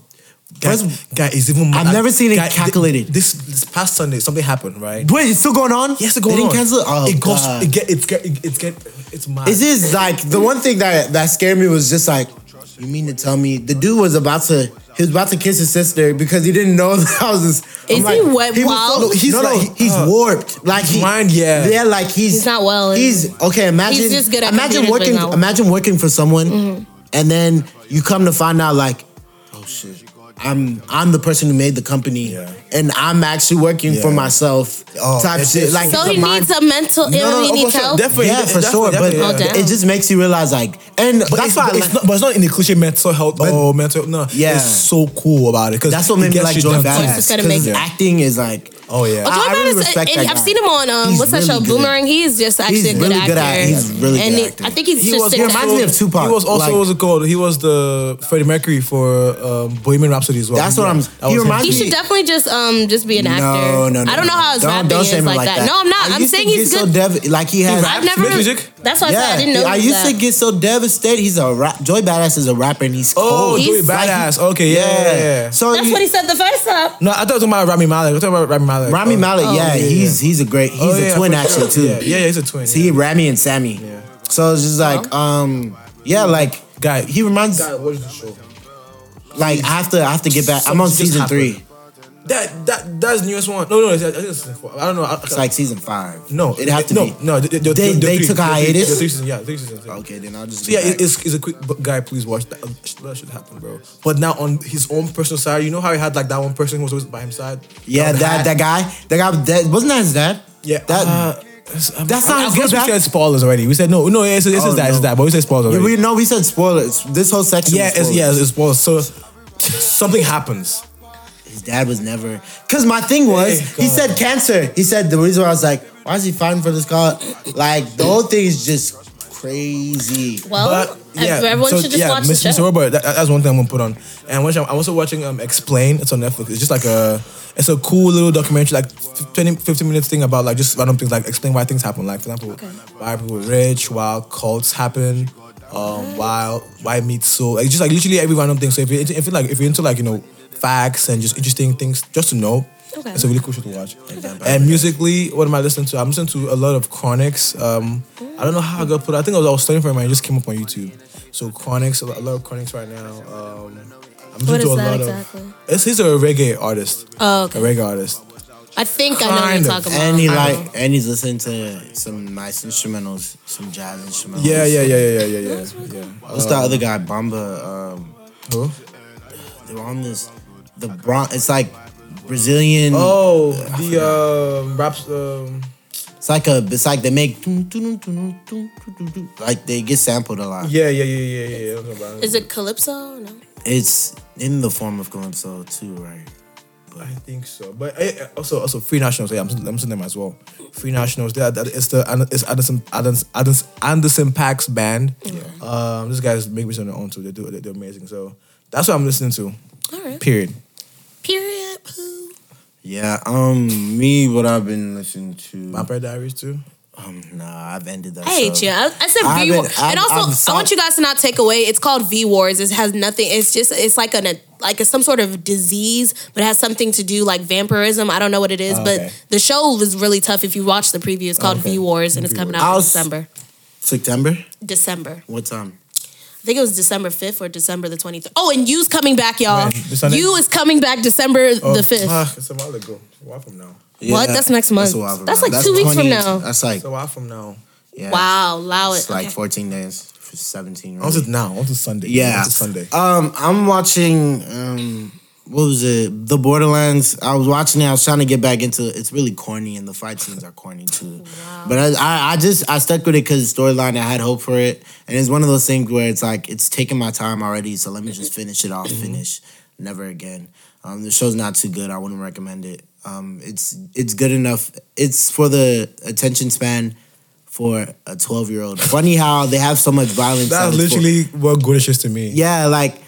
Speaker 2: First-
Speaker 3: guy is even.
Speaker 2: I've never seen it
Speaker 3: guy, thi-
Speaker 2: calculated.
Speaker 3: This this past Sunday, something happened, right?
Speaker 2: wait, it's still going on?
Speaker 3: Yes, it
Speaker 2: They
Speaker 3: going
Speaker 2: didn't
Speaker 3: on.
Speaker 2: cancel. Oh,
Speaker 3: it goes.
Speaker 2: God.
Speaker 3: It get. It's get. It's get. It's mad.
Speaker 2: It's just like the one thing that that scared me was just like, you mean to tell me the dude was about to he was about to kiss his sister because he didn't know that I was. Just, I'm
Speaker 1: Is he
Speaker 2: like,
Speaker 1: wet
Speaker 2: was
Speaker 1: wild?
Speaker 2: so-
Speaker 1: No,
Speaker 3: he's
Speaker 2: no, no,
Speaker 3: like-
Speaker 2: he's
Speaker 3: uh,
Speaker 2: warped. Like he,
Speaker 3: mind, yeah.
Speaker 2: yeah, like he's
Speaker 1: He's not well, is
Speaker 2: He's okay. Imagine
Speaker 1: He's just good at
Speaker 2: imagine
Speaker 1: computers, but
Speaker 2: working
Speaker 1: he's not well. Mm-hmm.
Speaker 2: imagine working for someone, and then you come to find out like, oh shit, I'm I'm the person who made the company,
Speaker 3: Yeah.
Speaker 2: and I'm actually working for
Speaker 3: Yeah.
Speaker 2: myself.
Speaker 3: Oh,
Speaker 2: type
Speaker 3: it's-
Speaker 2: shit.
Speaker 3: it's-
Speaker 2: Like
Speaker 1: So
Speaker 2: it's a
Speaker 1: he
Speaker 2: mind-
Speaker 1: needs a mental ill. he needs
Speaker 3: sure,
Speaker 1: help.
Speaker 3: definitely.
Speaker 2: yeah, for
Speaker 3: definitely,
Speaker 2: sure. But
Speaker 3: definitely,
Speaker 1: Oh, damn.
Speaker 2: it just makes you realize, like, and
Speaker 3: But
Speaker 2: that's
Speaker 3: it's,
Speaker 2: why I
Speaker 3: but it's
Speaker 2: like-
Speaker 3: not, but it's not in the cliche mental health
Speaker 2: But-
Speaker 3: or mental no.
Speaker 2: Yeah.
Speaker 3: it's so cool about it because
Speaker 2: That's what made me like Joy
Speaker 1: It's
Speaker 2: Badass.
Speaker 1: just gotta
Speaker 2: 'cause
Speaker 1: make-
Speaker 2: his
Speaker 3: Yeah.
Speaker 2: acting is like,
Speaker 3: Oh yeah,
Speaker 2: I-
Speaker 1: Well, Joy
Speaker 2: I really
Speaker 1: Badass,
Speaker 2: respect
Speaker 1: and
Speaker 2: that
Speaker 1: I've
Speaker 2: guy.
Speaker 1: seen him on um,
Speaker 2: He's
Speaker 1: what's that
Speaker 2: really
Speaker 1: show,
Speaker 2: good.
Speaker 1: Boomerang. He's just actually
Speaker 2: He's
Speaker 1: a good
Speaker 2: really
Speaker 1: actor.
Speaker 2: good at- he's really
Speaker 1: and
Speaker 2: good
Speaker 1: he-
Speaker 2: actor.
Speaker 1: I think he's
Speaker 3: He
Speaker 1: just
Speaker 3: was-
Speaker 1: six
Speaker 2: he reminds me of Tupac.
Speaker 3: He was also
Speaker 2: like-
Speaker 3: what was it called? He was the Freddie Mercury for um, Bohemian Rhapsody as well.
Speaker 2: That's what I'm-
Speaker 3: That
Speaker 2: he
Speaker 3: was him.
Speaker 2: reminds
Speaker 1: He
Speaker 2: me-
Speaker 1: should definitely just um just be an actor.
Speaker 2: No, no, no.
Speaker 1: I don't know how his
Speaker 2: Don't-
Speaker 1: rapping
Speaker 2: don't
Speaker 1: is
Speaker 2: say him
Speaker 1: like, that. No, I'm not.
Speaker 2: I
Speaker 1: I'm
Speaker 2: used to
Speaker 1: saying
Speaker 2: get
Speaker 1: he's
Speaker 2: so
Speaker 1: good.
Speaker 2: dev- like he has.
Speaker 1: I've never.
Speaker 3: Make music?
Speaker 1: That's why I
Speaker 2: yeah,
Speaker 1: said I didn't know.
Speaker 2: I
Speaker 1: he
Speaker 2: used
Speaker 1: was that.
Speaker 2: to get so devastated. He's a rap. Joy Badass is a rapper, and he's
Speaker 3: Oh,
Speaker 2: cold.
Speaker 3: Joey
Speaker 1: He's-
Speaker 2: Like,
Speaker 3: Badass. okay, yeah. yeah, yeah.
Speaker 2: So
Speaker 1: That's
Speaker 2: you-
Speaker 1: what he said the first time.
Speaker 3: No, I thought it was about Rami Malek. I was talking about Rami Malek.
Speaker 2: Rami
Speaker 3: Oh.
Speaker 2: Malek,
Speaker 1: Oh,
Speaker 2: yeah,
Speaker 3: yeah,
Speaker 2: he's he's a great. He's
Speaker 3: Oh,
Speaker 2: a
Speaker 3: yeah,
Speaker 2: twin
Speaker 3: for
Speaker 2: actor
Speaker 3: sure.
Speaker 2: too.
Speaker 3: Yeah, yeah, he's a twin.
Speaker 2: See,
Speaker 3: yeah.
Speaker 2: Rami and Sammy. Yeah. So it's just like, um, yeah, like
Speaker 3: Guy-
Speaker 2: He reminds
Speaker 3: watch the show.
Speaker 2: like I have to I have to get back. I'm on
Speaker 3: Something just
Speaker 2: season
Speaker 3: happened.
Speaker 2: three.
Speaker 3: That that that's the newest one. No, no, it's, I think it's season four. I don't know. I,
Speaker 2: It's like season five.
Speaker 3: no,
Speaker 2: it have to
Speaker 3: no,
Speaker 2: be.
Speaker 3: No, they, they,
Speaker 2: They- they took a hiatus?
Speaker 3: Three seasons, yeah, three seasons. yeah.
Speaker 2: Okay, then I'll just.
Speaker 3: So yeah,
Speaker 2: Get
Speaker 3: it-
Speaker 2: back.
Speaker 3: it's, it's a quick but guy. Please watch that. That should happen, bro. But now on his own personal side, you know how he had like that one person who was always by his side.
Speaker 2: yeah,
Speaker 3: was
Speaker 2: that
Speaker 3: hot?
Speaker 2: that guy, that guy was dead. Wasn't that his dad?
Speaker 3: Yeah,
Speaker 2: that.
Speaker 3: uh, that's- I'm-
Speaker 2: That
Speaker 3: I-
Speaker 2: sounds
Speaker 3: I guess
Speaker 2: good,
Speaker 3: we
Speaker 2: right?
Speaker 3: said spoilers already. We said no, no. It's, it's,
Speaker 2: Oh,
Speaker 3: that. It's
Speaker 2: no.
Speaker 3: that. But we said spoilers
Speaker 2: yeah,
Speaker 3: already.
Speaker 2: we no, we said spoilers. This whole section.
Speaker 3: yeah,
Speaker 2: was
Speaker 3: it's, yeah,
Speaker 2: spoilers.
Speaker 3: it's spoilers. So something happens.
Speaker 2: His dad was never. Cause my thing was,
Speaker 3: Hey,
Speaker 2: he
Speaker 3: God.
Speaker 2: said cancer. He said the reason why I was like, why is he fighting for this car? Like the whole thing is just crazy.
Speaker 1: Well, everyone should just watch
Speaker 3: Miss-
Speaker 1: the
Speaker 3: Mr.
Speaker 1: show.
Speaker 3: Robert, that, that's one thing I'm gonna put on. And which I'm, I'm also watching um, Explain. It's on Netflix. It's just like a, it's a cool little documentary, like 20, 15 minutes thing about like just random things, like explain why things happen. Like for example, why people are rich, why cults happen, um, why why meat so like, just like literally every random thing. So if you're into, if you're like if you're into like you know facts and just interesting things, just to know.
Speaker 1: Okay.
Speaker 3: It's a really cool show to watch. And musically, what am I listening to? I'm listening to a lot of Chronics. Um, I don't know how I got put. I think I was, I was studying for it, and it just came up on YouTube. So Chronics, a lot, a lot of Chronics right now. Um, I'm
Speaker 1: What
Speaker 3: listening to
Speaker 1: is
Speaker 3: a
Speaker 1: that
Speaker 3: lot
Speaker 1: exactly?
Speaker 3: of. It's, he's a reggae artist.
Speaker 1: Oh,
Speaker 3: A
Speaker 1: okay.
Speaker 3: reggae artist.
Speaker 1: I think I know what
Speaker 3: Kind
Speaker 1: you're
Speaker 3: of.
Speaker 1: talking about.
Speaker 2: And he
Speaker 1: I
Speaker 2: like,
Speaker 1: know.
Speaker 2: and he's listening to some nice instrumentals, some jazz instrumentals.
Speaker 3: Yeah, yeah, yeah, yeah, yeah, yeah, yeah.
Speaker 2: What's the other guy? Bamba. Um,
Speaker 3: Who?
Speaker 2: they were on this, the Bron. It's like Brazilian.
Speaker 3: Oh, the um, raps. Um,
Speaker 2: It's like a. It's like they make. dun, dun, dun, dun, dun, dun, dun, dun. Like they get sampled a lot.
Speaker 3: yeah, yeah, yeah, yeah, yeah, yeah. I don't know about it.
Speaker 1: Is it Calypso? No.
Speaker 2: It's in the form of calypso too, right?
Speaker 3: I think so. But eh, eh, also, also Free Nationals. Yeah, I'm, I'm seeing them as well. Free Nationals. They are, that it's the it's Anderson Anderson Anderson, Anderson Pack's band. Um, this guys make music on their own too. They do. They, they're amazing. So that's what I'm listening to.
Speaker 1: All right.
Speaker 3: Period.
Speaker 1: Period. Poo.
Speaker 2: Yeah. Um. Me, what I've been listening to.
Speaker 3: Vampire Diaries too.
Speaker 2: Um, nah, I've ended that.
Speaker 1: I hate
Speaker 2: show.
Speaker 1: you. I, I said
Speaker 2: I've
Speaker 1: V
Speaker 2: been-
Speaker 1: Wars,
Speaker 2: I'm-
Speaker 1: and also
Speaker 2: I'm
Speaker 1: I
Speaker 2: so-
Speaker 1: want you guys to not take away. It's called V Wars. It has nothing. It's just it's like an like it's some sort of disease, but it has something to do like vampirism. I don't know what it is,
Speaker 3: Oh, okay.
Speaker 1: but the show was really tough. If you watch the preview, it's called
Speaker 3: okay.
Speaker 1: V Wars, and it's coming out
Speaker 2: I'll
Speaker 1: in
Speaker 2: s-
Speaker 1: December.
Speaker 2: September.
Speaker 1: December.
Speaker 2: What time?
Speaker 1: I think it was December fifth or December the twenty third. Oh, and you's coming back, y'all.
Speaker 3: When? This Sunday?
Speaker 1: You is coming back December the fifth.
Speaker 3: fuck, Oh, ah, it's a while ago. It's a while from now.
Speaker 1: What? That's next month.
Speaker 2: a while from
Speaker 1: That's
Speaker 2: now.
Speaker 1: like two weeks from
Speaker 2: 20
Speaker 1: now.
Speaker 2: That's like
Speaker 3: It's a while from now.
Speaker 2: yeah.
Speaker 1: Wow, allow it.
Speaker 2: It's like
Speaker 1: Okay.
Speaker 2: 14 days, 17.
Speaker 3: I was
Speaker 2: really.
Speaker 3: it now. I was it Sunday. I
Speaker 2: Yeah.
Speaker 3: was it Sunday.
Speaker 2: Um, I'm watching. Um, what was it? The Borderlands. I was watching it. I was trying to get back into. it. It's really corny, and the fight scenes are corny too. But I, I, I just I stuck with it because storyline. I had hope for it, and it's one of those things where it's like it's taking my time already. So let me just finish it off. Finish. Never again. Um, the show's not too good. I wouldn't recommend it. Um, it's it's good enough. It's for the attention span for a twelve year old. Funny how they have so much violence. on
Speaker 3: That's
Speaker 2: the sport.
Speaker 3: literally what Goodish is to me.
Speaker 2: Yeah, like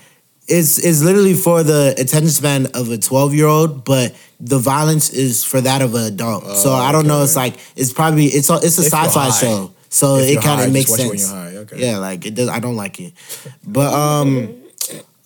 Speaker 2: it's it's literally for the attention span of a twelve year old, but the violence is for that of an adult. so I don't know. It's like it's probably it's a, it's
Speaker 3: Oh,
Speaker 2: a
Speaker 3: If you're
Speaker 2: sci fi
Speaker 3: high.
Speaker 2: show, so
Speaker 3: If
Speaker 2: it
Speaker 3: you're
Speaker 2: kind
Speaker 3: high, just
Speaker 2: of makes
Speaker 3: watch it when
Speaker 2: sense.
Speaker 3: you're high, okay.
Speaker 2: Yeah, like it does. I don't like it, but um,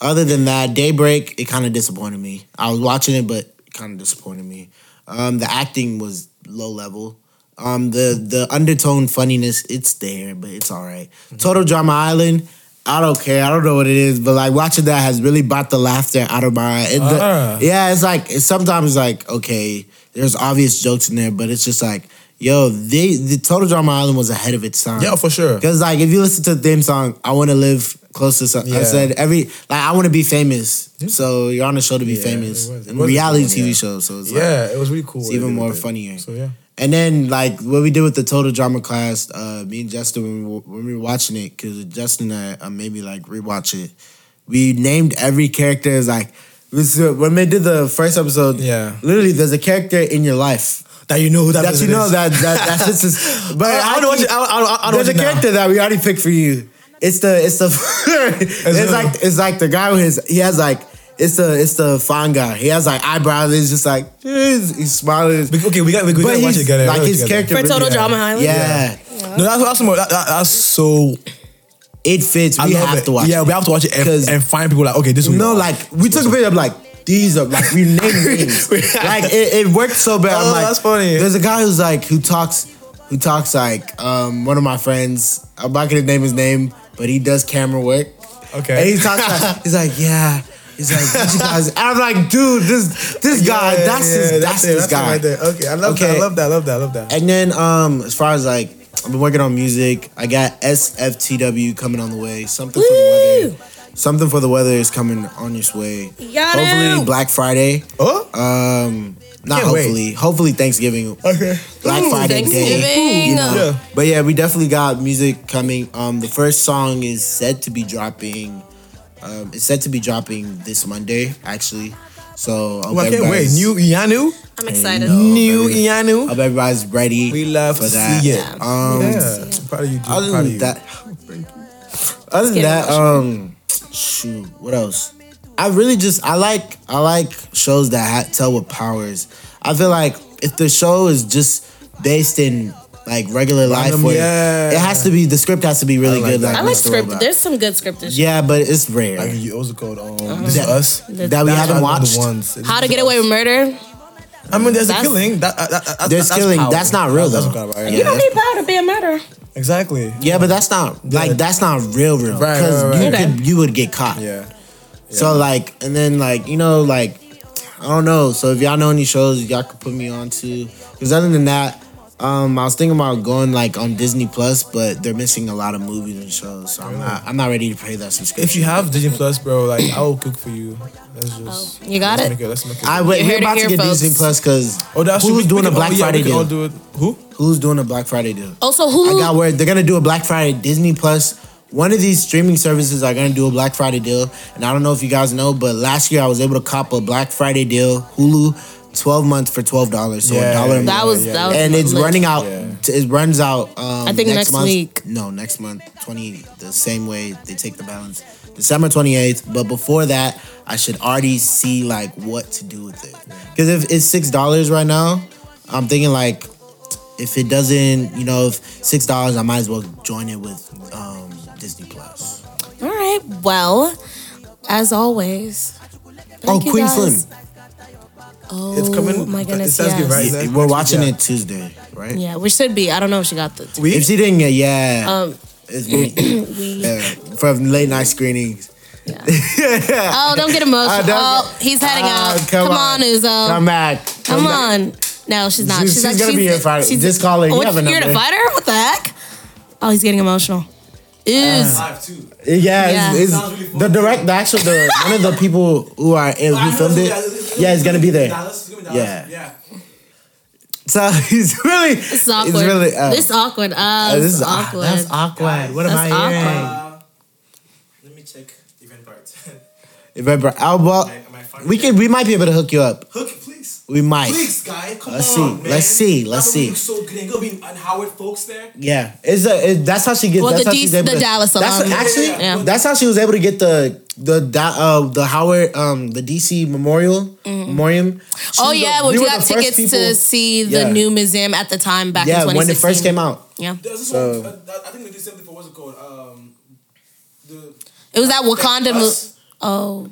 Speaker 2: other than that, Daybreak it kind of disappointed me. I was watching it, but it kind of disappointed me. Um, the acting was low level. Um, the the undertone funniness, it's there, but it's all right. Total Drama Island, I don't care. I don't know what it is, but like watching that has really brought the laughter out of my. It, the-
Speaker 3: Ah.
Speaker 2: yeah, it's like it's sometimes like okay, there's obvious jokes in there, but it's just like yo, they the Total Drama Island was ahead of its time.
Speaker 3: Yeah, for sure.
Speaker 2: Because like if you listen to the theme song, I want to live close to something. I
Speaker 3: Yeah.
Speaker 2: said every like I want to be famous, so you're on a show to be
Speaker 3: Yeah,
Speaker 2: famous
Speaker 3: it was- it
Speaker 2: and
Speaker 3: was a
Speaker 2: reality
Speaker 3: show, yeah.
Speaker 2: TV show. So it's like,
Speaker 3: yeah, it was really cool.
Speaker 2: it's
Speaker 3: what they
Speaker 2: even
Speaker 3: did
Speaker 2: more
Speaker 3: with it.
Speaker 2: funnier.
Speaker 3: So yeah,
Speaker 2: And then like what we did with the total drama class, uh, me and Justin when we, when we were watching it, because Justin and I, I maybe like rewatch it. We named every character as like this is- when they did the first episode.
Speaker 3: Yeah.
Speaker 2: literally, there's a character in your life
Speaker 3: that you know who that,
Speaker 2: that you
Speaker 3: person
Speaker 2: know
Speaker 3: is.
Speaker 2: that that that fits us. But
Speaker 3: I don't know what you- I don't- I don't- I don't
Speaker 2: there's a
Speaker 3: know.
Speaker 2: character that we already picked for you. It's the it's the it's,
Speaker 3: who?
Speaker 2: like it's like the guy with his he has like it's the it's the fine guy. He has like eyebrows. He's just like he's, he's smiling.
Speaker 3: We- Okay, we got we, we
Speaker 2: But
Speaker 3: gotta watch it
Speaker 2: he's
Speaker 3: together.
Speaker 2: like
Speaker 3: Watch it
Speaker 2: his
Speaker 3: together.
Speaker 2: character.
Speaker 1: For Total
Speaker 2: yeah.
Speaker 1: Drama Island?
Speaker 2: Yeah.
Speaker 3: No, that's that's more, that, that, that's so.
Speaker 2: it fits.
Speaker 3: I
Speaker 2: we
Speaker 3: love
Speaker 2: have
Speaker 3: it.
Speaker 2: to watch.
Speaker 3: Yeah,
Speaker 2: it.
Speaker 3: we have to watch it and,
Speaker 2: 'Cause-
Speaker 3: and find people like okay, this one.
Speaker 2: no, like we took a picture of like these are like we named names. like it, it worked so bad.
Speaker 3: Oh,
Speaker 2: I'm like,
Speaker 3: that's funny.
Speaker 2: There's a guy who's like who talks, who talks like um one of my friends. I'm not gonna name his name, but he does camera work.
Speaker 3: Okay.
Speaker 2: and he talks. Like, he's like, yeah. He's like, what you guys? I'm like, dude, this this guy,
Speaker 3: Yeah,
Speaker 2: that's
Speaker 3: yeah,
Speaker 2: his, that's,
Speaker 3: it,
Speaker 2: his
Speaker 3: it
Speaker 2: guy.
Speaker 3: right there. Okay, I love that.
Speaker 2: Okay.
Speaker 3: I love that. I love that. I love that.
Speaker 2: And then um as far as like I've been working on music. I got SFTW coming on the way. Something for the
Speaker 1: Woo!
Speaker 2: weather. Something for the weather is coming on its way.
Speaker 1: Got
Speaker 2: hopefully
Speaker 1: him.
Speaker 2: Black Friday.
Speaker 3: oh,
Speaker 2: Um not
Speaker 3: Can't wait.
Speaker 2: hopefully. Hopefully Thanksgiving.
Speaker 3: okay.
Speaker 2: Black Friday day.
Speaker 1: Thanksgiving.
Speaker 2: You know.
Speaker 3: Yeah.
Speaker 2: But yeah, we definitely got music coming. Um the first song is said to be dropping um it's said to be dropping this Monday, actually. So I hope
Speaker 3: Ooh, I can't wait.
Speaker 2: everybody's-
Speaker 3: New Yanu,
Speaker 1: I'm excited.
Speaker 2: know.
Speaker 3: new
Speaker 2: Oh, baby. I
Speaker 3: Yanu.
Speaker 2: hope everybody's ready.
Speaker 3: We love
Speaker 2: for
Speaker 3: to
Speaker 2: that.
Speaker 3: see it.
Speaker 2: Um
Speaker 3: Yeah, I'm proud of you. dude.
Speaker 2: other
Speaker 3: proud of
Speaker 2: than
Speaker 3: you.
Speaker 2: that, other than
Speaker 1: Skin
Speaker 2: that, um, shoot, what else? I really just I like I like shows that ha- tell with powers. I feel like if the show is just based in like regular life,
Speaker 3: Random,
Speaker 2: where
Speaker 3: yeah.
Speaker 2: it has to be the script has to be really
Speaker 3: I like
Speaker 2: good.
Speaker 3: that.
Speaker 2: Like
Speaker 1: I like
Speaker 2: Mr.
Speaker 1: script.
Speaker 2: Robot.
Speaker 1: There's some good scripted shit.
Speaker 2: yeah, but it's
Speaker 3: I
Speaker 2: rare
Speaker 3: mean, you also called um, this is
Speaker 2: That-
Speaker 3: us.
Speaker 2: that we
Speaker 3: That's
Speaker 2: haven't
Speaker 3: one of the
Speaker 2: watched.
Speaker 3: ones.
Speaker 1: Uh-huh. How to Get Away with Murder.
Speaker 3: I mean, there's a
Speaker 1: That's-
Speaker 3: killing. That, that, that, that,
Speaker 2: There's
Speaker 3: that's
Speaker 2: killing.
Speaker 3: power.
Speaker 2: That's not real,
Speaker 3: That's
Speaker 2: though.
Speaker 3: power, yeah.
Speaker 2: You don't
Speaker 1: Don't be proud of being a murderer.
Speaker 3: Exactly.
Speaker 2: Yeah, but that's not like
Speaker 3: Yeah.
Speaker 2: that's not real, real.
Speaker 3: Right,
Speaker 2: Because
Speaker 3: right, right.
Speaker 2: you
Speaker 1: Okay.
Speaker 2: could you would get caught.
Speaker 3: Yeah.
Speaker 2: So like, and then like, you know, like, I don't know. So if y'all know any shows, y'all could put me on to. Because other than that, um, I was thinking about going like on Disney Plus, but they're missing a lot of movies and shows. So I'm not, I'm not ready to pay that subscription.
Speaker 3: If you have Disney Plus, bro, like I will cook for you. Let's just.
Speaker 1: Oh. You got
Speaker 3: let's
Speaker 1: it?
Speaker 3: Make it. Let's make it.
Speaker 2: I wait,
Speaker 1: You
Speaker 2: we're
Speaker 1: heard it
Speaker 2: about to
Speaker 1: here,
Speaker 2: get
Speaker 1: folks.
Speaker 2: Disney Plus because
Speaker 3: oh, that's
Speaker 2: who's
Speaker 3: we, we
Speaker 2: doing
Speaker 3: can,
Speaker 2: a Black
Speaker 3: oh, yeah, we
Speaker 2: Friday
Speaker 3: can all
Speaker 2: deal?
Speaker 3: do it. Who?
Speaker 2: Who's doing a Black Friday deal?
Speaker 1: Also,
Speaker 2: I got
Speaker 1: Hulu.
Speaker 2: word they're gonna do a Black Friday Disney Plus. One of these streaming services are gonna do a Black Friday deal, and I don't know if you guys know, but last year I was able to cop a Black Friday deal, Hulu, twelve months for twelve dollars, so a
Speaker 3: Yeah,
Speaker 2: dollar. a
Speaker 3: yeah,
Speaker 2: month.
Speaker 1: That was
Speaker 3: yeah,
Speaker 1: that was.
Speaker 2: And it's
Speaker 1: lit.
Speaker 2: running out.
Speaker 3: Yeah.
Speaker 2: t- It runs out. Um,
Speaker 1: I think next
Speaker 2: month.
Speaker 1: week.
Speaker 2: No, next month, twenty. The same way they take the balance, December twenty eighth. But before that, I should already see like what to do with it. Because if it's six dollars right now, I'm thinking like if it doesn't, you know, if six dollars, I might as well join it with um, Disney Plus.
Speaker 1: All right. Well, as always.
Speaker 2: oh,
Speaker 1: you,
Speaker 2: Queen
Speaker 1: guys.
Speaker 2: Slim.
Speaker 1: Oh,
Speaker 3: It's coming.
Speaker 1: my goodness.
Speaker 3: It's Thanksgiving,
Speaker 1: yes.
Speaker 3: right?
Speaker 2: Yeah,
Speaker 3: Next
Speaker 2: We're
Speaker 3: week,
Speaker 2: watching
Speaker 3: yeah.
Speaker 2: it Tuesday, right?
Speaker 1: Yeah, we should be. I don't know if she got the.
Speaker 3: We.
Speaker 2: If she didn't get, yeah,
Speaker 1: Um,
Speaker 2: it's me
Speaker 1: we.
Speaker 2: yeah, from late night screenings.
Speaker 1: Oh, don't get emotional.
Speaker 2: don't
Speaker 1: oh, he's heading
Speaker 2: Ah,
Speaker 1: out. Come, on, Uzo.
Speaker 2: Come back.
Speaker 1: Um, Come,
Speaker 2: back.
Speaker 1: on. No, she's not.
Speaker 2: She's-
Speaker 1: She's,
Speaker 2: she's
Speaker 1: like,
Speaker 2: gonna be here Friday.
Speaker 1: she's-
Speaker 2: Just call her. You
Speaker 1: what,
Speaker 2: have a
Speaker 1: You're gonna
Speaker 2: number.
Speaker 1: fight her? What the heck? Oh, he's getting emotional.
Speaker 2: Uh,
Speaker 1: Ooze.
Speaker 2: Yeah,
Speaker 1: Yeah.
Speaker 2: It's, it's the direct, the actual, the one of the people who are who filmed it. Yeah, it's gonna be there. Yeah. So he's really,
Speaker 1: this is
Speaker 2: it's
Speaker 1: awkward.
Speaker 2: really. uh,
Speaker 1: this is awkward. Uh,
Speaker 2: uh,
Speaker 1: this is
Speaker 2: aw-
Speaker 1: awkward.
Speaker 2: That's awkward. what am I
Speaker 1: That's
Speaker 2: hearing?
Speaker 6: Let me check event part.
Speaker 2: If I br- I'll, well,
Speaker 6: my
Speaker 2: we could, we might be able to hook you up.
Speaker 6: Hook it, please.
Speaker 2: We might.
Speaker 6: Please, guy. Come
Speaker 2: Let's
Speaker 6: on,
Speaker 2: see.
Speaker 6: man.
Speaker 2: Let's see. Let's
Speaker 6: That would
Speaker 2: see.
Speaker 6: look so good. Ain't gonna be an Howard folks there.
Speaker 2: Yeah, it's a. It, that's how she gets.
Speaker 1: Well,
Speaker 2: that's
Speaker 1: the
Speaker 2: how she's
Speaker 1: D's-
Speaker 2: able
Speaker 1: the
Speaker 2: to-
Speaker 1: Dallas
Speaker 2: That's
Speaker 1: alum.
Speaker 2: actually.
Speaker 1: Yeah.
Speaker 2: That's how she was able to get the the Da- uh the Howard um the DC Memorial Memorium. She
Speaker 1: Mm-hmm. Oh
Speaker 2: was
Speaker 1: yeah,
Speaker 2: the-
Speaker 1: well,
Speaker 2: we
Speaker 1: you
Speaker 2: were
Speaker 1: got
Speaker 2: the first
Speaker 1: tickets to see the
Speaker 2: Yeah.
Speaker 1: new museum at the time back
Speaker 2: Yeah,
Speaker 1: in 2016.
Speaker 2: when it first came out.
Speaker 1: Yeah,
Speaker 6: There's this
Speaker 2: So-
Speaker 6: one. Uh, I think they did something for what's it called? Um, the
Speaker 1: it was that Wakanda. Mo-
Speaker 6: Us.
Speaker 1: oh,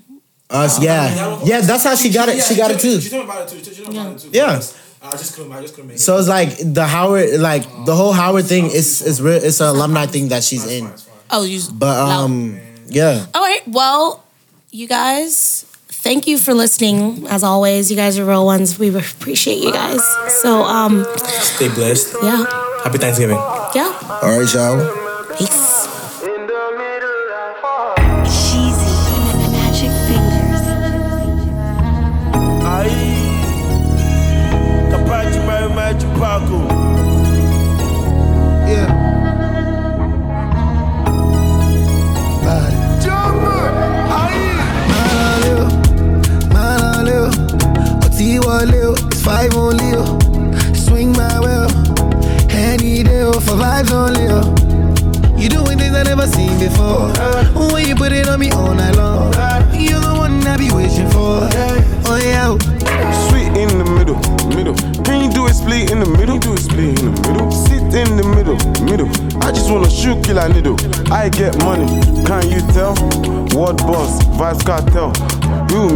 Speaker 2: Us,
Speaker 6: that
Speaker 2: yeah,
Speaker 6: one-
Speaker 2: yeah. That's how she got it.
Speaker 6: yeah,
Speaker 2: She got it too.
Speaker 6: She told me about it too. She told me about it too.
Speaker 2: Yeah.
Speaker 6: I just couldn't. I just couldn't make
Speaker 2: So
Speaker 6: it.
Speaker 2: it's like the Howard, like the whole Howard thing is is real. It's an alumni thing that she's in.
Speaker 1: oh, you.
Speaker 2: But um, yeah.
Speaker 1: All right. Well, you guys, thank you for listening. As always, you guys are real ones. We appreciate you guys. So, um,
Speaker 3: Stay blessed.
Speaker 1: yeah,
Speaker 3: Happy Thanksgiving.
Speaker 1: yeah.
Speaker 2: All right, y'all.
Speaker 1: Peace.
Speaker 7: In the middle of
Speaker 2: Five only, oh. swing my way, oh. any day, oh. for vibes only. Oh. You doing things I never seen before. When you put it on me all night long, you're the one I be wishing for. Oh yeah, oh.
Speaker 8: Sweet in the middle, middle. Can you do a split in the middle? Do a split in the middle. Sit in the middle, middle. I just wanna shoot kill a needle. I get money, can you tell? What boss, vice cartel. You